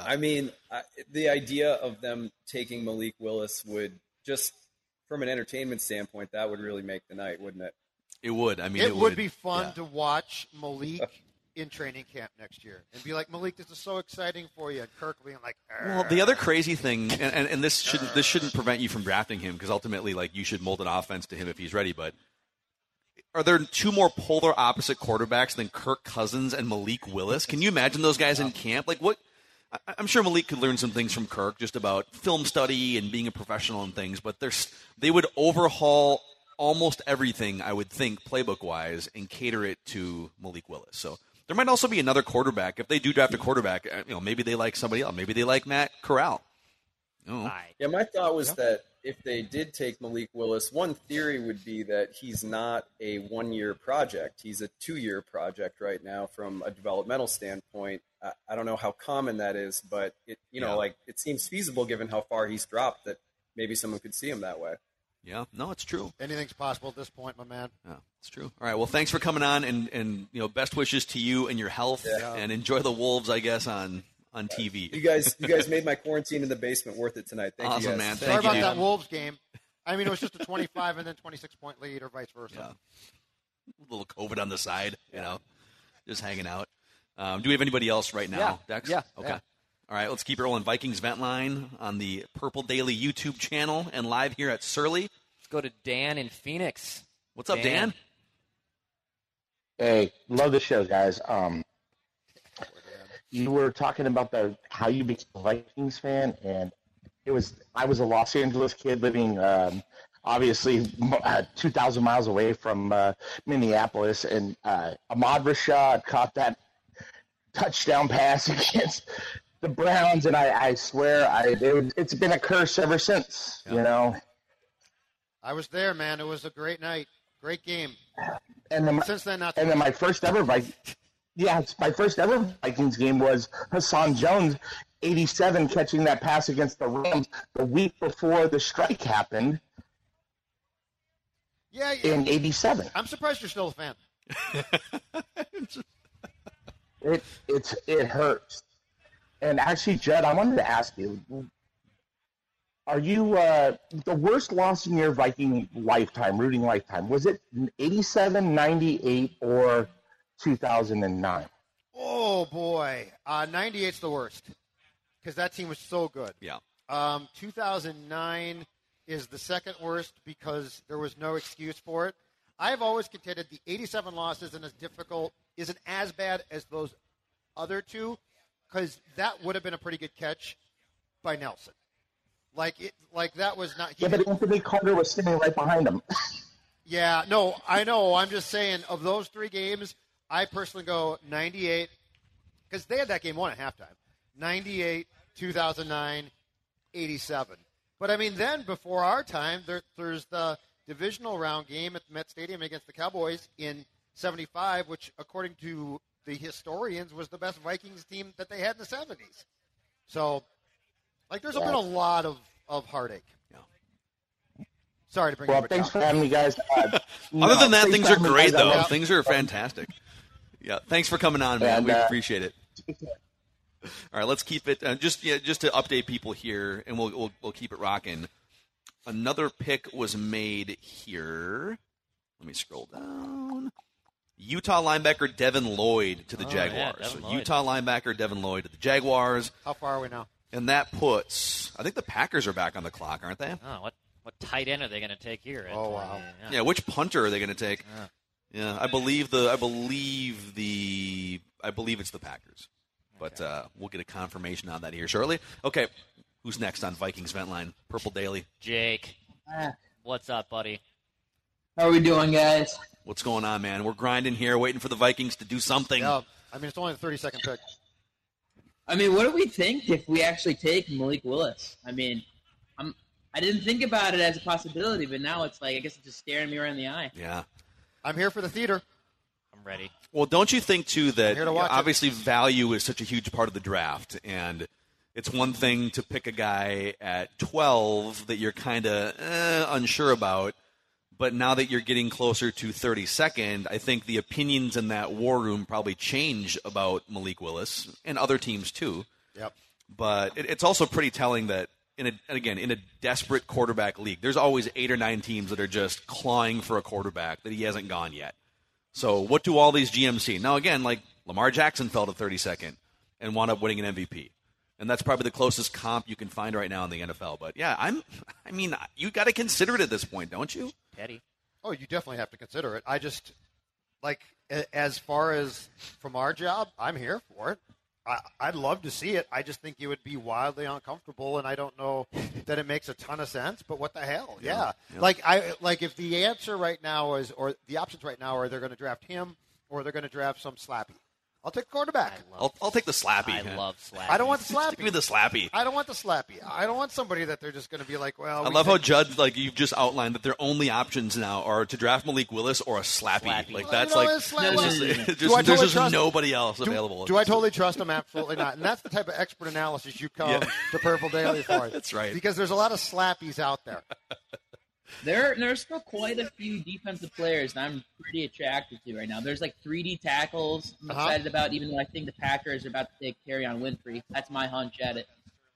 I mean, I, the idea of them taking Malik Willis would just, from an entertainment standpoint, that would really make the night, wouldn't it? It would. I mean, it, it, would, be fun yeah. to watch Malik in training camp next year and be like, Malik, this is so exciting for you. And Kirk being like, Well, the other crazy thing, and, and, and this shouldn't this shouldn't prevent you from drafting him because ultimately, like, you should mold an offense to him if he's ready. But are there two more polar opposite quarterbacks than Kirk Cousins and Malik Willis? Can you imagine those guys in camp? Like what? I- I'm sure Malik could learn some things from Kirk just about film study and being a professional and things, but there's they would overhaul almost everything I would think playbook wise and cater it to Malik Willis. So there might also be another quarterback if they do draft a quarterback. uh, You know, maybe they like somebody else. Maybe they like Matt Corral. Oh, Yeah, my thought was that if they did take Malik Willis, one theory would be that he's not a one year project. He's a two year project right now from a developmental standpoint. I, I don't know how common that is, but it you know, Yeah. like it seems feasible given how far he's dropped that maybe someone could see him that way. yeah, no, it's true. Anything's possible at this point, my man. Yeah, it's true. All right. Well, thanks for coming on, and and you know, best wishes to you and your health, Yeah. and enjoy the Wolves, I guess, on on TV. You guys you guys made my quarantine in the basement worth it tonight. Thank Awesome, you guys. man. Sorry about that Wolves game. I mean, it was just a 25 and then 26 point lead, or vice versa. a little COVID on the side, you know, just hanging out. Um, do we have anybody else right now, Yeah, Dex? yeah, Okay. yeah. All right, let's keep it rolling. Vikings Vent Line on the Purple Daily YouTube channel and live here at Surly. Let's go to Dan in Phoenix. What's up, Dan? Hey, love the show, guys. Um, you were talking about the how you became a Vikings fan, and it was I was a Los Angeles kid living, um, obviously, m- uh, two thousand miles away from uh, Minneapolis, and uh, Ahmad Rashad caught that touchdown pass against the Browns, and I, I swear, I it, was- it's been a curse ever since. You know, I was there, man. It was a great night, great game. and then my, Since then, not. and then my first ever Vikings. Yeah, it's- my first ever Vikings game was Hassan Jones, 87, catching that pass against the Rams the week before the strike happened yeah, in yeah. 87. I'm surprised you're still a fan. It it's it hurts. And actually, Judd, I wanted to ask you: Are you uh, the worst loss in your Viking lifetime, rooting lifetime? Was it 87, 98, or 2009? Oh boy, uh, 98's the worst because that team was so good. Yeah. Um, 2009 is the second worst because there was no excuse for it. I've always contended the 87 loss isn't as difficult, isn't as bad as those other two, because that would have been a pretty good catch by Nelson. Like it, like that was not. Yeah, but Anthony Carter was standing right behind him. Yeah, no, I know. I'm just saying, of those three games, I personally go 98 because they had that game won at halftime 98, 2009, 87. But I mean, then before our time, there, there's the divisional round game at the Met Stadium against the Cowboys in 75, which, according to the historians, was the best Vikings team that they had in the 70s. So, like, there's been a lot of, of heartache. Sorry to bring Well, up a thanks topic. for having me, guys. Uh, Other than that, thanks things for are having me, guys. great, though. Yeah. Things are fantastic. Yeah, thanks for coming on, man. And, we uh, appreciate it. All right, let's keep it uh, just yeah, just to update people here, and we'll we'll, we'll keep it rocking. Another pick was made here. Let me scroll down. Utah linebacker Devin Lloyd to the Oh, yeah, Jaguars. Devin so Lloyd. Utah linebacker Devin Lloyd to the Jaguars, How far are we now? and that puts I think the Packers are back on the clock, aren't they? Oh, what what tight end are they going to take here? uh, at Oh, 20? wow. Yeah. which punter are they going to take? Yeah. I believe the I believe the I believe it's the Packers, but uh, we'll get a confirmation on that here shortly. Okay, who's next on Vikings vent line? Purple Daily, Jake. Ah, What's up, buddy? How are we doing, guys? What's going on, man? We're grinding here, waiting for the Vikings to do something. I mean, it's only the 30 second pick. I mean, what do we think if we actually take Malik Willis? I mean, I'm I didn't think about it as a possibility, but now it's like I guess it's just staring me right in the eye. Yeah. I'm here for the theater. I'm ready. Well, don't you think too that here to watch it. obviously value is such a huge part of the draft, and it's one thing to pick a guy at twelve that you're kind of eh, unsure about, but now that you're getting closer to thirty second, I think the opinions in that war room probably change about Malik Willis and other teams too. Yep. But it, it's also pretty telling that. In a, and again, in a desperate quarterback league, there's always eight or nine teams that are just clawing for a quarterback that he hasn't gone yet. So what do all these GMs see? Now again, like Lamar Jackson fell to 32nd and wound up winning an MVP. And that's probably the closest comp you can find right now in the NFL. But yeah, I'm I mean, you got to consider it at this point, don't you? Petty. Oh, Oh, you definitely have to consider it. I just like a- as far as from our job, I'm here for it. I, I'd love to see it. I just think it would be wildly uncomfortable, and I don't know that it makes a ton of sense. But what the hell? Yeah, Yeah, yeah. like I like if the answer right now is, or the options right now are they're going to draft him or they're going to draft some slappy. I'll take quarterback. I'll, I'll take the slappy. I man. love slappy. I don't want the slappy. Give me the slappy. I don't want the slappy. I don't want somebody that they're just going to be like, well. I we love how think- Judd, like you've just outlined, that their only options now are to draft Malik Willis or a slappy. Like that's Well, you know, like it's slap- it's just- Do I just- totally there's just trust- nobody else do, available. Do I totally trust him? Absolutely not. And that's the type of expert analysis you come Yeah. to Purple Daily for. That's right. Because there's a lot of slappies out there. There, there's still quite a few defensive players that I'm pretty attracted to right now. There's like 3D tackles I'm Uh-huh. excited about, even though I think the Packers are about to take carry on Winfrey. That's my hunch at it.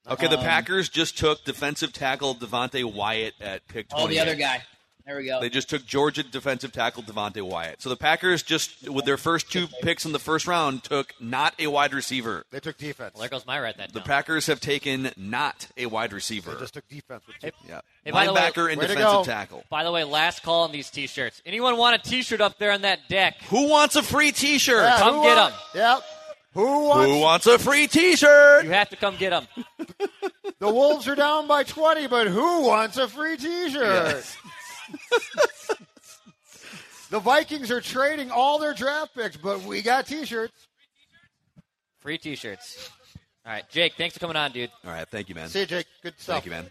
Okay, the Um, Packers just took defensive tackle Devontae Wyatt at pick 20. Oh, the other guy. There we go. They just took Georgia defensive tackle Devontae Wyatt. So the Packers just, with their first two picks in the first round, took not a wide receiver. They took defense. there goes my right that The Packers have taken not a wide receiver. just took defense. With yeah. Hey, by the way- Linebacker and Way to defensive go. tackle. By the way, last call on these T-shirts. Anyone want a T-shirt up there on that deck? Who wants a free T-shirt? Yeah, come who get wants- them. Yep. Who wants? Who wants a free T-shirt? You have to come get them. The Wolves are down by 20, but who wants a free T-shirt? the Vikings are trading all their draft picks, but we got T-shirts. Free T-shirts. All right, Jake. Thanks for coming on, dude. All right, thank you, man. See you, Jake. Good stuff. Thank you, man.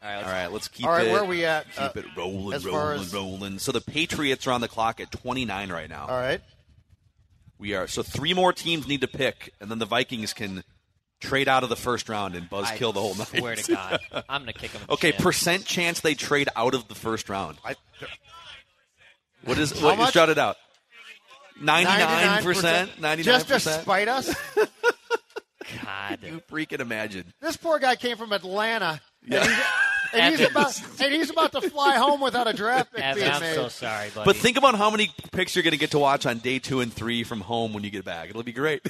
All right, let's, All right, let's keep All right, it. where are we at, Keep uh, it rolling, as far rolling, as- rolling. So the Patriots are on the clock at 29 right now. All right. We are. So three more teams need to pick, and then the Vikings can trade out of the first round and buzz I kill the whole night. swear to God, I'm gonna kick 'em in the okay, chin. percent chance they trade out of the first round. I, what is? How What, much? Shout it out. 99 percent. 99 Just to percent. spite us? God, you freaking imagine. This poor guy came from Atlanta. Yeah. And he's, about, Evans. and he's about to fly home without a draft pick Evan, being I'm made. so sorry, buddy. But think about how many picks you're going to get to watch on day two and three from home when you get back. It'll be great.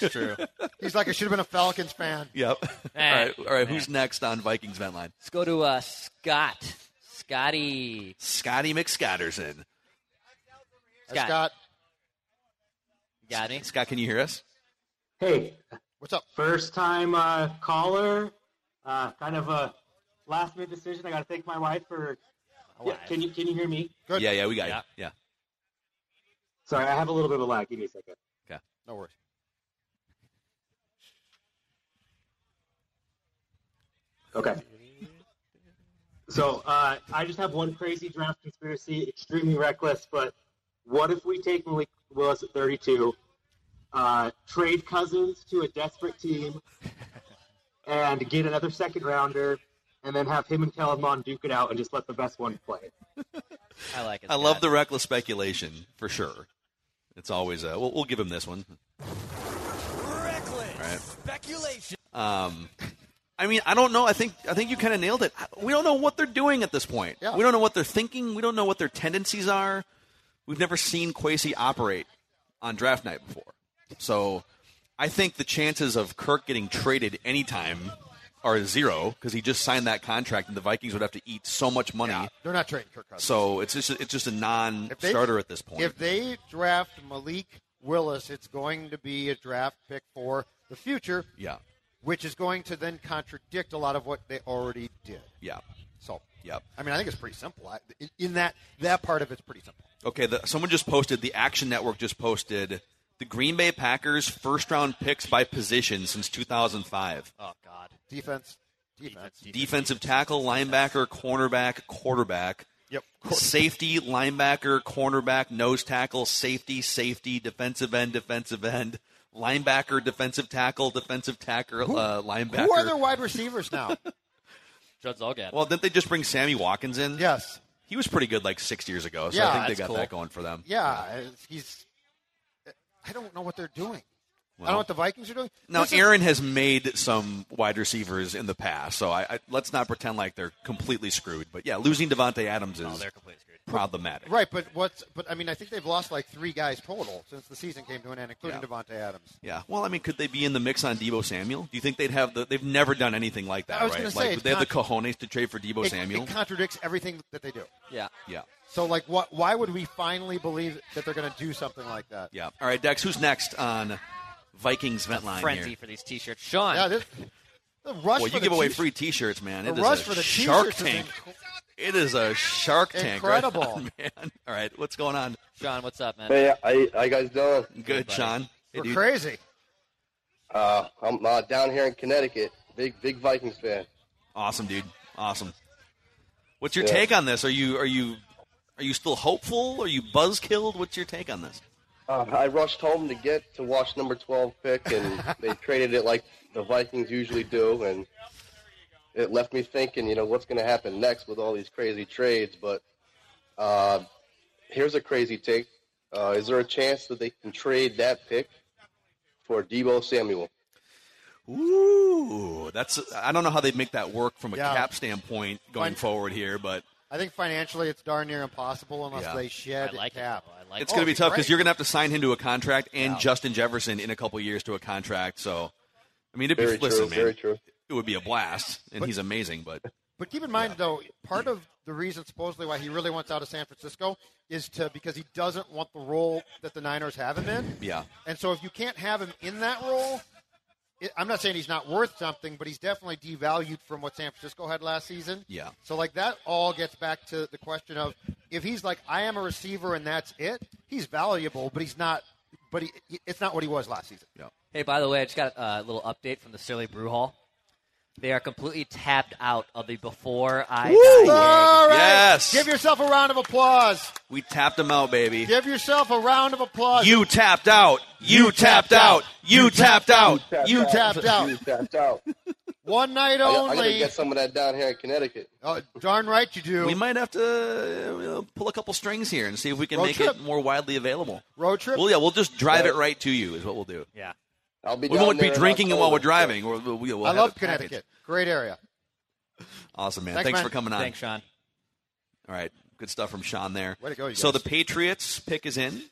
It's true. He's like, I should have been a Falcons fan. yep. Eh. all right. All right. Who's Eh. next on Vikings vent line? Let's go to uh, Scott. Scotty. Scotty McScatterson. Scott. Scott. Got me. Scott, can you hear us? Hey. What's up? First time uh, caller. Uh, kind of a last minute decision. I got to thank my wife for. Yeah, can you can you hear me? Good. Yeah. Yeah. We got you. Yeah. Sorry, I have a little bit of a lag. Give me a second. Okay. No worries. Okay. So uh, I just have one crazy draft conspiracy, extremely reckless. But what if we take Malik Willis at 32, uh, trade Cousins to a desperate team, and get another second rounder, and then have him and Kellen Mond duke it out and just let the best one play? I like it. I love Scott. the reckless speculation for sure. It's always uh, we'll, we'll give him this one. Reckless speculation. Um, I mean, I don't know. I think I think you kind of nailed it. I- We don't know what they're doing at this point. Yeah. We don't know what they're thinking. We don't know what their tendencies are. We've never seen Quasi operate on draft night before, so I think the chances of Kirk getting traded anytime are zero because he just signed that contract, and the Vikings would have to eat so much money. They're not trading Kirk Cousins. So it's just it's just a If they- non-starter at this point. If they draft Malik Willis, it's going to be a draft pick for the future. Yeah. Which is going to then contradict a lot of what they already did. yeah. So. Yep. I mean, I think it's pretty simple. I, in- in that that part of it's pretty simple. Okay, the, someone just posted, the Action Network just posted the Green Bay Packers first round picks by position since 2005. Oh God. Defense. Defense. Defensive tackle, linebacker, cornerback, quarterback. Yep. Safety, linebacker, cornerback, nose tackle, safety, safety, defensive end, defensive end, linebacker, defensive tackle, defensive tackle, uh, linebacker. Who are their wide receivers now? Judd Zolgad. well, didn't they just bring Sammy Watkins in? Yes. He was pretty good like six years ago, so Yeah, I think that's they got cool. that going for them. yeah, he's. I don't know what they're doing. I don't know what the Vikings are doing. Now, This is- Aaron has made some wide receivers in the past, so I, I, let's not pretend like they're completely screwed. But yeah, losing Devonte Adams is Oh, problematic. Right, but what's but I mean I think they've lost like three guys total since the season came to an end, including Devonte Adams. Yeah. Well, I mean, could they be in the mix on Debo Samuel? Do you think they'd have the? They've never done anything like that, I was right? gonna say, like, it's would they have the con- cojones to trade for Debo it, Samuel? It contradicts everything that they do. yeah. Yeah. So like what why would we finally believe that they're gonna do something like that? Yeah. All right, Dex. Who's next on Vikings vent line Frenzy here? for these T-shirts, Sean. Yeah, this, the rush Well, for you the give away t-shirt- free T-shirts, man. The It is rush a for the Shark t-shirts is Tank. It is a Shark Tank. right Incredible. on, man. All right, what's going on, Sean? What's up, man? Hey, how you- how you guys doing? Good, buddy. Sean. Hey, We're dude. crazy. Uh, I'm uh, down here in Connecticut. Big, big Vikings fan. Awesome, dude. Awesome. What's your Yeah. take on this? Are you are you are you still hopeful? Are you buzzkilled? What's your take on this? Uh, I rushed home to get to watch number 12 pick, and they traded it like the Vikings usually do, and it left me thinking, you know, what's going to happen next with all these crazy trades. But uh, here's a crazy take: uh, Is there a chance that they can trade that pick for Debo Samuel? Ooh, that's I don't know how they make that work from a Yeah. cap standpoint going Fine. forward here, but I think financially it's darn near impossible unless Yeah. they shed cap. I it's going to be tough because you're going to have to sign him to a contract and oh, Yeah. Justin Jefferson in a couple years to a contract. So, I mean, it'd be Very true, listen, man, very true. it would be a blast, and he's amazing. But But keep in mind, though, part of the reason supposedly why he really wants out of San Francisco is to because he doesn't want the role that the Niners have him in. yeah, And so if you can't have him in that role, it, I'm not saying he's not worth something, but he's definitely devalued from what San Francisco had last season. yeah, So like that all gets back to the question of if he's like I am a receiver and that's it, he's valuable, but he's not. But he, he- it's not what he was last season. Hey, by the way, I just got a little update from the Surly Brew Hall. They are completely tapped out of the before I die. All right. Yes. Give yourself a round of applause. we tapped him out, baby. Give yourself a round of applause. You tapped out. You tapped out. You tapped out. You tapped out. You tapped out. One night I, I gotta only. get some of that down here in Connecticut. Oh, darn right you do. We might have to uh, you know, pull a couple strings here and see if we can Road make trip. it more widely available. Road trip. Well, yeah, we'll just drive Right. it right to you. Is what we'll do. Yeah, I'll be. we down won't be there in drinking it while October. we're driving. Or we'll, we'll I have love it packaged. Connecticut. Great area. Awesome, man. Thanks, Thanks, man. for coming on. Thanks, Sean. All right, good stuff from Sean there. Way to go, you so guys. the Patriots pick is in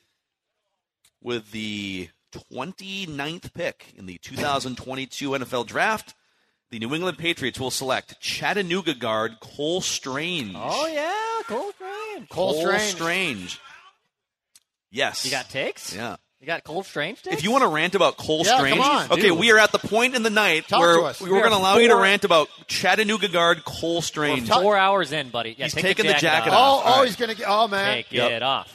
with the 29th pick in the 2022 NFL Draft. The New England Patriots will select Chattanooga guard Cole Strange. Oh yeah, Cole Strange. Cole, Strange. Yes. You got takes? Yeah. You got Cole Strange takes? If you want to rant about Cole Yeah, come Strange, on, okay, dude. we are at the point in the night Talk where to us. we're We are going to allow you to four- rant about Chattanooga guard Cole Strange. We're four hours in, buddy. Yeah, He's take taking the the jacket, jacket off. off. Oh, All right. he's gonna get. Oh man, Take Yep. it off.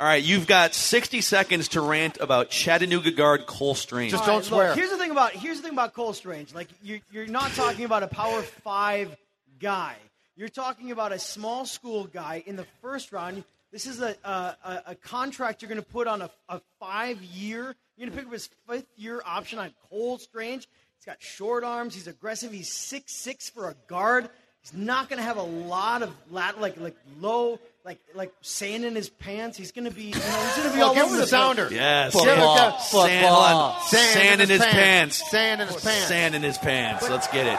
All right, you've got 60 seconds to rant about Chattanooga guard Cole Strange. All right, look, here's the thing about here's the thing about Cole Strange. Like you're you're not talking about a power five guy. You're talking about a small school guy in the first round. This is a a, a, a contract you're going to put on a, a five year. You're going to pick up his fifth year option on Cole Strange. He's got short arms. He's aggressive. He's six six for a guard. He's not going to have a lot of lat, like like low like like sand in his pants. He's going to be you know, he's going to be Well, all give over him the the sounder. Yes. Football. Sand, Football. on- Sand sand in his pants. Sand in his pants. Sand in his pants. Let's get it.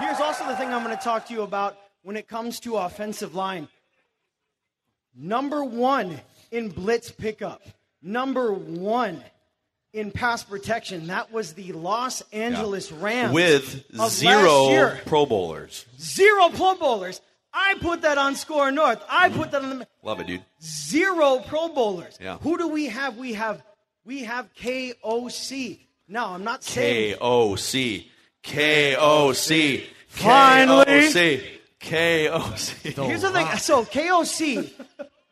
Here's also the thing I'm going to talk to you about when it comes to offensive line. Number one in blitz pickup, number one in pass protection. That was the Los Angeles Rams With of last zero year. Pro Bowlers. zero Pro Bowlers. I put that on Score North. I put that on the Love it, dude. zero Pro Bowlers. Yeah. Who do we have? We have we have KOC. Now I'm not saying K-O-C. K-O-C. Finally. K-O-C. K-O-C. Here's the thing. So KOC,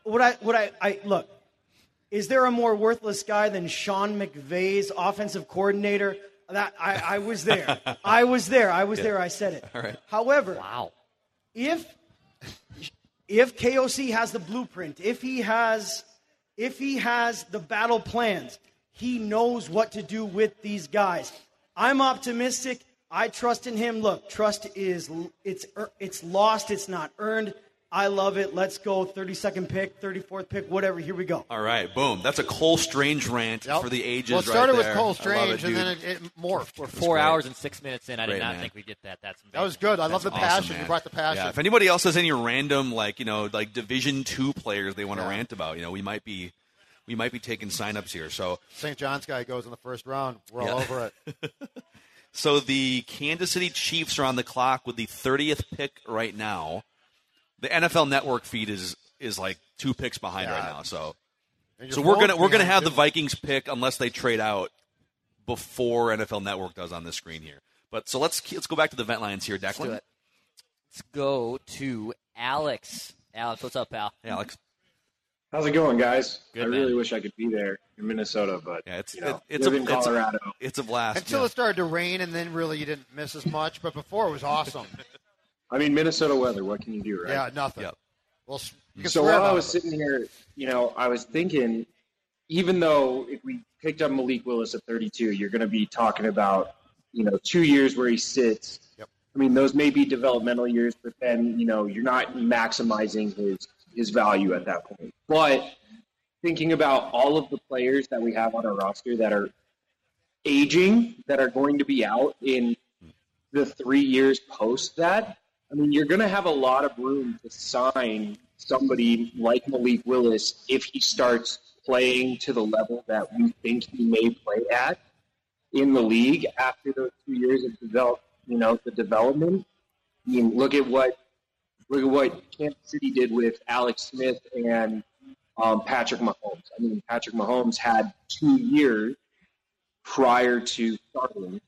what I what I, I look, is there a more worthless guy than Sean McVay's offensive coordinator? That I, I was there. I was there. I was Yeah. there. I said it. All right. However, wow. if if KOC has the blueprint, if he has if he has the battle plans, he knows what to do with these guys. I'm optimistic. I trust in him. Look, trust is it's er- it's lost. It's not earned. I love it. Let's go. 32nd pick, 34th pick, whatever. Here we go. All right, boom. That's a Cole Strange rant for the ages. Well, it started right with there. Cole I love Strange, it, and dude. then it, it morphed. We're That's four great. hours and six minutes in. I did Great, not man. think we'd get that. That's That was good. I love the That's awesome, passion. You man. brought the passion. Yeah, if anybody else has any random, like you know, like Division Two players they want to rant about, you know, we might be, we might be taking signups here. So, St. John's guy goes in the first round. We're all Yeah. over it. so the Kansas City Chiefs are on the clock with the 30th pick right now. The NFL Network feed is is like two picks behind Yeah. right now. So, And your so we're gonna phone's we're gonna behind, have the too. Vikings pick unless they trade out before NFL Network does on this screen here. But so let's let's go back to the vent lines here, Declan. do it. Let's go to Alex. Alex, what's up, pal? Yeah, Alex. How's it going, guys? Good, I really wish I could be there in Minnesota, but yeah, it's you know, it's live a in Colorado. It's a, blast. Until it started to rain, and then really you didn't miss as much. But before it was awesome. I mean, Minnesota weather. What can you do, right? Yeah, nothing. Well, s- you can So swear while I about was it. sitting here, you know, I was thinking, even though if we picked up Malik Willis at 32, you're going to be talking about, you know, two years where he sits. Yep. I mean, those may be developmental years, but then you know, you're not maximizing his his value at that point. But thinking about all of the players that we have on our roster that are aging, that are going to be out in the three years post that, I mean, you're going to have a lot of room to sign somebody like Malik Willis if he starts playing to the level that we think he may play at in the league after those two years of develop, you know, the development. I mean, look at what look at what Kansas City did with Alex Smith and um, Patrick Mahomes. I mean, Patrick Mahomes had two years prior to starting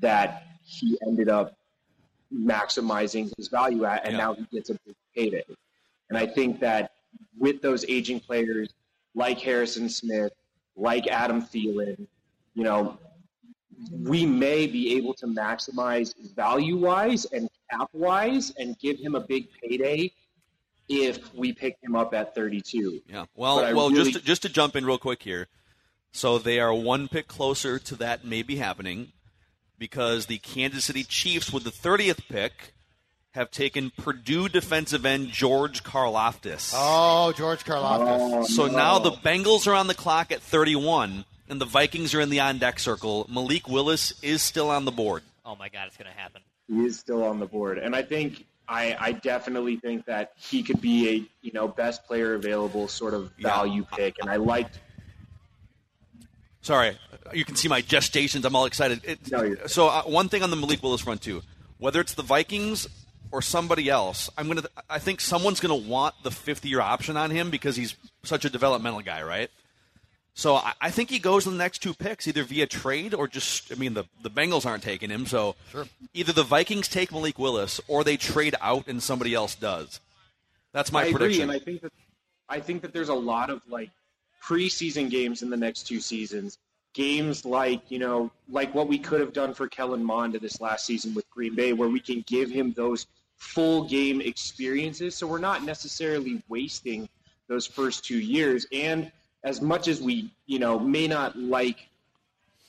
that he ended up maximizing his value at, and now he gets a big payday. And I think that with those aging players like Harrison Smith, like Adam Thielen, you know, we may be able to maximize value wise and cap wise and give him a big payday if we pick him up at 32. Yeah. Well, But I well, really- just to, just to jump in real quick here. So they are one pick closer to that maybe happening because the Kansas City Chiefs with the 30th pick have taken Purdue defensive end George Karloftis. Oh, George Karloftis. so now the Bengals are on the clock at 31 and the Vikings are in the on deck circle. Malik Willis is still on the board. Oh my God, it's going to happen. he is still on the board, and I think I, I definitely think that he could be a you know best player available sort of value pick, and I liked Sorry, you can see my gestations. I'm all excited. It, so uh, one thing on the Malik Willis front too, whether it's the Vikings or somebody else, I'm gonna. I think someone's gonna want the fifth year option on him because he's such a developmental guy, right? So I, I think he goes in the next two picks, either via trade or just. I mean, the the Bengals aren't taking him, so Sure. either the Vikings take Malik Willis or they trade out and somebody else does. That's my I prediction. Agree, and I think that I think that there's a lot of like preseason games in the next two seasons. Games like you know, like what we could have done for Kellen Mond this last season with Green Bay, where we can give him those full game experiences, so we're not necessarily wasting those first two years. And as much as we, you know, may not like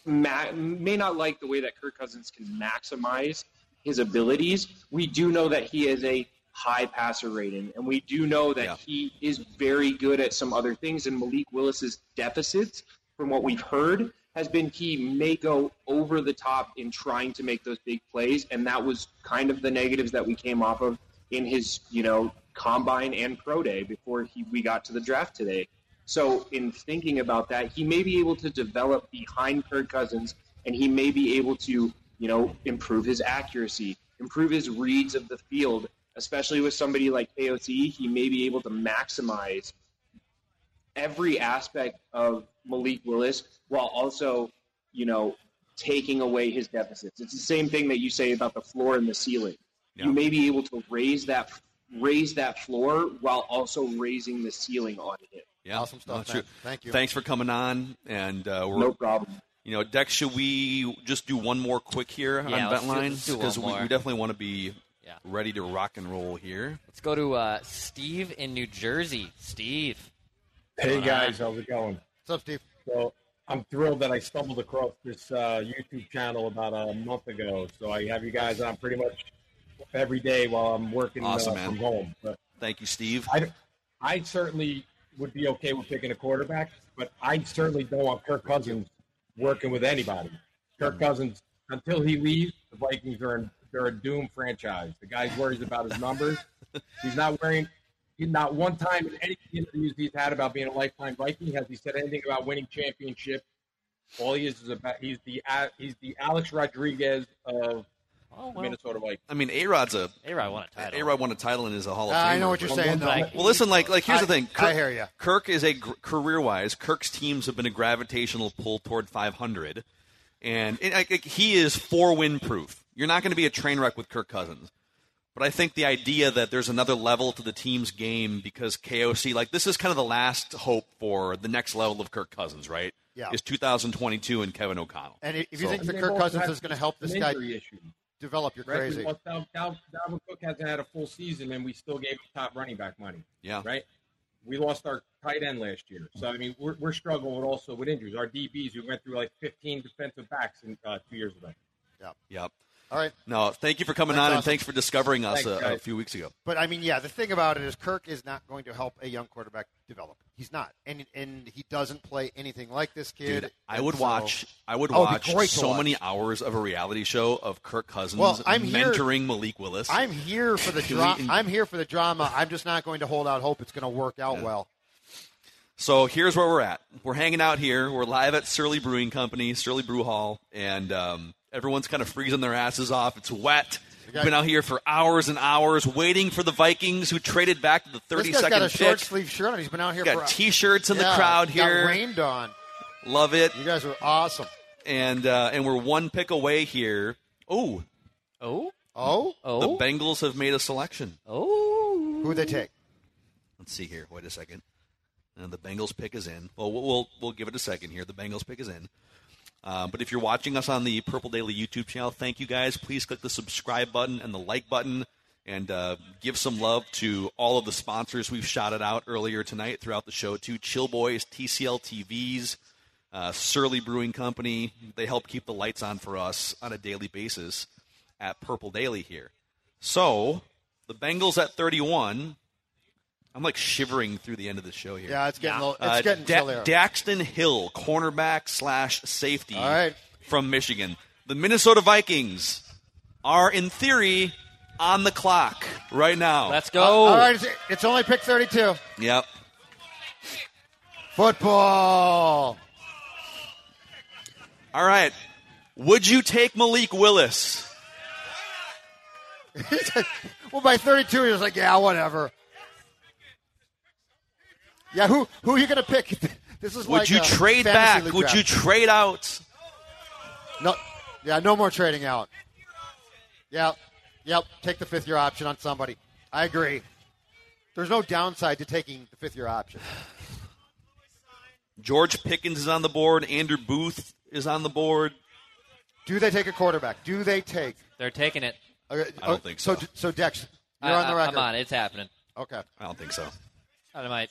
ma- may not like the way that Kirk Cousins can maximize his abilities, we do know that he is a high passer rating, and we do know that he is very good at some other things. And Malik Willis's deficits, from what we've heard, has been he may go over the top in trying to make those big plays, and that was kind of the negatives that we came off of in his, you know, combine and pro day before he, we got to the draft today. So, in thinking about that, he may be able to develop behind Kirk Cousins, and he may be able to, you know, improve his accuracy, improve his reads of the field, especially with somebody like KOC. E, He may be able to maximize every aspect of Malik Willis while also, you know, taking away his deficits. It's the same thing that you say about the floor and the ceiling. You may be able to raise that raise that floor while also raising the ceiling on him. Yeah, Awesome stuff, that's man. true. Thank you. Thanks for coming on, and uh, we're, No problem. You know, Dex, should we just do one more quick here Yeah, on let's Vent do- Lines let's do one because we, more. we definitely want to be ready to rock and roll here. Let's go to uh, Steve in New Jersey. Steve. what's Hey going guys, on? how's it going? What's up, Steve? So I'm thrilled that I stumbled across this uh, YouTube channel about a month ago. So I have you guys on pretty much every day while I'm working Awesome, uh, man. from home. But Thank you, Steve. I, I certainly would be okay with picking a quarterback, but I certainly don't want Kirk Cousins working with anybody. Kirk Mm-hmm. Cousins, until he leaves, the Vikings are in, they're a doomed franchise. The guy's worries about his numbers. He's not wearing. He, not one time in any interviews he's had about being a lifetime Viking has he said anything about winning championship. All he is is about he's the A- he's the Alex Rodriguez of Minnesota Vikings. I mean, A Rod's a A Rod Oh, won a title. A Rod won a title and is a Hall of Famer. Uh, I know what you're But- saying, though. Well, listen, like, like here's the I- thing. I hear ya. Kirk is a gr- career-wise. Kirk's teams have been a gravitational pull toward 500, and it, like, like, he is four-win proof. You're not going to be a train wreck with Kirk Cousins. But I think the idea that there's another level to the team's game because KOC, like this is kind of the last hope for the next level of Kirk Cousins, right? Yeah. Is 2022 and Kevin O'Connell. And if you So- think that They've Kirk also Cousins had is going to help this an guy injury issue. develop, you're Right? crazy. Well, Dal- Dal- Dalvin Cook hasn't had a full season, and we still gave him top running back money. Yeah. Right? We lost our tight end last year. So, I mean, we're, we're struggling with also with injuries. Our DBs, we went through like 15 defensive backs in uh, two years ago. Yeah. Yep. All right. No, thank you for coming That's on and awesome. thanks for discovering us Thanks, a- a, guys. few weeks ago. But I mean, yeah, the thing about it is Kirk is not going to help a young quarterback develop. He's not, and and he doesn't play anything like this kid. Dude, I and would so- watch. I would Oh, it'd be watch great to so watch. many hours of a reality show of Kirk Cousins Well, I'm here- mentoring Malik Willis. I'm here for the Can drama. we in- I'm here for the drama. I'm just not going to hold out hope it's going to work out well. So here's where we're at. We're hanging out here. We're live at Surly Brewing Company, Surly Brew Hall, and um, everyone's kind of freezing their asses off. It's wet. We've been out here for hours and hours waiting for the Vikings who traded back to the 30 this guy's got a second short pick. sleeve shirt on. He's been out here Got for t-shirts in the Yeah, crowd got here. rained on. Love it. You guys are awesome. And uh, and we're one pick away here. Oh. Oh. Oh. Oh. The Bengals have made a selection. Oh. Who they take? Let's see here. Wait a second. And the Bengals pick is in. Well, we'll we'll, we'll give it a second here. The Bengals pick is in. Uh, but if you're watching us on the Purple Daily YouTube channel, thank you guys. Please click the subscribe button and the like button, and uh, give some love to all of the sponsors we've shouted out earlier tonight throughout the show. too. Chill Boys, TCL TVs, uh, Surly Brewing Company. They help keep the lights on for us on a daily basis at Purple Daily here. So the Bengals at 31. I'm like shivering through the end of the show here. Yeah, it's getting a little- it's Uh, getting Da- chilly out. Daxton Hill, cornerback slash safety All right. from Michigan. The Minnesota Vikings are, in theory, on the clock right now. Let's All right, it's, it's only pick thirty-two. Yep. Football. All right. Would you take Malik Willis? well, by 32, he was like, yeah, whatever. Yeah, who who are you gonna pick? This is Would like you a trade fantasy back? league Would draft. you trade out? No, yeah, no more trading out. Yeah, yep. Take the fifth year option on somebody. I agree. There's no downside to taking the fifth year option. George Pickens is on the board. Andrew Booth is on the board. Do they take a quarterback? Do they take? They're taking it. Okay, I don't oh, think so. so. So Dex, you're I- on the I- record. I'm on. it. It's happening. Okay. I don't think so. I might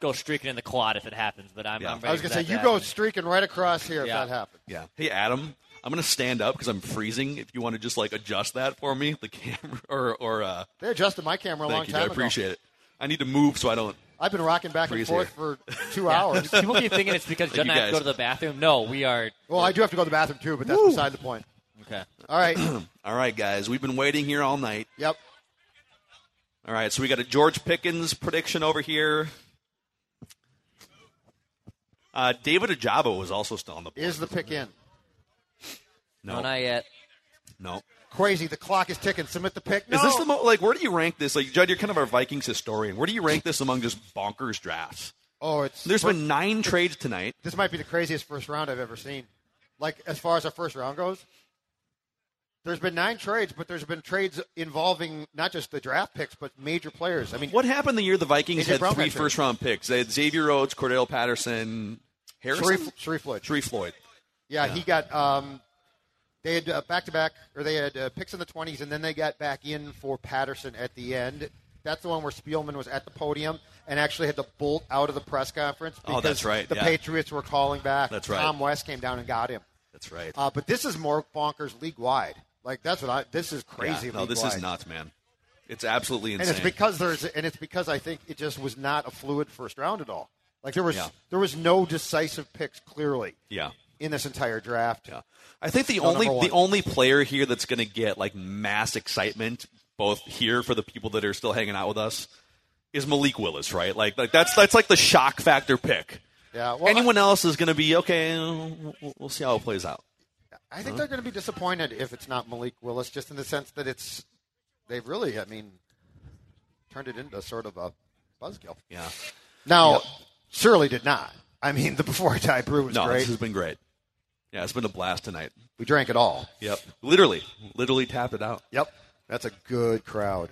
go streaking in the quad if it happens, but I'm. I'm ready I was gonna for say that you to go happen. streaking right across here Yeah. if that happens. Yeah. Hey, Adam, I'm going to stand up because I'm freezing. If you want to just like adjust that for me, the camera or or uh, They adjusted my camera a long thank you. time I ago. appreciate it. I need to move so I don't. I've been rocking back Freeze and forth for two hours. People keep thinking it's because Like Judd and you I have to go to guys. the bathroom. No, we are. Well, I do have to go to the bathroom too, but that's beside the point. Okay. All right. all right, guys, we've been waiting here all night. Yep. All right, so we got a George Pickens prediction over here. Uh, David Ajabo was also still on the board. Is the pick in? No, not yet. No. Crazy. The clock is ticking. Submit the pick. No. Is this the mo- like? Where do you rank this? Like, Judd, you're kind of our Vikings historian. Where do you rank this among just bonkers drafts? Oh, it's. There's been nine trades tonight. This might be the craziest first round I've ever seen. Like as far as our first round goes, there's been nine trades, but there's been trades involving not just the draft picks but major players. I mean, What happened the year the Vikings AJ had Brown three got traded. first round picks? They had Xavier Rhodes, Cordell Patterson, Harrison, Sharif, Sharif Floyd. Sharif Floyd. Yeah, Yeah. he got. Um, they had uh, back-to-back, or they had uh, picks in the 20s, and then they got back in for Patterson at the end. That's the one where Spielman was at the podium and actually had to bolt out of the press conference. Oh, that's because right, The yeah. Patriots were calling back. That's right. Tom West came down and got him. That's right. Uh, but this is more bonkers league-wide. Like that's what I. This is crazy. Yeah, no, this is league-wide. nuts, man. It's absolutely insane. And it's because there's and it's because I think it just was not a fluid first round at all. Like there was Yeah. there was no decisive picks clearly yeah. in this entire draft. Yeah. I think the only the only player here that's going to get like mass excitement, both here for the people that are still hanging out with us, is Malik Willis, right? Like, like that's that's like the shock factor pick. yeah, Anyone else is going to be okay. We'll, we'll see how it plays out. I think Huh? they're going to be disappointed if it's not Malik Willis, just in the sense that it's they've really, I mean, turned it into sort of a buzzkill. Yeah. Now, Surly did not. I mean, the before I die brew was no, great. this has been great. Yeah, it's been a blast tonight. We drank it all. Yep, literally, literally tapped it out. Yep, that's a good crowd.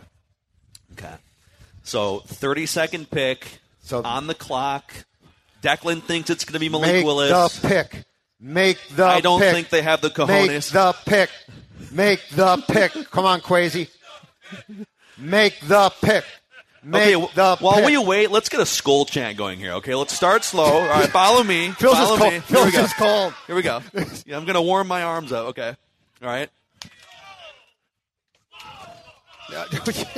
Okay. So, 30 second pick on the clock. Declan thinks it's going to be Malik Make Willis. the pick. Make the. I don't pick. think they have the Make cojones. the pick. Make the pick. Come on, Quasi. Make the pick. Make okay, wh- the while pick. we wait, let's get a skull chant going here. Okay, let's start slow. All right, follow me. Phil's follow just cold. me. Phil's here we go. just cold. Here we go. Yeah, I'm gonna warm my arms up. Okay. All right.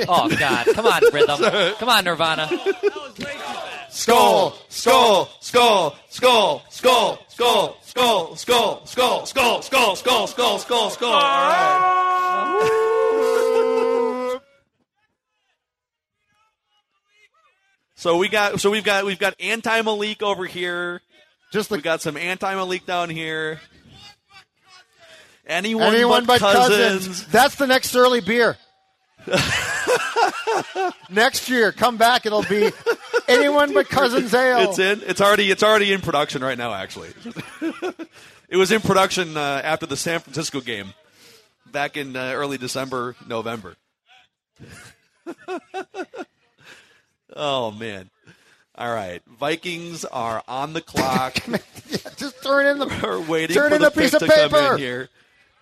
Oh God! Come on, rhythm. Come on, Nirvana. Skull, skull, skull, skull, skull, skull, skull, skull, skull, skull, skull, skull, skull, skull, skull. All right. So we got so we've got we've got anti Malik over here. Just we got some anti Malik down here. Anyone, Anyone but, cousins. cousins. That's the next Surly beer. next year, come back. It'll be anyone but cousins ale. It's in. It's already. It's already in production right now. Actually, it was in production uh, after the San Francisco game back in uh, early December, November. oh man! All right, Vikings are on the clock. Just turn in the We're waiting turn for in the a piece pick of to paper. come in here,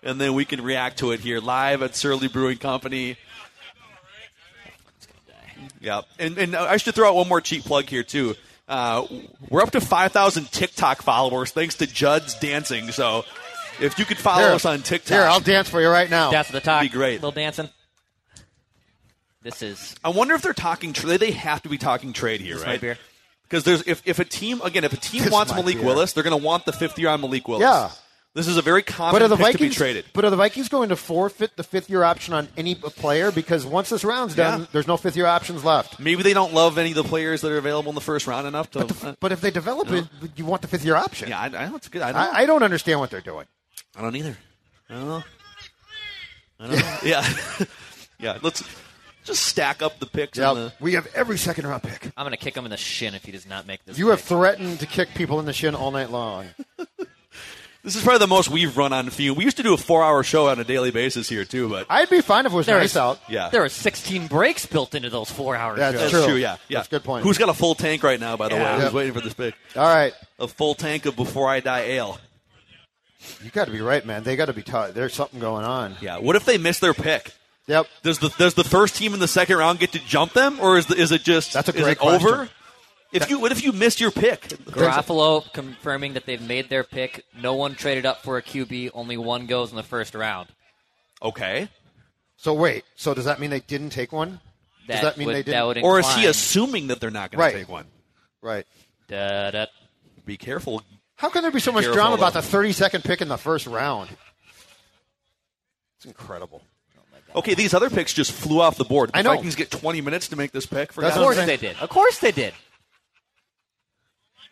and then we can react to it here live at Surly Brewing Company. Yeah, and and I should throw out one more cheap plug here too. Uh, we're up to five thousand TikTok followers thanks to Judd's dancing. So if you could follow Here. us on TikTok, Here, I'll dance for you right now. Dance at the top. Be great. Little dancing. This is I wonder if they're talking trade. They have to be talking trade here, This right? might be- Because there's if, if a team again if a team This wants might Malik be it. Willis, they're going to want the fifth year on Malik Willis. Yeah. this is a very common But are the pick to be Vikings? traded. But are the Vikings going to forfeit the fifth year option on any b- player? Because once this round's done, Yeah. there's no fifth year options left. Maybe they don't love any of the players that are available in the first round enough to. uh, But if they develop No. it, you want the fifth year option. yeah, I, I know it's good. I, know. I, I don't understand what they're doing. I don't either. I don't know. I don't know. yeah, yeah. Let's just stack up the picks. on the- We have every second round pick. I'm gonna kick him in the shin if he does not make this. You have threatened to kick people in the shin all night long. This is probably the most we've run on few. We used to do a four-hour show on a daily basis here too, but I'd be fine if it was There nice is- out. Yeah. There were 16 breaks built into those four hours. That's that's true. true. Yeah, yeah. That's a good point. Who's got a full tank right now? By the Yeah. way, Yep. who's waiting for this pick? All right, a full tank of Before I Die ale. You got to be right, man. They got to be taught. There's something going on. Yeah. What if they miss their pick? Yep. Does the does the first team in the second round get to jump them, or is the, is it just that's a great question. over? If you what if you missed your pick? Garofalo confirming that they've made their pick. No one traded up for a QB. Only one goes in the first round. Okay. So wait. So does that mean they didn't take one? Does That that mean would- they that didn't? would or is he assuming that they're not going Right. to take one? Right. Da, da. Be careful. How can there be so much Garofalo. drama about the 32nd pick in the first round? It's incredible. Okay, these other picks just flew off the board. The I know. Vikings get 20 minutes to make this pick. For That's God's what I'm sake. saying. Of course they did.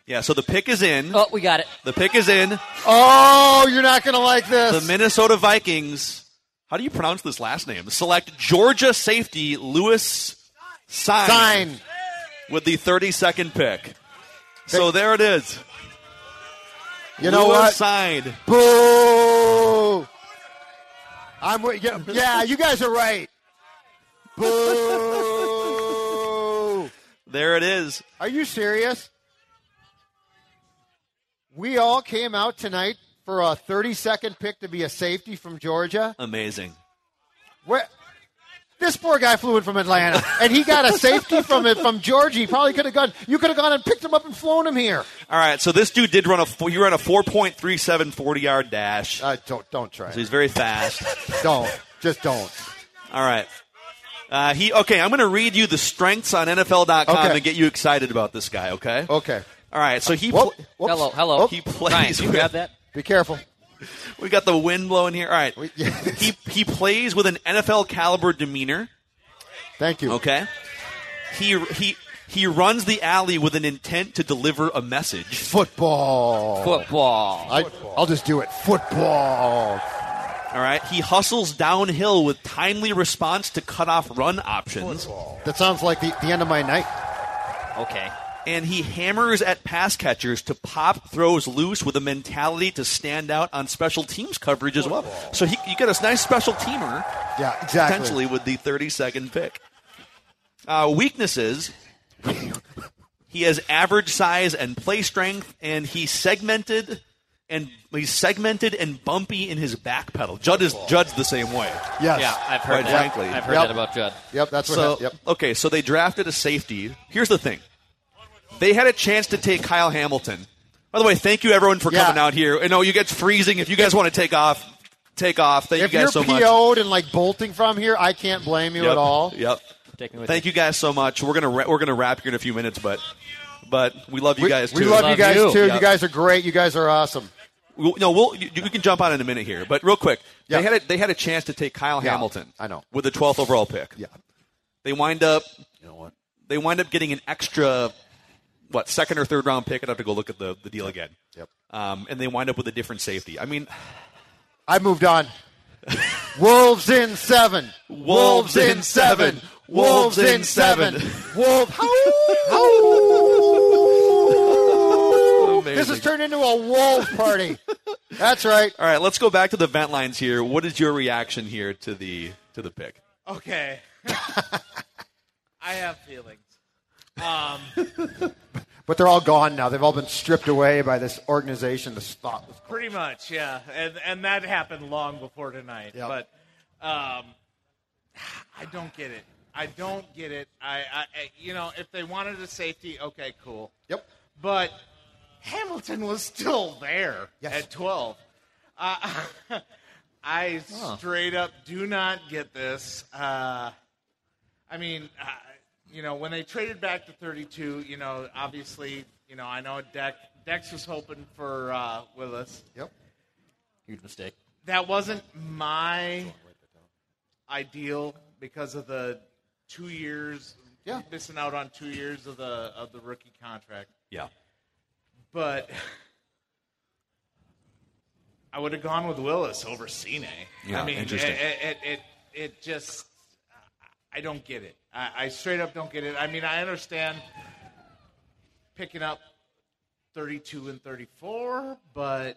Yeah, so the pick is in. Oh, we got it. The pick is in. Oh, you're not going to like this. The Minnesota Vikings. How do you pronounce this last name? Select Georgia safety Lewis Sign, Sign. with the 32nd pick. So there it is. You know Lewis what? Sign. Boo! I'm wi- yeah, yeah, you guys are right. Boo! There it is. Are you serious? We all came out tonight for a 32nd pick to be a safety from Georgia. Amazing. Where this poor guy flew in from Atlanta, and he got a safety from it from Georgia. He probably could have gone. You could have gone and picked him up and flown him here. All right, so this dude did run a four, he ran a 4.37 40 yard dash. Uh, don't don't try. So he's very fast. Don't just don't. All right. Uh, he okay. I'm going to read you the strengths on NFL.com Okay. and get you excited about this guy. Okay. Okay. All right. So he. Whoop, pl- whoops. Hello, hello. He Ryan, plays. you with- grab that? Be careful. We got the wind blowing here. All right. he he plays with an NFL caliber demeanor. Thank you. Okay. He he he runs the alley with an intent to deliver a message. Football. Football. I, I'll just do it. Football. All right. He hustles downhill with timely response to cutoff run options. That sounds like the, the end of my night. Okay. And he hammers at pass catchers to pop throws loose with a mentality to stand out on special teams coverage as well. So he, you get a nice special teamer. Yeah, exactly. Potentially with the 32nd pick. Uh, weaknesses. he has average size and play strength, and he's segmented and he's segmented and bumpy in his back pedal. Judd is Judd's the same way. Yes. Yeah, I've heard Quite that. frankly. I've heard Yep. that about Judd. Yep, that's what so, hap- yep. Okay, so they drafted a safety. Here's the thing. They had a chance to take Kyle Hamilton. By the way, thank you everyone for Yeah. coming out here. I know you gets freezing. If you guys want to take off, take off. Thank If you you're guys so much. PO'd and like bolting from here, I can't blame you Yep. at all. Yep. Take me with Thank you guys so much. We're gonna ra- we're gonna wrap here in a few minutes, but but we love you guys We too. love, you guys too. You guys are great. You guys are awesome. We'll- no, we'll you, you can jump on in a minute here, but real quick, they had a, they had a chance to take Kyle Yeah, Hamilton. I know. with the 12th overall pick. Yeah, they wind up. You know what? They wind up getting an extra what second or third round pick. I'd have to go look at the, the deal again. Yep. Um, and they wind up with a different safety. I mean, I moved on. Wolves in seven. Wolves in seven. Wolves in seven. Wolves. Howl. this has turned into a wolf party. That's right. All right, let's go back to the vent lines here. What is your reaction here to the to the pick? Okay. I have feelings. Um, But they're all gone now. They've all been stripped away by this organization, this thoughtless. pretty much, yeah. And and that happened long before tonight. But um, I don't get it. I don't get it. I, I I- you know, if they wanted a safety, okay, cool. Yep. But Hamilton was still there at 12. Uh, I Huh. straight up do not get this. Uh, I mean, uh, you know, when they traded back to 32, you know, obviously, you know, I know Dex, Dex was hoping for uh, Willis. Yep. Huge mistake. That wasn't my ideal because of the two years, yeah. missing out on two years of the of the rookie contract. Yeah. But I would have gone with Willis over Cine. Yeah, I mean, it, interesting. it, it, it, it just, I don't get it. I, I straight up don't get it. I mean, I understand picking up 32 and 34, but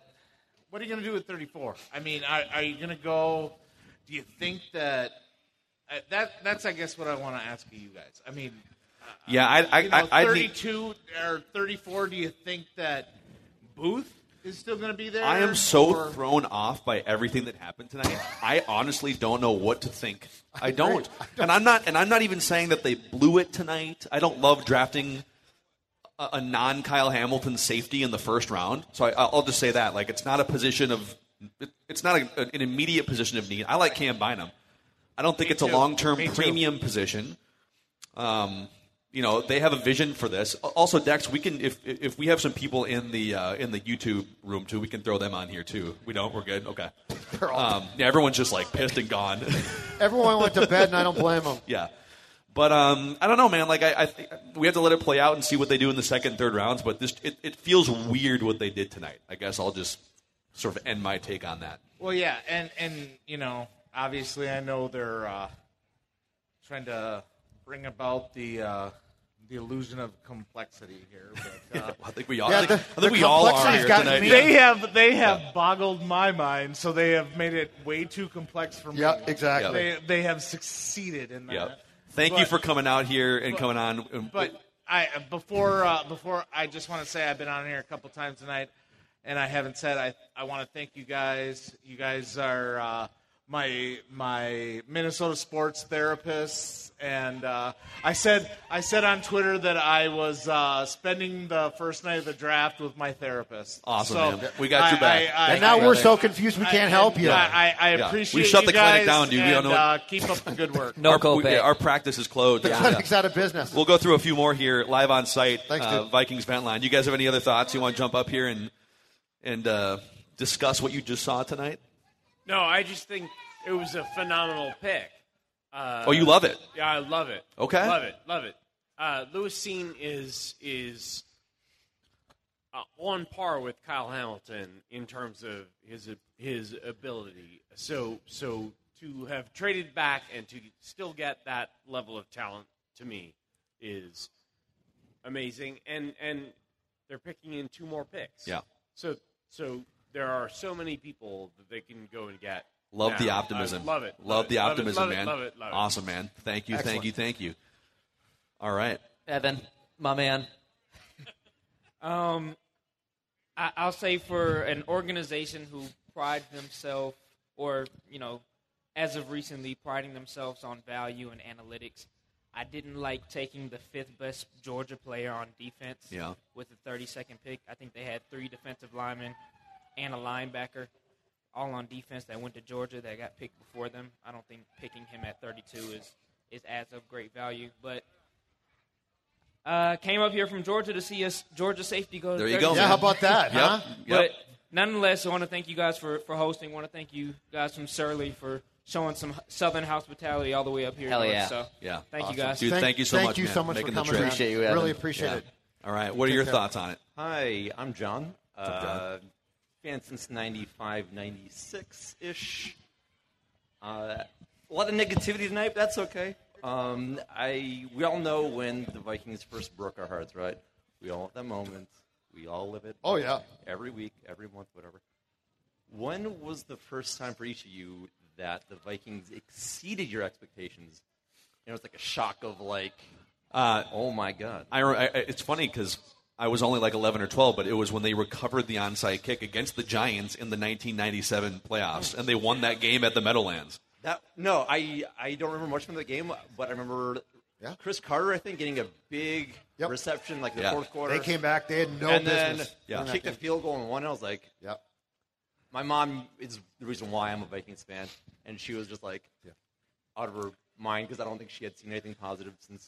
what are you going to do with 34? I mean, are, are you going to go, do you think that, uh, that that's, I guess, what I want to ask of you guys. I mean, Yeah, I I, you know, I, I think- 32 or 34, do you think that Booth is still going to be there? I am so Or- thrown off by everything that happened tonight. I honestly don't know what to think. I don't. And I'm not and I'm not even saying that they blew it tonight. I don't love drafting a, a non Kyle Hamilton safety in the first round. So I, I'll just say that like it's not a position of it, it's not a, an immediate position of need. I like Cam Bynum. I don't think Me it's a too. long term Me too. premium position. Um, you know they have a vision for this. Al- Also, Dex, we can if if we have some people in the uh, in the YouTube room too, we can throw them on here too. We don't. We're good. Okay. Um, yeah, everyone's just like pissed and gone. Everyone went to bed, and I don't blame them. yeah, but um, I don't know, man. Like I, I think we have to let it play out and see what they do in the second, third rounds. But this it, it feels weird what they did tonight. I guess I'll just sort of end my take on that. Well, yeah, and and you know, obviously, I know they're uh, trying to bring about the uh, the illusion of complexity here. But, uh, I think we all- I Yeah, think- the- I think the we all are complexity's here gotten tonight. me. They have they have boggled my mind, so they have made it way too complex for me. Yeah, exactly. They they have succeeded in that. Yep. Thank you But- for coming out here and but- coming on. But I before uh, before I just want to say I've been on here a couple times tonight, and I haven't said I I want to thank you guys. You guys are uh, my my Minnesota sports therapist, and uh, I said I said on Twitter that I was uh, spending the first night of the draft with my therapist. Awesome, So man. We got you I- back. I- I- And now we're so confused we I- can't help you. I, I, I Yeah. appreciate We shut you the guys clinic down, dude. We don't and, know- uh, keep up the good work. our, we- yeah, our practice is closed. The clinic's out of business. We'll go through a few more here live on site. Thanks, uh, dude. Vikings vent line. You guys have any other thoughts? You want to jump up here and and uh, discuss what you just saw tonight? No, I just think it was a phenomenal pick. Uh, Oh, you love it? Yeah, I love it. Okay. love it, love it. Uh, Lewisine is is uh, on par with Kyle Hamilton in terms of his his ability. So so to have traded back and to still get that level of talent to me is amazing. And and they're picking in two more picks. Yeah. So so there are so many people that they can go and get. Love now. the I optimism. love it. Love, the it, optimism, love it, man. Love it. Love it. awesome, man. Thank you. Thank you. Thank you. All right. Evan, my man. Um, I, I'll say for an organization who pride themselves, or you know, as of recently, priding themselves on value and analytics, I didn't like taking the fifth best Georgia player on defense. Yeah. With the 32nd pick, I think they had three defensive linemen and a linebacker, all on defense that went to Georgia that got picked before them. I don't think picking him at 32 is is as of great value, but. Uh, came up here from Georgia to see us Georgia safety go. to There you go, 32. Yeah, how about that, Yep, huh? yep. But nonetheless, I want to thank you guys for, for hosting. want to thank you guys from Surly for showing some southern hospitality all the way up here. Hell north. yeah. So Yeah. thank Awesome. you guys. Dude, thank, you so thank much. you man, so much for making the coming, trip. man. Appreciate you, Evan. Really appreciate it. All right. What are Take your care. thoughts on it? Hi, I'm John. What's up, Uh, fan since 95, 96 ish. Uh, a lot of negativity tonight, but that's okay. Um, I we all know when the Vikings first broke our hearts, right? We all have that moment. We all live it. Oh, yeah. Every week, every month, whatever. When was the first time for each of you that the Vikings exceeded your expectations? And it was like a shock of like, Uh, oh my god! I, I it's funny because I was only like eleven or twelve, but it was when they recovered the onside kick against the Giants in the 1997 playoffs, and they won that game at the Meadowlands. That no, I I don't remember much from the game, but I remember Chris Carter, I think, getting a big reception like the Yeah. fourth quarter. They came back, they had no and then business winning that kicked a game. field goal and won. I was like, Yep. My mom is the reason why I'm a Vikings fan, and she was just like out of her mind because I don't think she had seen anything positive since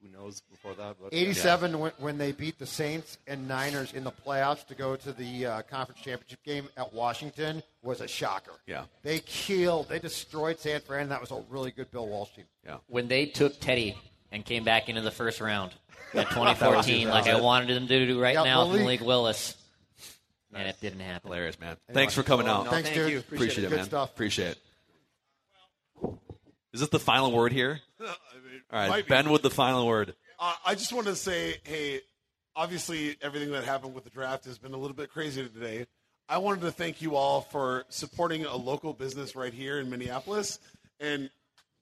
who knows before that. But uh, 87 when, when they beat the Saints and Niners in the playoffs to go to the uh, conference championship game at Washington was a shocker. Yeah. They killed, they destroyed San Fran. That was a really good Bill Walsh team. Yeah. When they took Teddy and came back into the first round in That was 2014, it. like I wanted them to do right Yeah, now Malik. from Malik Willis, and it didn't happen. Hilarious, man. Thanks for Oh, coming out. Thanks, dude. Appreciate, it, Good man. stuff. Appreciate it. Is this the final word here? I mean, All right, might be. Ben with the final word. Uh, I just wanted to say, hey, obviously everything that happened with the draft has been a little bit crazy today. I wanted to thank you all for supporting a local business right here in Minneapolis and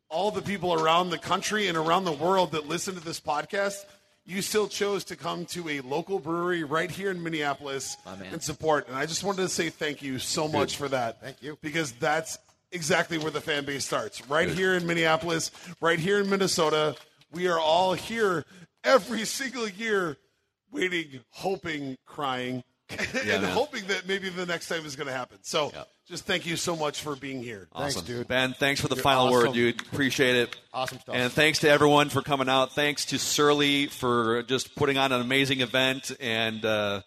all the people around the country and around the world that listen to this podcast. You still chose to come to a local brewery right here in Minneapolis and support. And I just wanted to say thank you so much for that. Thank you. Because that's exactly where the fan base starts right Good. here in Minneapolis, right here in Minnesota. We are all here every single year waiting, hoping, crying, and man. hoping that maybe the next time is going to happen. So just thank you so much for being here. Awesome. Ben, thanks for the final word, awesome. dude. Appreciate it. Awesome stuff. And thanks to everyone for coming out. Thanks to Surly for just putting on an amazing event and uh,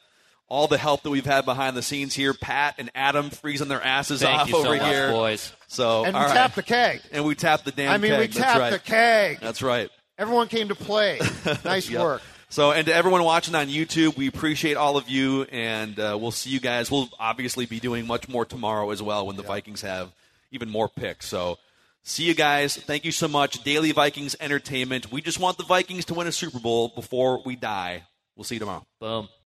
all the help that we've had behind the scenes here. Pat and Adam freezing their asses Thank off you so over much, here. boys. So, And we Oh, all right. tapped the keg. And we tapped the damn I mean, we keg. That's tapped right. the keg. That's right. Everyone came to play. Nice Yep. work. So, and to everyone watching on YouTube, we appreciate all of you, and uh, we'll see you guys. We'll obviously be doing much more tomorrow as well when the Vikings have even more picks. So, see you guys. Thank you so much. Daily Vikings Entertainment. We just want the Vikings to win a Super Bowl before we die. We'll see you tomorrow. Boom.